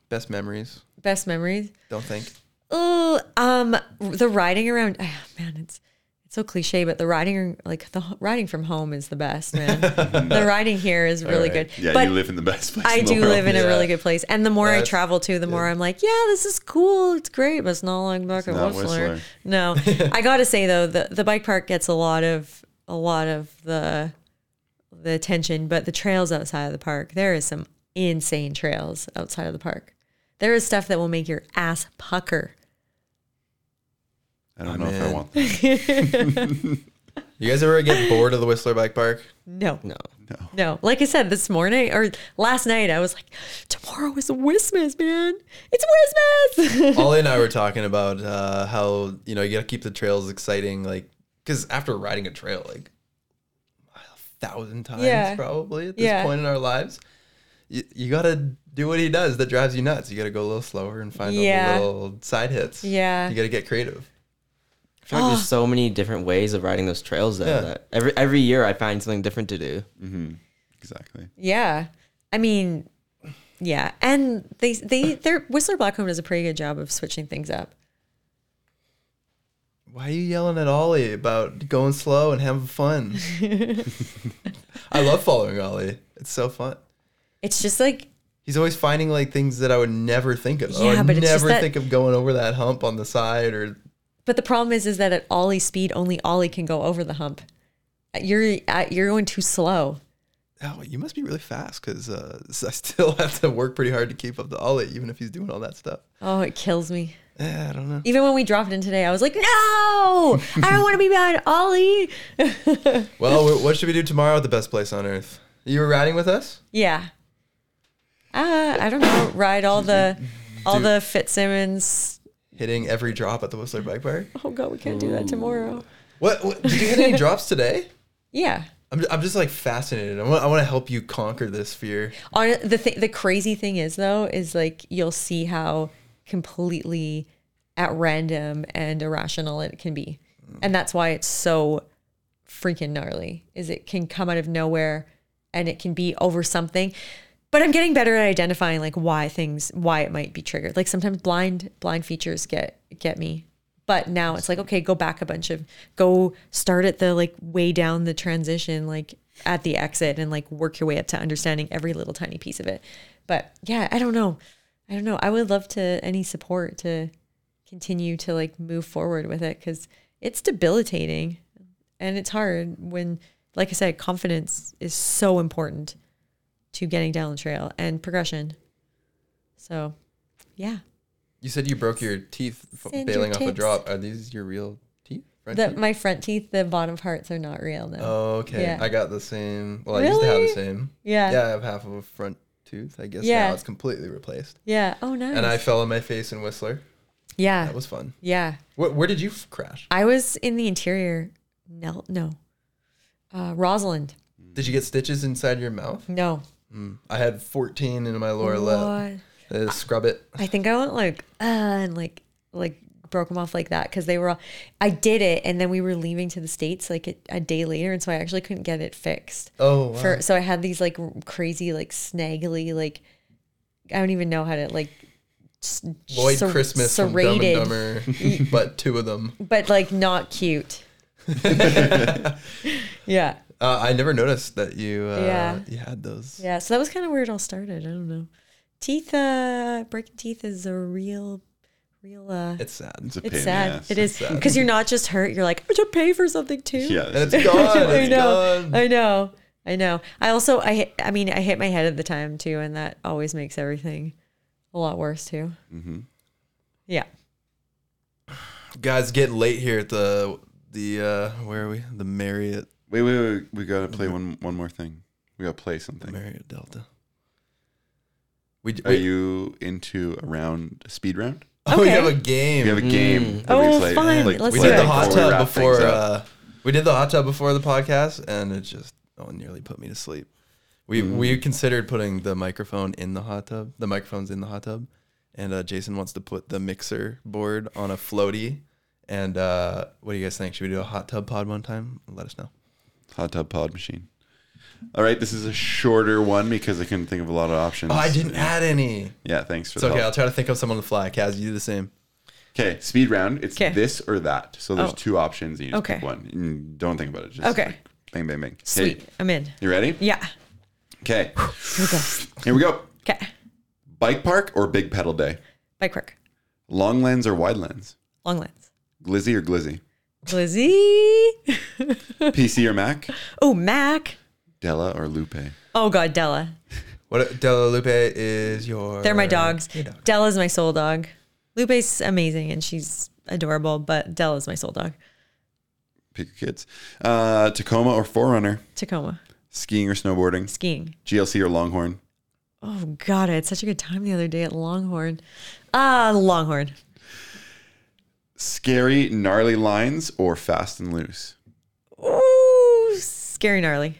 [SPEAKER 2] Best memories.
[SPEAKER 4] Best memories?
[SPEAKER 2] Don't think.
[SPEAKER 4] Oh, um, the riding around, ah, man, it's it's so cliche, but the riding, like the h- riding from home, is the best, man. the riding here is really
[SPEAKER 2] right.
[SPEAKER 4] good.
[SPEAKER 3] Yeah,
[SPEAKER 4] but
[SPEAKER 3] you live in the best place.
[SPEAKER 4] I
[SPEAKER 3] in the
[SPEAKER 4] do
[SPEAKER 3] world.
[SPEAKER 4] live in a
[SPEAKER 2] Yeah.
[SPEAKER 4] really good place, and the more I
[SPEAKER 2] That's-
[SPEAKER 4] travel to, the more I'm like, yeah, this is cool, it's great, but it's not like back at
[SPEAKER 3] not
[SPEAKER 4] Whistler.
[SPEAKER 3] Whistler.
[SPEAKER 4] No, I gotta say though, the the bike park gets a lot of a lot of the the attention, but the trails outside of the park, there is some insane trails outside of the park. There is stuff that will make your ass pucker.
[SPEAKER 3] I don't know if I
[SPEAKER 2] Man.
[SPEAKER 3] want that.
[SPEAKER 2] You guys ever get bored of the Whistler Bike Park?
[SPEAKER 4] No.
[SPEAKER 5] No.
[SPEAKER 4] No, like I said this morning or last night, I was like, tomorrow is Christmas, man. It's Christmas.
[SPEAKER 2] Ollie and I were talking about uh, how you know you gotta keep the trails exciting, like because after riding a trail like a thousand times
[SPEAKER 4] Yeah.
[SPEAKER 2] probably at this
[SPEAKER 4] Yeah.
[SPEAKER 2] point in our lives, you, you gotta do what he does that drives you nuts. You gotta go a little slower and find
[SPEAKER 4] Yeah.
[SPEAKER 2] all the little side hits.
[SPEAKER 4] Yeah.
[SPEAKER 2] you gotta get creative.
[SPEAKER 5] I feel like there's so many different ways of riding those trails though.
[SPEAKER 2] Yeah.
[SPEAKER 5] That every every year I find something different to do.
[SPEAKER 3] Exactly.
[SPEAKER 4] yeah. I mean, yeah. And they, they, their Whistler Blackcomb does a pretty good job of switching things up.
[SPEAKER 2] Why are you yelling at Ollie about going slow and having fun? I love following Ollie. It's so fun.
[SPEAKER 4] It's just like,
[SPEAKER 2] He's always finding like things that I would never think of. I
[SPEAKER 4] Yeah,
[SPEAKER 2] would
[SPEAKER 4] but it's just
[SPEAKER 2] never
[SPEAKER 4] that-
[SPEAKER 2] think of going over that hump on the side or
[SPEAKER 4] but the problem is, is that at Ollie speed, only Ollie can go over the hump. You're, uh, you're going too slow.
[SPEAKER 2] Oh, you must be really fast because uh, I still have to work pretty hard to keep up to Ollie, even if he's doing all that stuff.
[SPEAKER 4] Oh, it kills me.
[SPEAKER 2] Yeah, I don't know.
[SPEAKER 4] Even when we dropped in today, I was like, no, I don't want to be behind Ollie.
[SPEAKER 2] Well, wh- what should we do tomorrow at the best place on earth? You were riding with us?
[SPEAKER 4] Yeah. Uh, I don't know. Ride all the all
[SPEAKER 2] Do-
[SPEAKER 4] the Fitzsimmons.
[SPEAKER 2] Hitting every drop at the Whistler Bike Park?
[SPEAKER 4] Oh god, we can't do that tomorrow.
[SPEAKER 2] What, what did you hit any drops today?
[SPEAKER 4] Yeah.
[SPEAKER 2] I'm, I'm just like fascinated. I want, I want to help you conquer this fear.
[SPEAKER 4] On the th- the crazy thing is though is like you'll see how completely at random and irrational it can be. And that's why it's so freaking gnarly. Is it can come out of nowhere and it can be over something. But I'm getting better at identifying like why things why it might be triggered. Like sometimes blind blind features get get me. But now it's like okay, go back a bunch of go start at the like way down the transition like at the exit and like work your way up to understanding every little tiny piece of it. But yeah, I don't know. I don't know. I would love to any support to continue to like move forward with it cuz it's debilitating and it's hard when like i said confidence is so important to getting down the trail and progression so yeah
[SPEAKER 2] You said you broke your teeth f-
[SPEAKER 4] Send your
[SPEAKER 2] bailing off a
[SPEAKER 4] tips.
[SPEAKER 2] drop. Are these your real teeth? Front
[SPEAKER 4] the,
[SPEAKER 2] teeth?
[SPEAKER 4] my front teeth the bottom parts are not real now
[SPEAKER 2] Oh, okay.
[SPEAKER 4] Yeah.
[SPEAKER 2] I got the same. Well, I used to have the
[SPEAKER 4] Really?
[SPEAKER 2] same.
[SPEAKER 4] Yeah.
[SPEAKER 2] Yeah, I have half of a front tooth. I guess
[SPEAKER 4] Yeah.
[SPEAKER 2] now it's completely replaced.
[SPEAKER 4] yeah oh nice
[SPEAKER 2] And I fell on my face in Whistler.
[SPEAKER 4] yeah
[SPEAKER 2] That was fun.
[SPEAKER 4] yeah
[SPEAKER 2] Where, where did you f- crash?
[SPEAKER 4] i was in the interior no no uh, rosalind
[SPEAKER 2] Did you get stitches inside your mouth?
[SPEAKER 4] no
[SPEAKER 2] I had 14 in my lower lip.
[SPEAKER 4] What?
[SPEAKER 2] Uh, scrub it.
[SPEAKER 4] i think i went like uh and like like broke them off like that because they were all. I did it, and then we were leaving to the states like a, a day later, and so I actually couldn't get it fixed.
[SPEAKER 2] Oh, wow.
[SPEAKER 4] For so I had these like r- crazy like snaggly like I don't even know how to like. s-
[SPEAKER 2] Lloyd
[SPEAKER 4] ser-
[SPEAKER 2] Christmas
[SPEAKER 4] serrated,
[SPEAKER 2] from Dumb and Dumber, but two of them.
[SPEAKER 4] but like not cute. yeah,
[SPEAKER 2] Uh, I never noticed that you uh,
[SPEAKER 4] Yeah.
[SPEAKER 2] you had those.
[SPEAKER 4] yeah. So that was kind of where it all started. I don't know. Teeth, uh, breaking teeth is a real, real. Uh,
[SPEAKER 2] It's sad.
[SPEAKER 3] It's a pain. in
[SPEAKER 4] It's
[SPEAKER 3] the
[SPEAKER 4] sad.
[SPEAKER 3] ass.
[SPEAKER 4] It is because you're not just hurt. You're like, I have to pay for something too.
[SPEAKER 3] Yeah.
[SPEAKER 2] and it's gone.
[SPEAKER 4] I
[SPEAKER 2] It's
[SPEAKER 4] know.
[SPEAKER 2] gone.
[SPEAKER 4] I know. I know. I also, I, hit- I mean, I hit my head at the time too, and that always makes everything a lot worse too.
[SPEAKER 3] Mhm.
[SPEAKER 4] Yeah.
[SPEAKER 2] Guys, getting late here at the the uh, where are we? The Marriott
[SPEAKER 3] Wait, wait, wait. We gotta play one one more thing. We gotta play something.
[SPEAKER 2] Marriott Delta. We,
[SPEAKER 3] Are
[SPEAKER 2] we-
[SPEAKER 3] you into a round a speed round?
[SPEAKER 2] Oh, we
[SPEAKER 4] Okay.
[SPEAKER 2] have a game.
[SPEAKER 3] We have a game. that
[SPEAKER 4] Oh,
[SPEAKER 3] we play,
[SPEAKER 4] fun. Let's
[SPEAKER 2] Mm-hmm. we
[SPEAKER 4] do
[SPEAKER 2] did the
[SPEAKER 4] it.
[SPEAKER 2] hot
[SPEAKER 3] before we
[SPEAKER 2] tub
[SPEAKER 3] wrap things
[SPEAKER 2] before.
[SPEAKER 3] up.
[SPEAKER 2] Uh, we did the hot tub before the podcast, and it just oh, nearly put me to sleep. We
[SPEAKER 3] Mm-hmm.
[SPEAKER 2] we considered putting the microphone in the hot tub. The microphone's in the hot tub, and uh, Jason wants to put the mixer board on a floaty. And uh, what do you guys think? Should we do a hot tub pod one time? Let us know.
[SPEAKER 3] Hot tub pod machine. All right, this is a shorter one because I couldn't think of a lot of options.
[SPEAKER 2] Oh, I didn't add any.
[SPEAKER 3] Yeah, thanks for
[SPEAKER 2] It's
[SPEAKER 3] the
[SPEAKER 2] okay. I'll
[SPEAKER 3] help.
[SPEAKER 2] try to think of some on the fly. Kaz, you do the same.
[SPEAKER 3] Okay, speed round. It's
[SPEAKER 4] 'Kay.
[SPEAKER 3] this or that. So there's
[SPEAKER 4] Oh.
[SPEAKER 3] two options. And you just
[SPEAKER 4] Okay.
[SPEAKER 3] pick one. And don't think about it. Just
[SPEAKER 4] Okay.
[SPEAKER 3] like, bang, bang, bang.
[SPEAKER 4] Sweet.
[SPEAKER 3] Hey,
[SPEAKER 4] I'm in.
[SPEAKER 3] you ready?
[SPEAKER 4] Yeah.
[SPEAKER 3] Okay.
[SPEAKER 4] Here we go.
[SPEAKER 3] Here we go.
[SPEAKER 4] Okay.
[SPEAKER 3] Bike park or big pedal day?
[SPEAKER 4] Bike work.
[SPEAKER 3] Long lens or wide lens?
[SPEAKER 4] Long lens.
[SPEAKER 3] Glizzy or glizzy?
[SPEAKER 4] Lizzie.
[SPEAKER 3] PC or Mac?
[SPEAKER 4] oh, Mac.
[SPEAKER 3] Della or Lupe?
[SPEAKER 4] Oh God, Della.
[SPEAKER 2] What Della Lupe is your?
[SPEAKER 4] They're my dogs.
[SPEAKER 2] Uh, Your dog.
[SPEAKER 4] Della's my soul dog. Lupe's amazing and she's adorable, but Della's my soul dog.
[SPEAKER 3] Pick your kids. Uh, Tacoma or Forerunner?
[SPEAKER 4] Tacoma.
[SPEAKER 3] Skiing or snowboarding?
[SPEAKER 4] Skiing.
[SPEAKER 3] GLC or Longhorn?
[SPEAKER 4] Oh God, I had such a good time the other day at Longhorn. Ah, Longhorn.
[SPEAKER 3] Scary, gnarly lines or fast and loose?
[SPEAKER 4] Ooh, scary gnarly.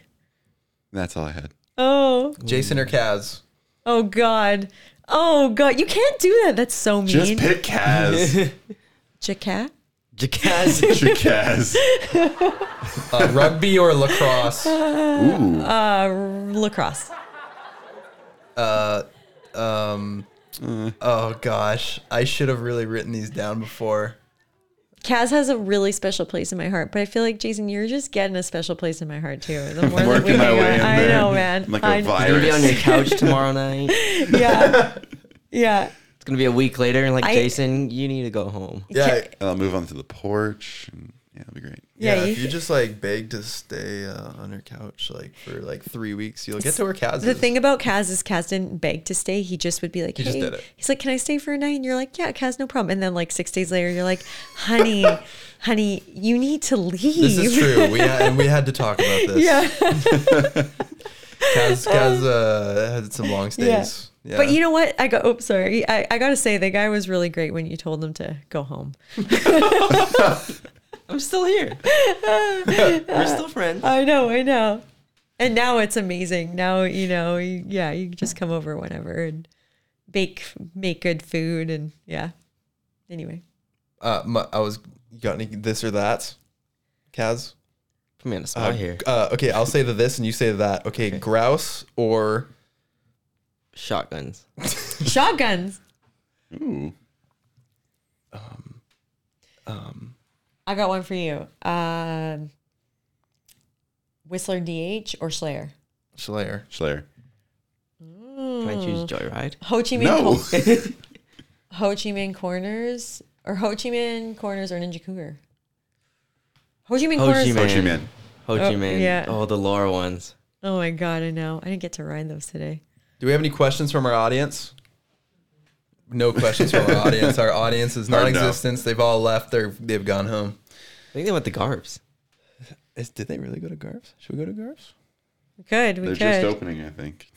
[SPEAKER 3] That's all I had.
[SPEAKER 4] Oh,
[SPEAKER 2] Jason or Kaz?
[SPEAKER 4] oh God. Oh God, you can't do that. That's so mean.
[SPEAKER 3] Just pick Kaz.
[SPEAKER 4] Jacat?
[SPEAKER 5] Jackass.
[SPEAKER 3] Pick Kaz.
[SPEAKER 2] Uh, rugby or lacrosse?
[SPEAKER 3] Ooh.
[SPEAKER 4] Uh, Lacrosse.
[SPEAKER 2] Oh gosh, I should have really written these down before.
[SPEAKER 4] Kaz has a really special place in my heart, but I feel like Jason, you're just getting a special place in my heart too. The more that we
[SPEAKER 3] Working my
[SPEAKER 4] hang
[SPEAKER 3] way
[SPEAKER 4] out,
[SPEAKER 3] in
[SPEAKER 4] I
[SPEAKER 3] there.
[SPEAKER 4] know, man.
[SPEAKER 3] Like a
[SPEAKER 4] I-
[SPEAKER 5] You're gonna be on your
[SPEAKER 3] virus.
[SPEAKER 5] couch tomorrow night. It's
[SPEAKER 4] Yeah, yeah.
[SPEAKER 5] gonna be a week later, and like
[SPEAKER 4] I-
[SPEAKER 5] Jason, you need to go home.
[SPEAKER 2] Yeah,
[SPEAKER 3] And I'll move on to the porch. And yeah, it'll be great.
[SPEAKER 2] yeah.
[SPEAKER 4] Yeah,
[SPEAKER 2] if
[SPEAKER 4] you-
[SPEAKER 2] you just like beg to stay uh, on your couch like for like three weeks, you'll get to where Kaz
[SPEAKER 4] The
[SPEAKER 2] is.
[SPEAKER 4] thing about Kaz is Kaz didn't beg to stay. He just would be like,
[SPEAKER 2] He just
[SPEAKER 4] "Hey,"
[SPEAKER 2] did it.
[SPEAKER 4] he's like, "Can I stay for a night?" And you're like, "Yeah, Kaz, no problem." And then like six days later, you're like, "Honey, honey, you need to leave."
[SPEAKER 2] this is true. We ha- and we had to talk about this.
[SPEAKER 4] yeah.
[SPEAKER 2] Kaz, Kaz uh, had some long stays. Yeah.
[SPEAKER 4] But you know what? I go. Oh, sorry. I, I gotta say, the guy was really great when you told him to go home.
[SPEAKER 5] I'm still here. We're still friends.
[SPEAKER 4] I know. I know. And now it's amazing. Now you know. You, yeah, you can just come over whenever and bake, make good food, and yeah. Anyway,
[SPEAKER 2] uh, my, I was you got any this or that, Kaz?
[SPEAKER 5] Put me on the spot
[SPEAKER 2] Uh,
[SPEAKER 5] here.
[SPEAKER 2] uh, okay, I'll say the this and you say the that. Okay, grouse or
[SPEAKER 5] Shotguns.
[SPEAKER 4] shotguns.
[SPEAKER 3] Ooh.
[SPEAKER 4] I got one for you. Um, Whistler DH or Slayer?
[SPEAKER 2] Slayer.
[SPEAKER 3] Slayer.
[SPEAKER 5] Can I choose Joyride?
[SPEAKER 4] Ho Chi Minh
[SPEAKER 3] No.
[SPEAKER 4] Cor- Ho Chi Minh Corners or Ho Chi Minh Corners or Ninja Cougar? Ho Chi Minh
[SPEAKER 5] Ho
[SPEAKER 4] Corners.
[SPEAKER 5] Chi
[SPEAKER 3] Ho Chi
[SPEAKER 5] Minh.
[SPEAKER 3] Minh.
[SPEAKER 5] Ho Chi
[SPEAKER 4] Oh,
[SPEAKER 5] Minh.
[SPEAKER 4] yeah.
[SPEAKER 5] Oh, the lower ones.
[SPEAKER 4] Oh my god, I know. I didn't get to ride those today.
[SPEAKER 2] Do we have any questions from our audience? No questions from our audience. Our audience is
[SPEAKER 3] Hard no.
[SPEAKER 2] non-existent. They've all left. They're they've gone home.
[SPEAKER 5] I think they went to Garbs.
[SPEAKER 2] Is, did they really go to Garf's? Should we go to Garf's?
[SPEAKER 4] We could, we
[SPEAKER 3] They're just
[SPEAKER 4] could.
[SPEAKER 3] opening, I think.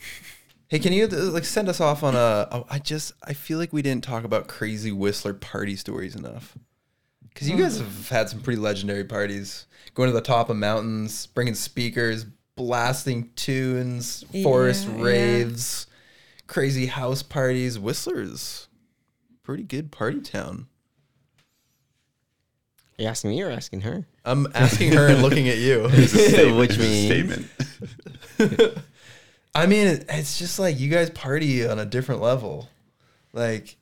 [SPEAKER 2] Hey, can you uh, like send us off on a? Oh, I just I feel like we didn't talk about crazy Whistler party stories enough. Because you guys have had some pretty legendary parties, going to the top of mountains, bringing speakers, blasting tunes, forest
[SPEAKER 4] Yeah, yeah.
[SPEAKER 2] raves, crazy house parties. Whistler's pretty good party town.
[SPEAKER 5] Are you asking me or asking her?
[SPEAKER 2] I'm asking her and looking at you.
[SPEAKER 5] Which means
[SPEAKER 3] Statement.
[SPEAKER 2] I mean, it's just like you guys party on a different level. Like,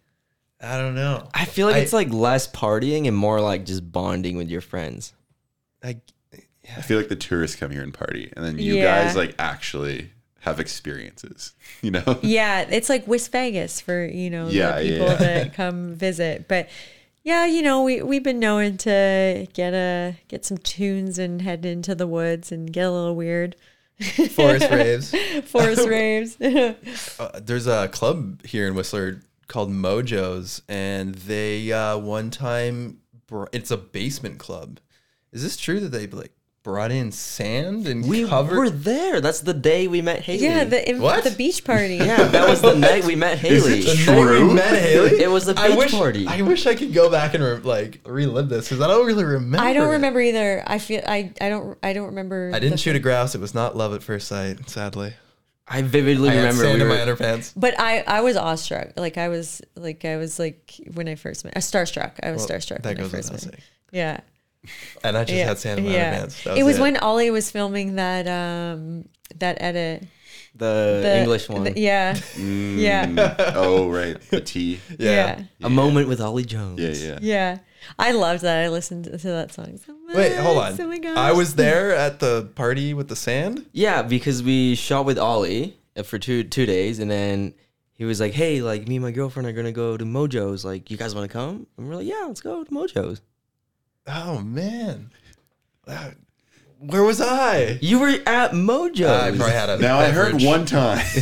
[SPEAKER 2] I don't know.
[SPEAKER 5] I feel like
[SPEAKER 2] I-
[SPEAKER 5] it's like less partying and more like just bonding with your friends.
[SPEAKER 2] I,
[SPEAKER 3] I feel like the tourists come here and party, and then you
[SPEAKER 4] Yeah.
[SPEAKER 3] guys like actually have experiences. You know?
[SPEAKER 4] Yeah, it's like West Vegas for you know
[SPEAKER 3] Yeah,
[SPEAKER 4] the people
[SPEAKER 3] yeah.
[SPEAKER 4] that come visit. But yeah, you know we we've been known to get a get some tunes and head into the woods and get a little weird.
[SPEAKER 2] forest raves.
[SPEAKER 4] Forest raves.
[SPEAKER 2] Uh, there's a club here in Whistler called Mojo's, and they uh, one time br- it's a basement club. Is this true that they like brought in sand and
[SPEAKER 5] We
[SPEAKER 2] covered?
[SPEAKER 5] were there. That's the day we met Haley.
[SPEAKER 4] yeah, the in-
[SPEAKER 2] What?
[SPEAKER 4] the beach party.
[SPEAKER 5] yeah, that was the night we met Haley.
[SPEAKER 3] it
[SPEAKER 2] The night
[SPEAKER 3] True.
[SPEAKER 2] we met Haley.
[SPEAKER 5] It was the
[SPEAKER 2] I
[SPEAKER 5] beach
[SPEAKER 2] wish,
[SPEAKER 5] party.
[SPEAKER 2] I wish I could go back and re- like relive this because I don't really remember.
[SPEAKER 4] I don't
[SPEAKER 2] it.
[SPEAKER 4] remember either. I feel I I don't I don't remember.
[SPEAKER 2] I didn't
[SPEAKER 4] the-
[SPEAKER 2] shoot a grouse. It was not love at first sight, sadly.
[SPEAKER 5] I vividly
[SPEAKER 2] I had
[SPEAKER 5] remember
[SPEAKER 2] sand
[SPEAKER 5] we
[SPEAKER 2] in
[SPEAKER 5] were,
[SPEAKER 2] my underpants.
[SPEAKER 4] But I, I was awestruck. Like I was like I was like when I first met uh, starstruck. I was
[SPEAKER 2] Well,
[SPEAKER 4] starstruck.
[SPEAKER 2] That
[SPEAKER 4] when I
[SPEAKER 2] goes
[SPEAKER 4] first
[SPEAKER 2] without
[SPEAKER 4] met.
[SPEAKER 2] saying.
[SPEAKER 4] Yeah.
[SPEAKER 2] And I just had sand in my
[SPEAKER 4] yeah.
[SPEAKER 2] underpants. That
[SPEAKER 4] it was
[SPEAKER 2] it.
[SPEAKER 4] when Ollie was filming that um that edit.
[SPEAKER 5] the,
[SPEAKER 4] The
[SPEAKER 5] English one.
[SPEAKER 4] the- yeah.
[SPEAKER 2] Mm,
[SPEAKER 4] Yeah.
[SPEAKER 3] oh right, the tea.
[SPEAKER 4] Yeah.
[SPEAKER 5] A moment with Ollie Jones.
[SPEAKER 3] Yeah, yeah.
[SPEAKER 4] Yeah. I loved that. I listened to that song so much.
[SPEAKER 2] Wait, hold on.
[SPEAKER 4] Oh my gosh.
[SPEAKER 2] I was there at the party with the sand.
[SPEAKER 5] Yeah, because we shot with Ollie uh, for two two days, and then he was like, "Hey, like me and my girlfriend are gonna go to Mojo's. Like, you guys want to come?" And we're like, "Yeah, let's go to Mojo's."
[SPEAKER 2] Oh man, Wow. where was I?
[SPEAKER 5] You were at Mojo's.
[SPEAKER 2] I probably had a.
[SPEAKER 3] Now I heard
[SPEAKER 2] beverage.
[SPEAKER 3] one time.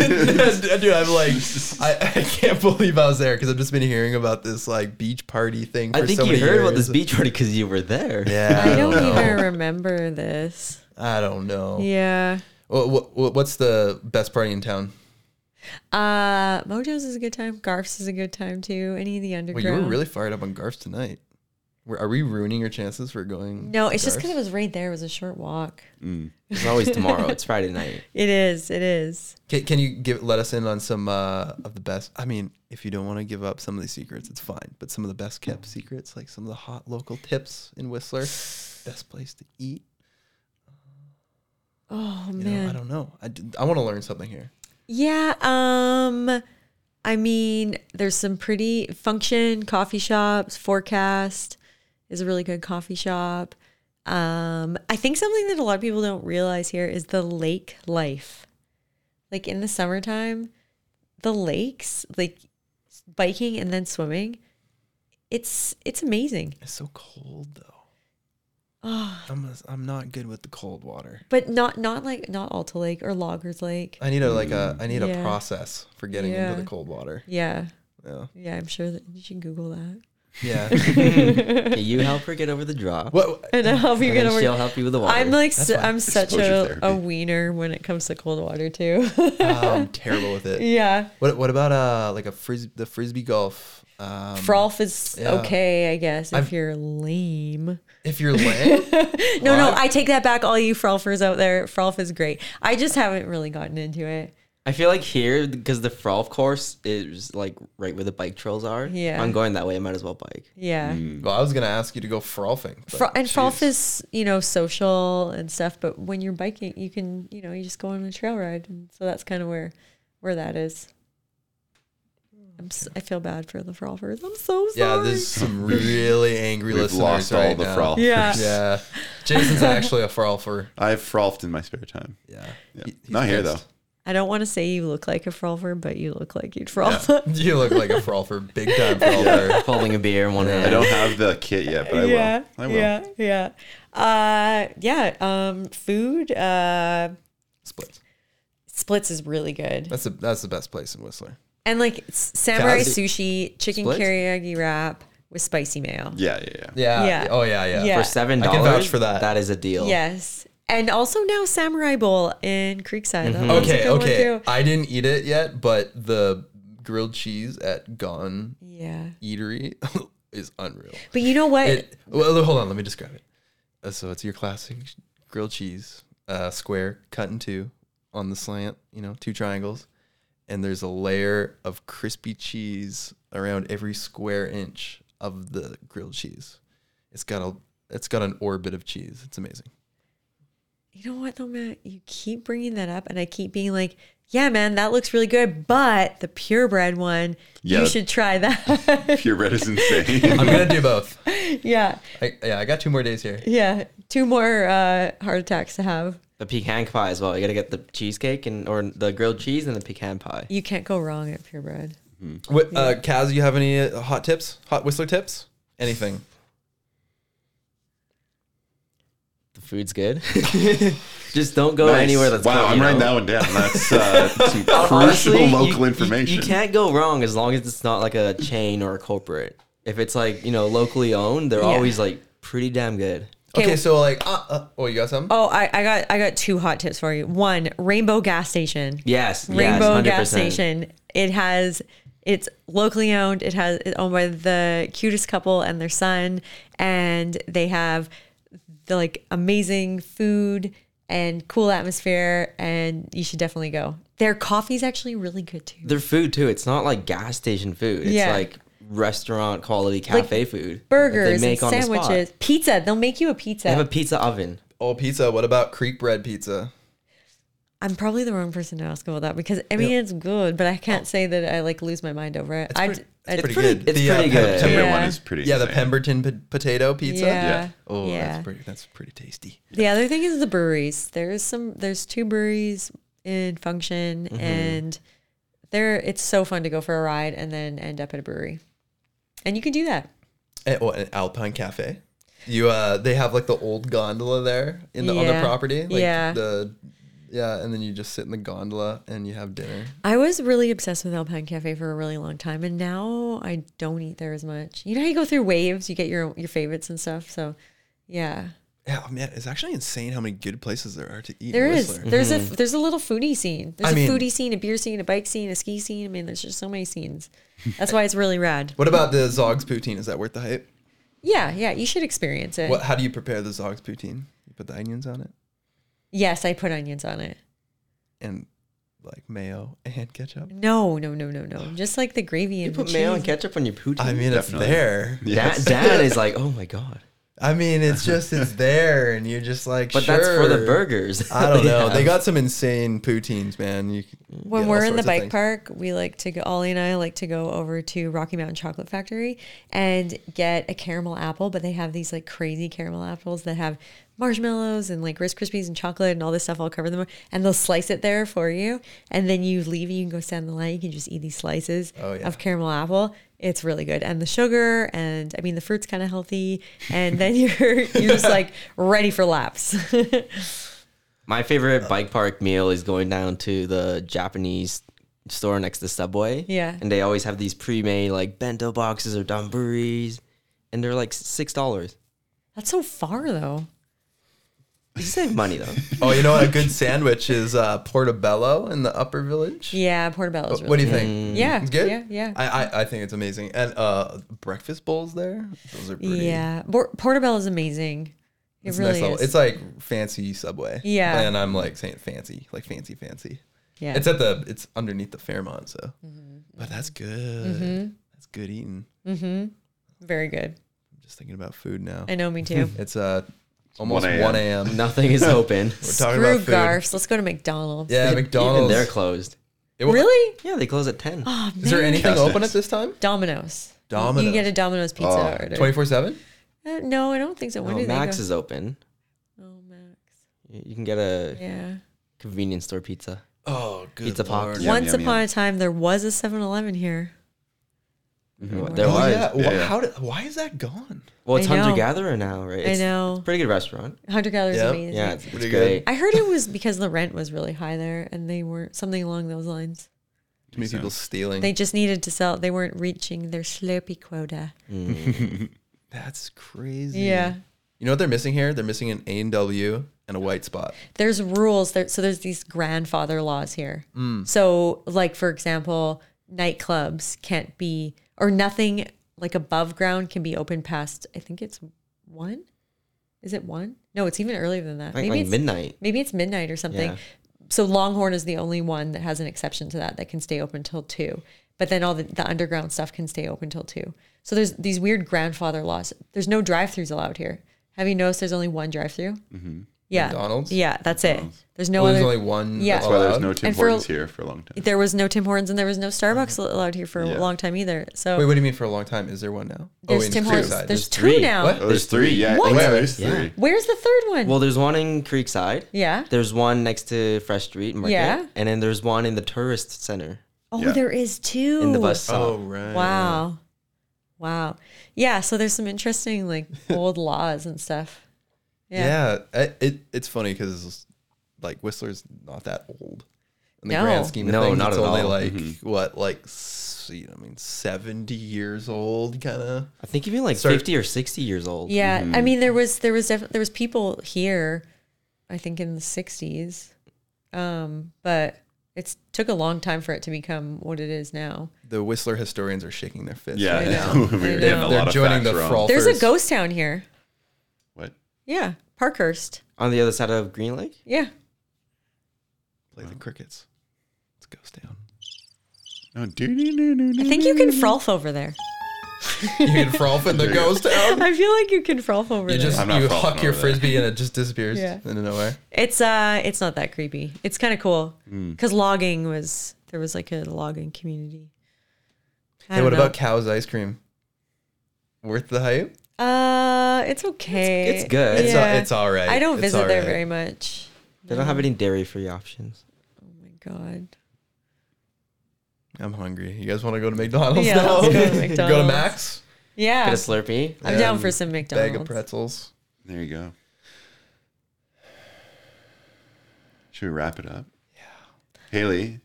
[SPEAKER 2] Dude, I'm like, I, I can't believe I was there because I've just been hearing about this like beach party thing. For
[SPEAKER 5] I think
[SPEAKER 2] so
[SPEAKER 5] you
[SPEAKER 2] many
[SPEAKER 5] heard about
[SPEAKER 2] years.
[SPEAKER 5] this beach party because you were there.
[SPEAKER 2] Yeah,
[SPEAKER 4] I don't
[SPEAKER 2] know.
[SPEAKER 4] even remember this.
[SPEAKER 2] I don't know.
[SPEAKER 4] Yeah.
[SPEAKER 2] What, what, what's the best party in town?
[SPEAKER 4] Uh Mojo's is a good time. Garf's is a good time too. Any of the
[SPEAKER 2] Well,
[SPEAKER 4] underground.
[SPEAKER 2] you were really fired up on Garf's tonight. Were- Are we ruining your chances for going?
[SPEAKER 4] no,
[SPEAKER 2] to
[SPEAKER 4] it's just because
[SPEAKER 2] Garf's?
[SPEAKER 4] it was right there. It was a short walk.
[SPEAKER 5] It's always tomorrow. It's Friday night.
[SPEAKER 4] It is. It is.
[SPEAKER 2] Can, can you give let us in on some uh, of the best? I mean, if you don't want to give up some of these secrets, it's fine. But some of the best kept secrets, like some of the hot local tips in Whistler, best place to eat.
[SPEAKER 4] Oh
[SPEAKER 2] You
[SPEAKER 4] man.
[SPEAKER 2] know, I don't know. I, d- I want to learn something here.
[SPEAKER 4] Yeah, um I mean, there's some pretty function coffee shops, Forecast is a really good coffee shop. Um I think something that a lot of people don't realize here is the lake life. Like in the summertime, the lakes, like biking and then swimming, it's it's amazing. Ah,
[SPEAKER 2] It's so cold though. I'm a, I'm not good with the cold water.
[SPEAKER 4] But not not like not Alta Lake or Loggers Lake.
[SPEAKER 2] I need a like a I need a
[SPEAKER 4] Yeah.
[SPEAKER 2] process for getting
[SPEAKER 4] Yeah.
[SPEAKER 2] into the cold water.
[SPEAKER 4] Yeah.
[SPEAKER 2] Yeah.
[SPEAKER 4] Yeah, I'm sure that you should Google that.
[SPEAKER 2] Yeah.
[SPEAKER 5] Can you help her get over the drop?
[SPEAKER 2] what
[SPEAKER 4] And I'll help you
[SPEAKER 5] And
[SPEAKER 4] get
[SPEAKER 5] then
[SPEAKER 4] over.
[SPEAKER 5] she'll help you with the water.
[SPEAKER 4] I'm like s I'm such
[SPEAKER 3] Exposure
[SPEAKER 4] a,
[SPEAKER 3] therapy.
[SPEAKER 4] a wiener when it comes to cold water too.
[SPEAKER 2] I'm terrible with it.
[SPEAKER 4] yeah,
[SPEAKER 2] What what about uh like a fris the frisbee golf? Um,
[SPEAKER 4] frolf is
[SPEAKER 2] yeah.
[SPEAKER 4] okay, I guess, if
[SPEAKER 2] I've-
[SPEAKER 4] you're lame.
[SPEAKER 2] if you're lame,
[SPEAKER 3] Hmm.
[SPEAKER 4] No, no,
[SPEAKER 2] What?
[SPEAKER 4] I take that back. All you frolfers out there, frolf is great. I just haven't really gotten into it.
[SPEAKER 5] I feel like here because the frolf course is like right where the bike trails are.
[SPEAKER 4] Yeah.
[SPEAKER 5] I'm going that way. I might as well bike.
[SPEAKER 4] Yeah,
[SPEAKER 2] Well, I was gonna ask you to go frolfing. but
[SPEAKER 4] Fro- and frolf
[SPEAKER 2] jeez.
[SPEAKER 4] is you know social and stuff, but when you're biking, you can you know you just go on a trail ride, and so that's kind of where where that is. I'm s- I feel bad for the frolfers. I'm so sorry.
[SPEAKER 2] yeah. There's some really angry
[SPEAKER 3] We've
[SPEAKER 2] listeners
[SPEAKER 3] lost all
[SPEAKER 2] right
[SPEAKER 3] the
[SPEAKER 2] now.
[SPEAKER 3] frolfers.
[SPEAKER 4] Yeah.
[SPEAKER 2] Yeah, Jason's actually a frolfer.
[SPEAKER 3] I've frolfed in my spare time.
[SPEAKER 2] Yeah, He- he's
[SPEAKER 3] Not here though.
[SPEAKER 2] pissed.
[SPEAKER 4] I don't want to say you look like a frolfer, but you look like you'd frolf.
[SPEAKER 2] You look like a frolfer, big time frolfer.
[SPEAKER 5] Holding a beer in one hand.
[SPEAKER 3] I don't have the kit yet, but I
[SPEAKER 4] yeah,
[SPEAKER 3] will. I will.
[SPEAKER 4] yeah, yeah, uh, yeah. Um, food uh,
[SPEAKER 2] Splits.
[SPEAKER 4] splits is really good,
[SPEAKER 2] That's the that's the best place in Whistler.
[SPEAKER 4] and like s- samurai
[SPEAKER 2] Kaz-
[SPEAKER 4] sushi, chicken
[SPEAKER 5] Splits?
[SPEAKER 4] karaage wrap with spicy mayo.
[SPEAKER 3] Yeah, yeah, yeah.
[SPEAKER 2] Yeah.
[SPEAKER 4] Yeah.
[SPEAKER 2] Oh yeah, yeah.
[SPEAKER 4] Yeah.
[SPEAKER 5] For seven
[SPEAKER 2] I
[SPEAKER 5] dollars,
[SPEAKER 2] can vouch for that.
[SPEAKER 5] That is a deal.
[SPEAKER 4] Yes, and also now samurai bowl in Creekside.
[SPEAKER 3] Mm-hmm.
[SPEAKER 4] That was a
[SPEAKER 2] Okay,
[SPEAKER 4] good one,
[SPEAKER 2] okay.
[SPEAKER 4] too.
[SPEAKER 2] I didn't eat it yet, but the grilled cheese at Gone
[SPEAKER 4] Yeah,
[SPEAKER 2] Eatery is unreal.
[SPEAKER 4] but you know what?
[SPEAKER 2] It, well, hold on. Let me describe it. Uh, so it's your classic grilled cheese, uh, square, cut in two on the slant, you know, two triangles. And there's a layer of crispy cheese around every square inch of the grilled cheese. It's got a it's got an orbit of cheese. It's amazing.
[SPEAKER 4] You know what though, Matt? You keep bringing that up, and I keep being like, "Yeah, man, that looks really good," but the purebred one,
[SPEAKER 3] Yeah.
[SPEAKER 4] you should try that.
[SPEAKER 3] Purebred is insane.
[SPEAKER 2] I'm gonna do both.
[SPEAKER 4] yeah,
[SPEAKER 2] I, yeah, I got two more days here.
[SPEAKER 4] yeah. Two more uh, heart attacks to have.
[SPEAKER 5] The pecan pie as well. You gotta get the cheesecake and or the grilled cheese and the pecan pie.
[SPEAKER 4] You can't go wrong at purebred.
[SPEAKER 2] What, uh, Kaz, you have any uh, hot tips? Hot whistler tips? Anything?
[SPEAKER 5] The food's good. Just don't go
[SPEAKER 3] Nice.
[SPEAKER 5] anywhere that's
[SPEAKER 3] wow,
[SPEAKER 5] cut,
[SPEAKER 3] I'm
[SPEAKER 5] you
[SPEAKER 3] writing
[SPEAKER 5] know?
[SPEAKER 3] that one down. That's uh, some crucial
[SPEAKER 5] Honestly, you-
[SPEAKER 3] local
[SPEAKER 5] you-
[SPEAKER 3] information.
[SPEAKER 5] You, can't go wrong as long as it's not like a chain or a corporate. If it's like you know locally owned, they're always like pretty damn good.
[SPEAKER 2] Okay,
[SPEAKER 4] Okay.
[SPEAKER 2] so like, uh, uh, oh, you got something?
[SPEAKER 4] Oh, I, I got I got two hot tips for you. One, Rainbow gas station.
[SPEAKER 5] Yes,
[SPEAKER 4] Rainbow
[SPEAKER 5] yes,
[SPEAKER 4] gas
[SPEAKER 5] 100%.
[SPEAKER 4] station. It has it's locally owned. It has it's owned by the cutest couple and their son, and they have the like amazing food and cool atmosphere. And you should definitely go. Their coffee's actually really good too.
[SPEAKER 5] Their food too. It's not like gas station food. It's
[SPEAKER 4] Yeah.
[SPEAKER 5] like restaurant quality cafe food. that
[SPEAKER 4] Burgers, and
[SPEAKER 5] on the spot.
[SPEAKER 4] sandwiches, pizza. They'll make you a
[SPEAKER 5] They have a
[SPEAKER 4] pizza.
[SPEAKER 5] pizza oven.
[SPEAKER 2] Oh, pizza. What about Creek bread pizza?
[SPEAKER 4] I'm probably the wrong person to ask about that because I mean it's good, but I can't say that I like lose my mind over it. I,
[SPEAKER 2] Oh. pretty-
[SPEAKER 4] I-
[SPEAKER 2] Pretty
[SPEAKER 5] pretty-
[SPEAKER 2] good.
[SPEAKER 3] uh,
[SPEAKER 5] it's pretty
[SPEAKER 2] Pem-
[SPEAKER 5] good.
[SPEAKER 2] Pember-
[SPEAKER 3] Everyone
[SPEAKER 4] Yeah.
[SPEAKER 3] is pretty.
[SPEAKER 2] yeah, the
[SPEAKER 3] insane.
[SPEAKER 2] Pemberton p- potato pizza.
[SPEAKER 4] Yeah.
[SPEAKER 3] Yeah.
[SPEAKER 2] Oh,
[SPEAKER 4] Yeah.
[SPEAKER 2] that's pretty. That's pretty tasty.
[SPEAKER 4] The other thing is the breweries. There's some there's two breweries in function
[SPEAKER 2] Mm-hmm.
[SPEAKER 4] and they're it's so fun to go for a ride and then end up at a brewery. And you can do that.
[SPEAKER 2] And, oh, and Alpine Cafe. You uh, they have like the old gondola there in the on the
[SPEAKER 4] Yeah.
[SPEAKER 2] property. Like
[SPEAKER 4] Yeah.
[SPEAKER 2] The yeah, and then you just sit in the gondola and you have dinner.
[SPEAKER 4] I was really obsessed with Alpine Cafe for a really long time and now I don't eat there as much. You know how you go through waves, you get your your favorites and stuff. So yeah.
[SPEAKER 2] Yeah, oh, man, it's actually insane how many good places there are to eat. in
[SPEAKER 4] There is
[SPEAKER 2] Whistler.
[SPEAKER 4] there's a there's a little foodie scene. There's
[SPEAKER 2] Mm-hmm. I
[SPEAKER 4] a
[SPEAKER 2] mean-
[SPEAKER 4] foodie scene, a beer scene, a bike scene, a ski scene. I mean, there's just so many scenes. That's why it's really rad.
[SPEAKER 2] What about the Zog's poutine? Is that worth the hype?
[SPEAKER 4] Yeah, yeah, you should experience it.
[SPEAKER 2] What? How do you prepare the Zog's poutine? You put the onions on it
[SPEAKER 4] Yes, I put onions on it.
[SPEAKER 2] and like mayo and ketchup.
[SPEAKER 4] No, no, no, no, no. Just like the gravy
[SPEAKER 5] You
[SPEAKER 4] and
[SPEAKER 5] put
[SPEAKER 4] the
[SPEAKER 5] mayo
[SPEAKER 4] cheese.
[SPEAKER 5] and ketchup on your poutine.
[SPEAKER 2] I mean,
[SPEAKER 3] Definitely.
[SPEAKER 2] it's there.
[SPEAKER 5] that that is like oh my god.
[SPEAKER 2] I mean, it's just it's there, and you're just like,
[SPEAKER 5] But that's for the
[SPEAKER 2] sure.
[SPEAKER 5] burgers.
[SPEAKER 2] I don't know. They
[SPEAKER 5] have.
[SPEAKER 2] got some insane poutines, man. You can
[SPEAKER 4] when
[SPEAKER 2] get all
[SPEAKER 4] we're in
[SPEAKER 2] sorts
[SPEAKER 4] the
[SPEAKER 2] of
[SPEAKER 4] bike
[SPEAKER 2] things.
[SPEAKER 4] park, we like to go. Ollie and I like to go over to Rocky Mountain Chocolate Factory and get a caramel apple. But they have these like crazy caramel apples that have marshmallows and like Rice Krispies and chocolate and all this stuff all covered in them. And they'll slice it there for you, and then you leave. You can go stand in the line. You can just eat these slices
[SPEAKER 2] Oh, yeah.
[SPEAKER 4] of caramel apple. It's really good, and the sugar, and I mean the fruit's kind of healthy, and then you're you're just like ready for laps.
[SPEAKER 5] My
[SPEAKER 2] Uh,
[SPEAKER 5] favorite bike park meal is going down to the Japanese store next to Subway.
[SPEAKER 4] Yeah.
[SPEAKER 5] And they always have these pre-made like bento boxes or donburies. And they're like six dollars.
[SPEAKER 4] That's so far though.
[SPEAKER 5] You save money though.
[SPEAKER 2] Oh, you know what? A good sandwich is uh, portobello in the Upper Village.
[SPEAKER 4] Yeah, portobello's.
[SPEAKER 2] What do you think?
[SPEAKER 4] Yeah,
[SPEAKER 2] Mm-hmm. It's good.
[SPEAKER 4] yeah, yeah.
[SPEAKER 2] I, I I think it's amazing. And uh, breakfast bowls there. Those are pretty.
[SPEAKER 4] Yeah, Bor- Portobello is amazing. It
[SPEAKER 2] It's,
[SPEAKER 4] really
[SPEAKER 2] nice level.
[SPEAKER 4] is.
[SPEAKER 2] it's like fancy Subway.
[SPEAKER 4] Yeah.
[SPEAKER 2] And I'm like saying fancy, like fancy, fancy.
[SPEAKER 4] yeah. Mm-hmm.
[SPEAKER 2] It's at the it's underneath the Fairmont, so. But that's good. That's good eating.
[SPEAKER 4] very good.
[SPEAKER 2] I'm just thinking about food now.
[SPEAKER 4] I know, me too.
[SPEAKER 2] It's uh almost
[SPEAKER 3] 1
[SPEAKER 2] 1
[SPEAKER 3] a.m..
[SPEAKER 2] a.m.
[SPEAKER 5] Nothing is open.
[SPEAKER 2] We're talking
[SPEAKER 4] Screw
[SPEAKER 2] about food.
[SPEAKER 4] Garf's. Let's go to McDonald's.
[SPEAKER 2] Yeah,
[SPEAKER 5] Even
[SPEAKER 2] McDonald's.
[SPEAKER 5] they're closed.
[SPEAKER 2] It wa-
[SPEAKER 4] Really?
[SPEAKER 5] Yeah, they close at ten.
[SPEAKER 4] Oh, man.
[SPEAKER 2] Is there anything
[SPEAKER 3] Chestnuts.
[SPEAKER 2] open at this time?
[SPEAKER 4] Domino's? You
[SPEAKER 2] Domino's.
[SPEAKER 4] can get a Domino's pizza
[SPEAKER 3] Oh,
[SPEAKER 4] order.
[SPEAKER 2] 24 7?
[SPEAKER 4] Uh, no, I don't think so. When
[SPEAKER 5] No,
[SPEAKER 4] do
[SPEAKER 5] Max
[SPEAKER 4] they go?
[SPEAKER 5] is open.
[SPEAKER 4] oh, Max.
[SPEAKER 5] You you can get a
[SPEAKER 4] Yeah.
[SPEAKER 5] convenience store pizza.
[SPEAKER 2] Oh, good.
[SPEAKER 5] Pizza Lord. Pocket.
[SPEAKER 3] Yum,
[SPEAKER 4] Once
[SPEAKER 3] yum,
[SPEAKER 4] upon
[SPEAKER 3] yum.
[SPEAKER 4] a time, there was a 7-Eleven here.
[SPEAKER 5] Mm-hmm. There
[SPEAKER 2] Oh,
[SPEAKER 5] was.
[SPEAKER 2] yeah. Wha-
[SPEAKER 3] Yeah, yeah.
[SPEAKER 2] How did, why is that gone?
[SPEAKER 5] Well, it's
[SPEAKER 4] I know.
[SPEAKER 5] Hunter Gatherer now, right? It's,
[SPEAKER 4] know.
[SPEAKER 5] Pretty good restaurant.
[SPEAKER 4] Hunter Gallery's
[SPEAKER 2] Yep.
[SPEAKER 4] amazing.
[SPEAKER 5] Yeah, it's, it's
[SPEAKER 2] Pretty good.
[SPEAKER 5] great.
[SPEAKER 4] I heard it was because the rent was really high there, and they weren't something along those lines.
[SPEAKER 2] Too many people stealing.
[SPEAKER 4] They just needed to sell. They weren't reaching their Slurpee quota.
[SPEAKER 2] That's crazy.
[SPEAKER 4] Yeah.
[SPEAKER 2] You know what they're missing here? They're missing an A&W and a white spot.
[SPEAKER 4] there's rules there so there's these grandfather laws here
[SPEAKER 5] Mm.
[SPEAKER 4] so like for example nightclubs can't be or nothing like above ground can be open past i think it's one is it one no it's even earlier than that
[SPEAKER 5] Like,
[SPEAKER 4] maybe
[SPEAKER 5] like
[SPEAKER 4] it's
[SPEAKER 5] midnight.
[SPEAKER 4] maybe it's midnight or something
[SPEAKER 5] Yeah.
[SPEAKER 4] so longhorn is the only one that has an exception to that that can stay open till two but then all the, the underground stuff can stay open till two. So there's these weird grandfather laws. There's no drive-throughs allowed here. Have you noticed there's only one drive-through? Mm-hmm. Yeah,
[SPEAKER 2] McDonald's?
[SPEAKER 4] Yeah, that's it. There's no
[SPEAKER 2] Well,
[SPEAKER 4] other.
[SPEAKER 2] there's only one.
[SPEAKER 4] Yeah.
[SPEAKER 2] that's
[SPEAKER 3] That's why there's
[SPEAKER 2] allowed.
[SPEAKER 3] no Tim
[SPEAKER 4] And for-
[SPEAKER 3] Hortons here for a long time.
[SPEAKER 4] there was no Tim Hortons and there was no Starbucks
[SPEAKER 5] Mm-hmm.
[SPEAKER 4] allowed here for
[SPEAKER 3] Yeah.
[SPEAKER 4] a long time either. So
[SPEAKER 2] Wait, what do you mean for a long time? Is there one now? Oh,
[SPEAKER 4] there's
[SPEAKER 2] in
[SPEAKER 4] Tim
[SPEAKER 2] Creekside.
[SPEAKER 4] Hortons. There's,
[SPEAKER 5] There's
[SPEAKER 4] two
[SPEAKER 5] three.
[SPEAKER 4] now.
[SPEAKER 2] What?
[SPEAKER 3] Oh, there's
[SPEAKER 5] There's three.
[SPEAKER 3] three. Yeah,
[SPEAKER 4] What?
[SPEAKER 3] yeah, there's
[SPEAKER 5] Yeah.
[SPEAKER 3] three.
[SPEAKER 4] Where's the third one?
[SPEAKER 5] Well, there's one in Creekside.
[SPEAKER 4] yeah.
[SPEAKER 5] There's one next to Fresh Street Market.
[SPEAKER 4] Yeah.
[SPEAKER 5] And then there's one in the tourist center
[SPEAKER 4] Oh,
[SPEAKER 3] Yeah.
[SPEAKER 4] there is two.
[SPEAKER 5] in the bus stop.
[SPEAKER 2] Oh right.
[SPEAKER 4] Wow. Wow. Yeah. So there's some interesting like old laws and stuff. Yeah.
[SPEAKER 2] Yeah, I- it it's funny because like Whistler's not that old in the
[SPEAKER 4] No.
[SPEAKER 2] grand scheme of
[SPEAKER 5] No,
[SPEAKER 2] things.
[SPEAKER 5] not
[SPEAKER 2] it's
[SPEAKER 5] at
[SPEAKER 2] only
[SPEAKER 5] all.
[SPEAKER 2] like
[SPEAKER 3] Mm-hmm.
[SPEAKER 2] what, like s- you know, I mean, seventy years old, kind of.
[SPEAKER 5] I think even like
[SPEAKER 2] Start-
[SPEAKER 5] 50 or 60 years old.
[SPEAKER 4] Yeah.
[SPEAKER 2] Mm-hmm.
[SPEAKER 4] I mean, there was there was def- there was people here, I think in the '60s, um, but it's took a long time for it to become what it is now.
[SPEAKER 2] The Whistler historians are shaking their fists.
[SPEAKER 3] Yeah,
[SPEAKER 2] right now.
[SPEAKER 3] we were
[SPEAKER 4] I
[SPEAKER 3] getting
[SPEAKER 4] know.
[SPEAKER 3] a
[SPEAKER 2] They're
[SPEAKER 3] lot of
[SPEAKER 2] joining
[SPEAKER 3] facts
[SPEAKER 2] the
[SPEAKER 3] wrong.
[SPEAKER 2] fraud-
[SPEAKER 4] There's a
[SPEAKER 2] First.
[SPEAKER 4] ghost town here.
[SPEAKER 3] What?
[SPEAKER 4] Yeah, Parkhurst.
[SPEAKER 5] On the other side of Green Lake?
[SPEAKER 4] Yeah.
[SPEAKER 2] Play the crickets. It's ghost town.
[SPEAKER 3] No, Oh, do do do do.
[SPEAKER 4] I think you can
[SPEAKER 2] Mm-hmm.
[SPEAKER 4] frolf over there.
[SPEAKER 2] You can frolf in the ghost town.
[SPEAKER 4] I feel like you can frolf over
[SPEAKER 2] You
[SPEAKER 4] there.
[SPEAKER 2] just
[SPEAKER 3] I'm not
[SPEAKER 2] you
[SPEAKER 3] frolfing
[SPEAKER 2] huck your
[SPEAKER 3] over there.
[SPEAKER 2] frisbee and it just disappears
[SPEAKER 4] Yeah.
[SPEAKER 2] into nowhere.
[SPEAKER 4] It's uh, it's not that creepy. It's kind of cool because logging was there was like a logging community. I
[SPEAKER 2] Hey,
[SPEAKER 4] don't
[SPEAKER 2] what
[SPEAKER 4] know.
[SPEAKER 2] about cow's ice cream? Worth the hype?
[SPEAKER 4] Uh, it's okay.
[SPEAKER 5] it's good.
[SPEAKER 2] It's,
[SPEAKER 4] Yeah.
[SPEAKER 2] a, it's all right.
[SPEAKER 4] I don't
[SPEAKER 2] It's
[SPEAKER 4] visit
[SPEAKER 2] all
[SPEAKER 4] there
[SPEAKER 2] right.
[SPEAKER 4] very much.
[SPEAKER 5] They don't have any dairy free options.
[SPEAKER 4] Oh my god.
[SPEAKER 2] I'm hungry. You guys want to go to McDonald's
[SPEAKER 4] Yeah,
[SPEAKER 2] now?
[SPEAKER 4] let's go to
[SPEAKER 2] go to
[SPEAKER 4] McDonald's.
[SPEAKER 2] Max.
[SPEAKER 4] Yeah,
[SPEAKER 5] Get a Slurpee.
[SPEAKER 4] I'm
[SPEAKER 2] Yeah,
[SPEAKER 4] down
[SPEAKER 2] and
[SPEAKER 4] for some McDonald's.
[SPEAKER 2] Um, Bag of pretzels.
[SPEAKER 3] There you go. Should we wrap it up? Yeah. Haley, do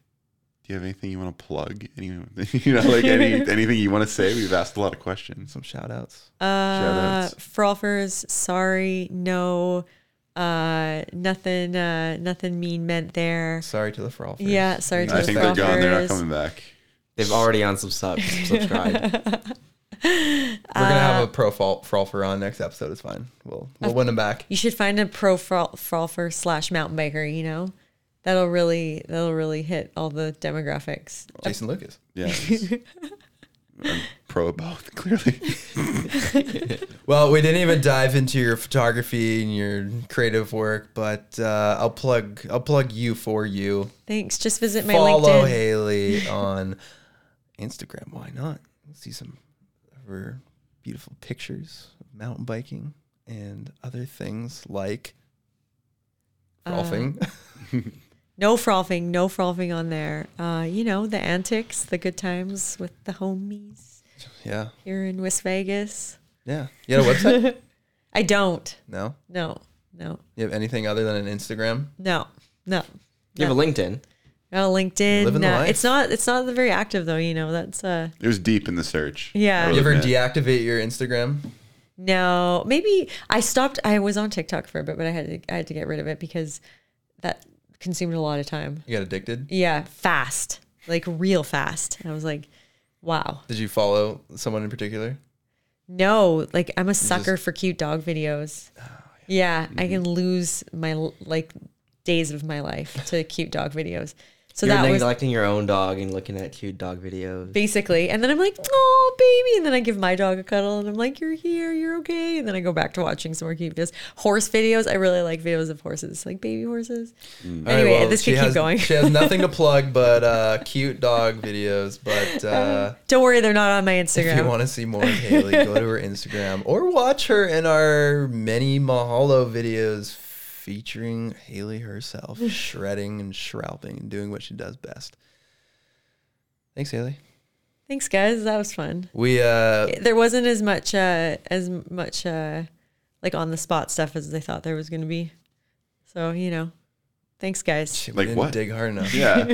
[SPEAKER 3] you have anything you want to plug? Any, you know, like any anything you want to say? We've asked a lot of questions.
[SPEAKER 2] Some shout outs.
[SPEAKER 4] Uh,
[SPEAKER 3] Shoutouts.
[SPEAKER 4] Frolfers, sorry, no, uh, nothing, uh, nothing mean meant there.
[SPEAKER 2] Sorry to the frolfers.
[SPEAKER 4] Yeah, sorry to
[SPEAKER 3] I
[SPEAKER 4] the
[SPEAKER 3] think they're gone. They're
[SPEAKER 4] Frolfers.
[SPEAKER 3] not coming back.
[SPEAKER 5] They've already unsubscribed. subscribed.
[SPEAKER 2] We're going to
[SPEAKER 4] Uh,
[SPEAKER 2] have a pro frol- frolfer on next episode. It's fine. We'll, we'll win them back.
[SPEAKER 4] You should find a pro frol- frolfer slash mountain biker. You know, that'll really that'll really hit all the demographics.
[SPEAKER 2] Jason Lucas.
[SPEAKER 3] Yeah. I'm pro both, clearly.
[SPEAKER 2] Well, we didn't even dive into your photography and your creative work, but uh, I'll plug I'll plug you for you.
[SPEAKER 4] Thanks. Just visit my
[SPEAKER 2] Follow
[SPEAKER 4] LinkedIn.
[SPEAKER 2] Haley on Instagram. Why not? See some of her beautiful pictures of mountain biking and other things like
[SPEAKER 4] Uh,
[SPEAKER 2] frolfing.
[SPEAKER 4] No frolfing, no frolfing on there. Uh, you know the antics, the good times with the homies
[SPEAKER 2] yeah.
[SPEAKER 4] here in West Vegas.
[SPEAKER 2] Yeah. You have a website?
[SPEAKER 4] I don't.
[SPEAKER 2] no.
[SPEAKER 4] No, no,
[SPEAKER 2] You have anything other than an Instagram?
[SPEAKER 4] no, no.
[SPEAKER 5] You have a LinkedIn.
[SPEAKER 4] No LinkedIn.
[SPEAKER 2] Living the
[SPEAKER 4] uh,
[SPEAKER 2] life.
[SPEAKER 4] it's not. It's not very active though. You know that's. uh
[SPEAKER 3] It was deep in the search.
[SPEAKER 4] Yeah.
[SPEAKER 3] I will
[SPEAKER 2] You ever
[SPEAKER 3] admit.
[SPEAKER 2] deactivate your Instagram?
[SPEAKER 4] No, maybe I stopped. I was on TikTok for a bit, but I had to, I had to get rid of it because that consumed a lot of time.
[SPEAKER 2] You got addicted?
[SPEAKER 4] Yeah, fast, like real fast. And I was like, wow,
[SPEAKER 2] Did you follow someone in particular?
[SPEAKER 4] no, like I'm a sucker for cute dog videos. yeah, I can lose my l- like days of my life to cute dog videos. So
[SPEAKER 5] You're
[SPEAKER 4] that was
[SPEAKER 5] neglecting your own dog and looking at cute dog videos.
[SPEAKER 4] basically. And then I'm like, oh, baby. And then I give my dog a cuddle and I'm like, you're here, you're okay. And then I go back to watching some more cute videos. Horse videos. I really like videos of horses, like baby horses.
[SPEAKER 3] Mm.
[SPEAKER 2] All right,
[SPEAKER 4] Anyway,
[SPEAKER 2] well,
[SPEAKER 4] this
[SPEAKER 2] she
[SPEAKER 4] could keep
[SPEAKER 2] has-
[SPEAKER 4] going.
[SPEAKER 2] she has nothing to plug but uh, cute dog videos. But uh,
[SPEAKER 4] Don't worry, they're not on my
[SPEAKER 2] if you
[SPEAKER 4] Um, Instagram.
[SPEAKER 2] want to see more of Haley, go to her Instagram or watch her in our many Mahalo videos featuring Haley herself, shredding and shrouding and doing what she does best. Thanks, Haley.
[SPEAKER 4] Thanks, guys. That was fun.
[SPEAKER 2] We uh,
[SPEAKER 4] There wasn't as much, uh, as much, uh, like on the spot stuff as they thought there was going to be. So, you know, thanks, guys.
[SPEAKER 2] we
[SPEAKER 3] Like
[SPEAKER 2] didn't
[SPEAKER 3] what?
[SPEAKER 2] dig hard enough.
[SPEAKER 3] Yeah.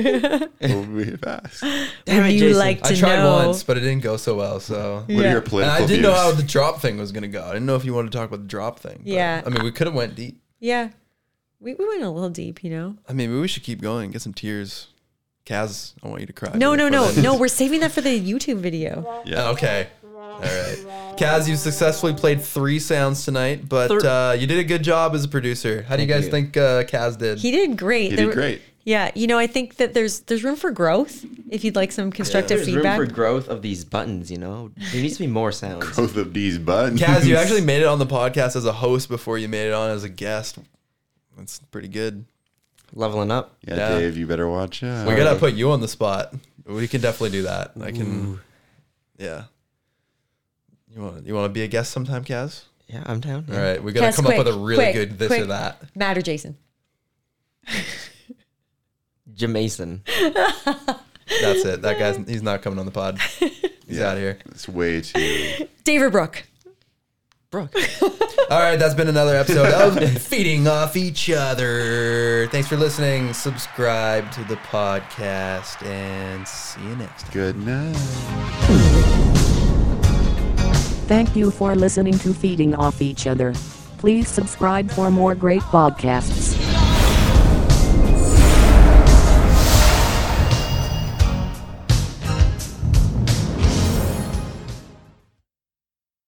[SPEAKER 3] well, we've asked. What
[SPEAKER 5] Damn
[SPEAKER 4] Would
[SPEAKER 5] it,
[SPEAKER 4] you
[SPEAKER 5] Jason.
[SPEAKER 4] like to
[SPEAKER 2] I tried
[SPEAKER 4] know?
[SPEAKER 2] once, but it didn't go so well. So
[SPEAKER 3] are
[SPEAKER 4] Yeah.
[SPEAKER 3] your
[SPEAKER 2] And
[SPEAKER 3] political
[SPEAKER 2] I didn't
[SPEAKER 3] views?
[SPEAKER 2] know how the drop thing was gonna go. I didn't know if you wanted to talk about the drop thing. but,
[SPEAKER 4] Yeah.
[SPEAKER 2] I mean, we could have went deep.
[SPEAKER 4] Yeah. We, we went a little deep, you know?
[SPEAKER 2] I mean, maybe we should keep going. Get some tears. Kaz, I want you to cry.
[SPEAKER 4] No, no, no,
[SPEAKER 2] before that
[SPEAKER 4] no.
[SPEAKER 2] ends.
[SPEAKER 4] We're saving that for the YouTube video.
[SPEAKER 2] Yeah, Oh, okay. All right. Kaz, you've successfully played three sounds tonight, but
[SPEAKER 5] Thir-
[SPEAKER 2] uh, you did a good job as a producer. How do you
[SPEAKER 5] Thank
[SPEAKER 2] guys
[SPEAKER 5] you.
[SPEAKER 2] think uh, Kaz did?
[SPEAKER 4] He did great.
[SPEAKER 3] He
[SPEAKER 4] There
[SPEAKER 3] did
[SPEAKER 4] were-
[SPEAKER 3] great.
[SPEAKER 4] Yeah, you know, I think that there's there's room for growth if you'd like some constructive
[SPEAKER 5] There's
[SPEAKER 4] feedback.
[SPEAKER 5] room for growth of these buttons, you know? There needs to be more sounds.
[SPEAKER 3] Both of these buttons.
[SPEAKER 2] Kaz, you actually made it on the podcast as a host before you made it on as a guest. That's pretty good.
[SPEAKER 5] Leveling up.
[SPEAKER 3] Yeah,
[SPEAKER 2] Yeah.
[SPEAKER 3] Dave, you better watch out.
[SPEAKER 2] We gotta put you on the spot. We can definitely do that. I can. Yeah. You want you want to be a guest sometime, Kaz?
[SPEAKER 5] Yeah, I'm down.
[SPEAKER 2] All right, we gotta
[SPEAKER 4] Kaz,
[SPEAKER 2] come up with a
[SPEAKER 4] quick,
[SPEAKER 2] really
[SPEAKER 4] quick,
[SPEAKER 2] good this or
[SPEAKER 4] quick.
[SPEAKER 2] that.
[SPEAKER 4] Matt or Jason?
[SPEAKER 5] Jamason.
[SPEAKER 2] That's it. That guy's he's not coming on the pod. He's out of here.
[SPEAKER 3] It's way too.
[SPEAKER 4] Dave or Brooke?
[SPEAKER 5] Brooke.
[SPEAKER 2] All right, that's been another episode of Feeding Off Each Other. Thanks for listening. Subscribe to the podcast and see you next time.
[SPEAKER 3] Good night.
[SPEAKER 1] Thank you for listening to Feeding Off Each Other. Please subscribe for more great podcasts.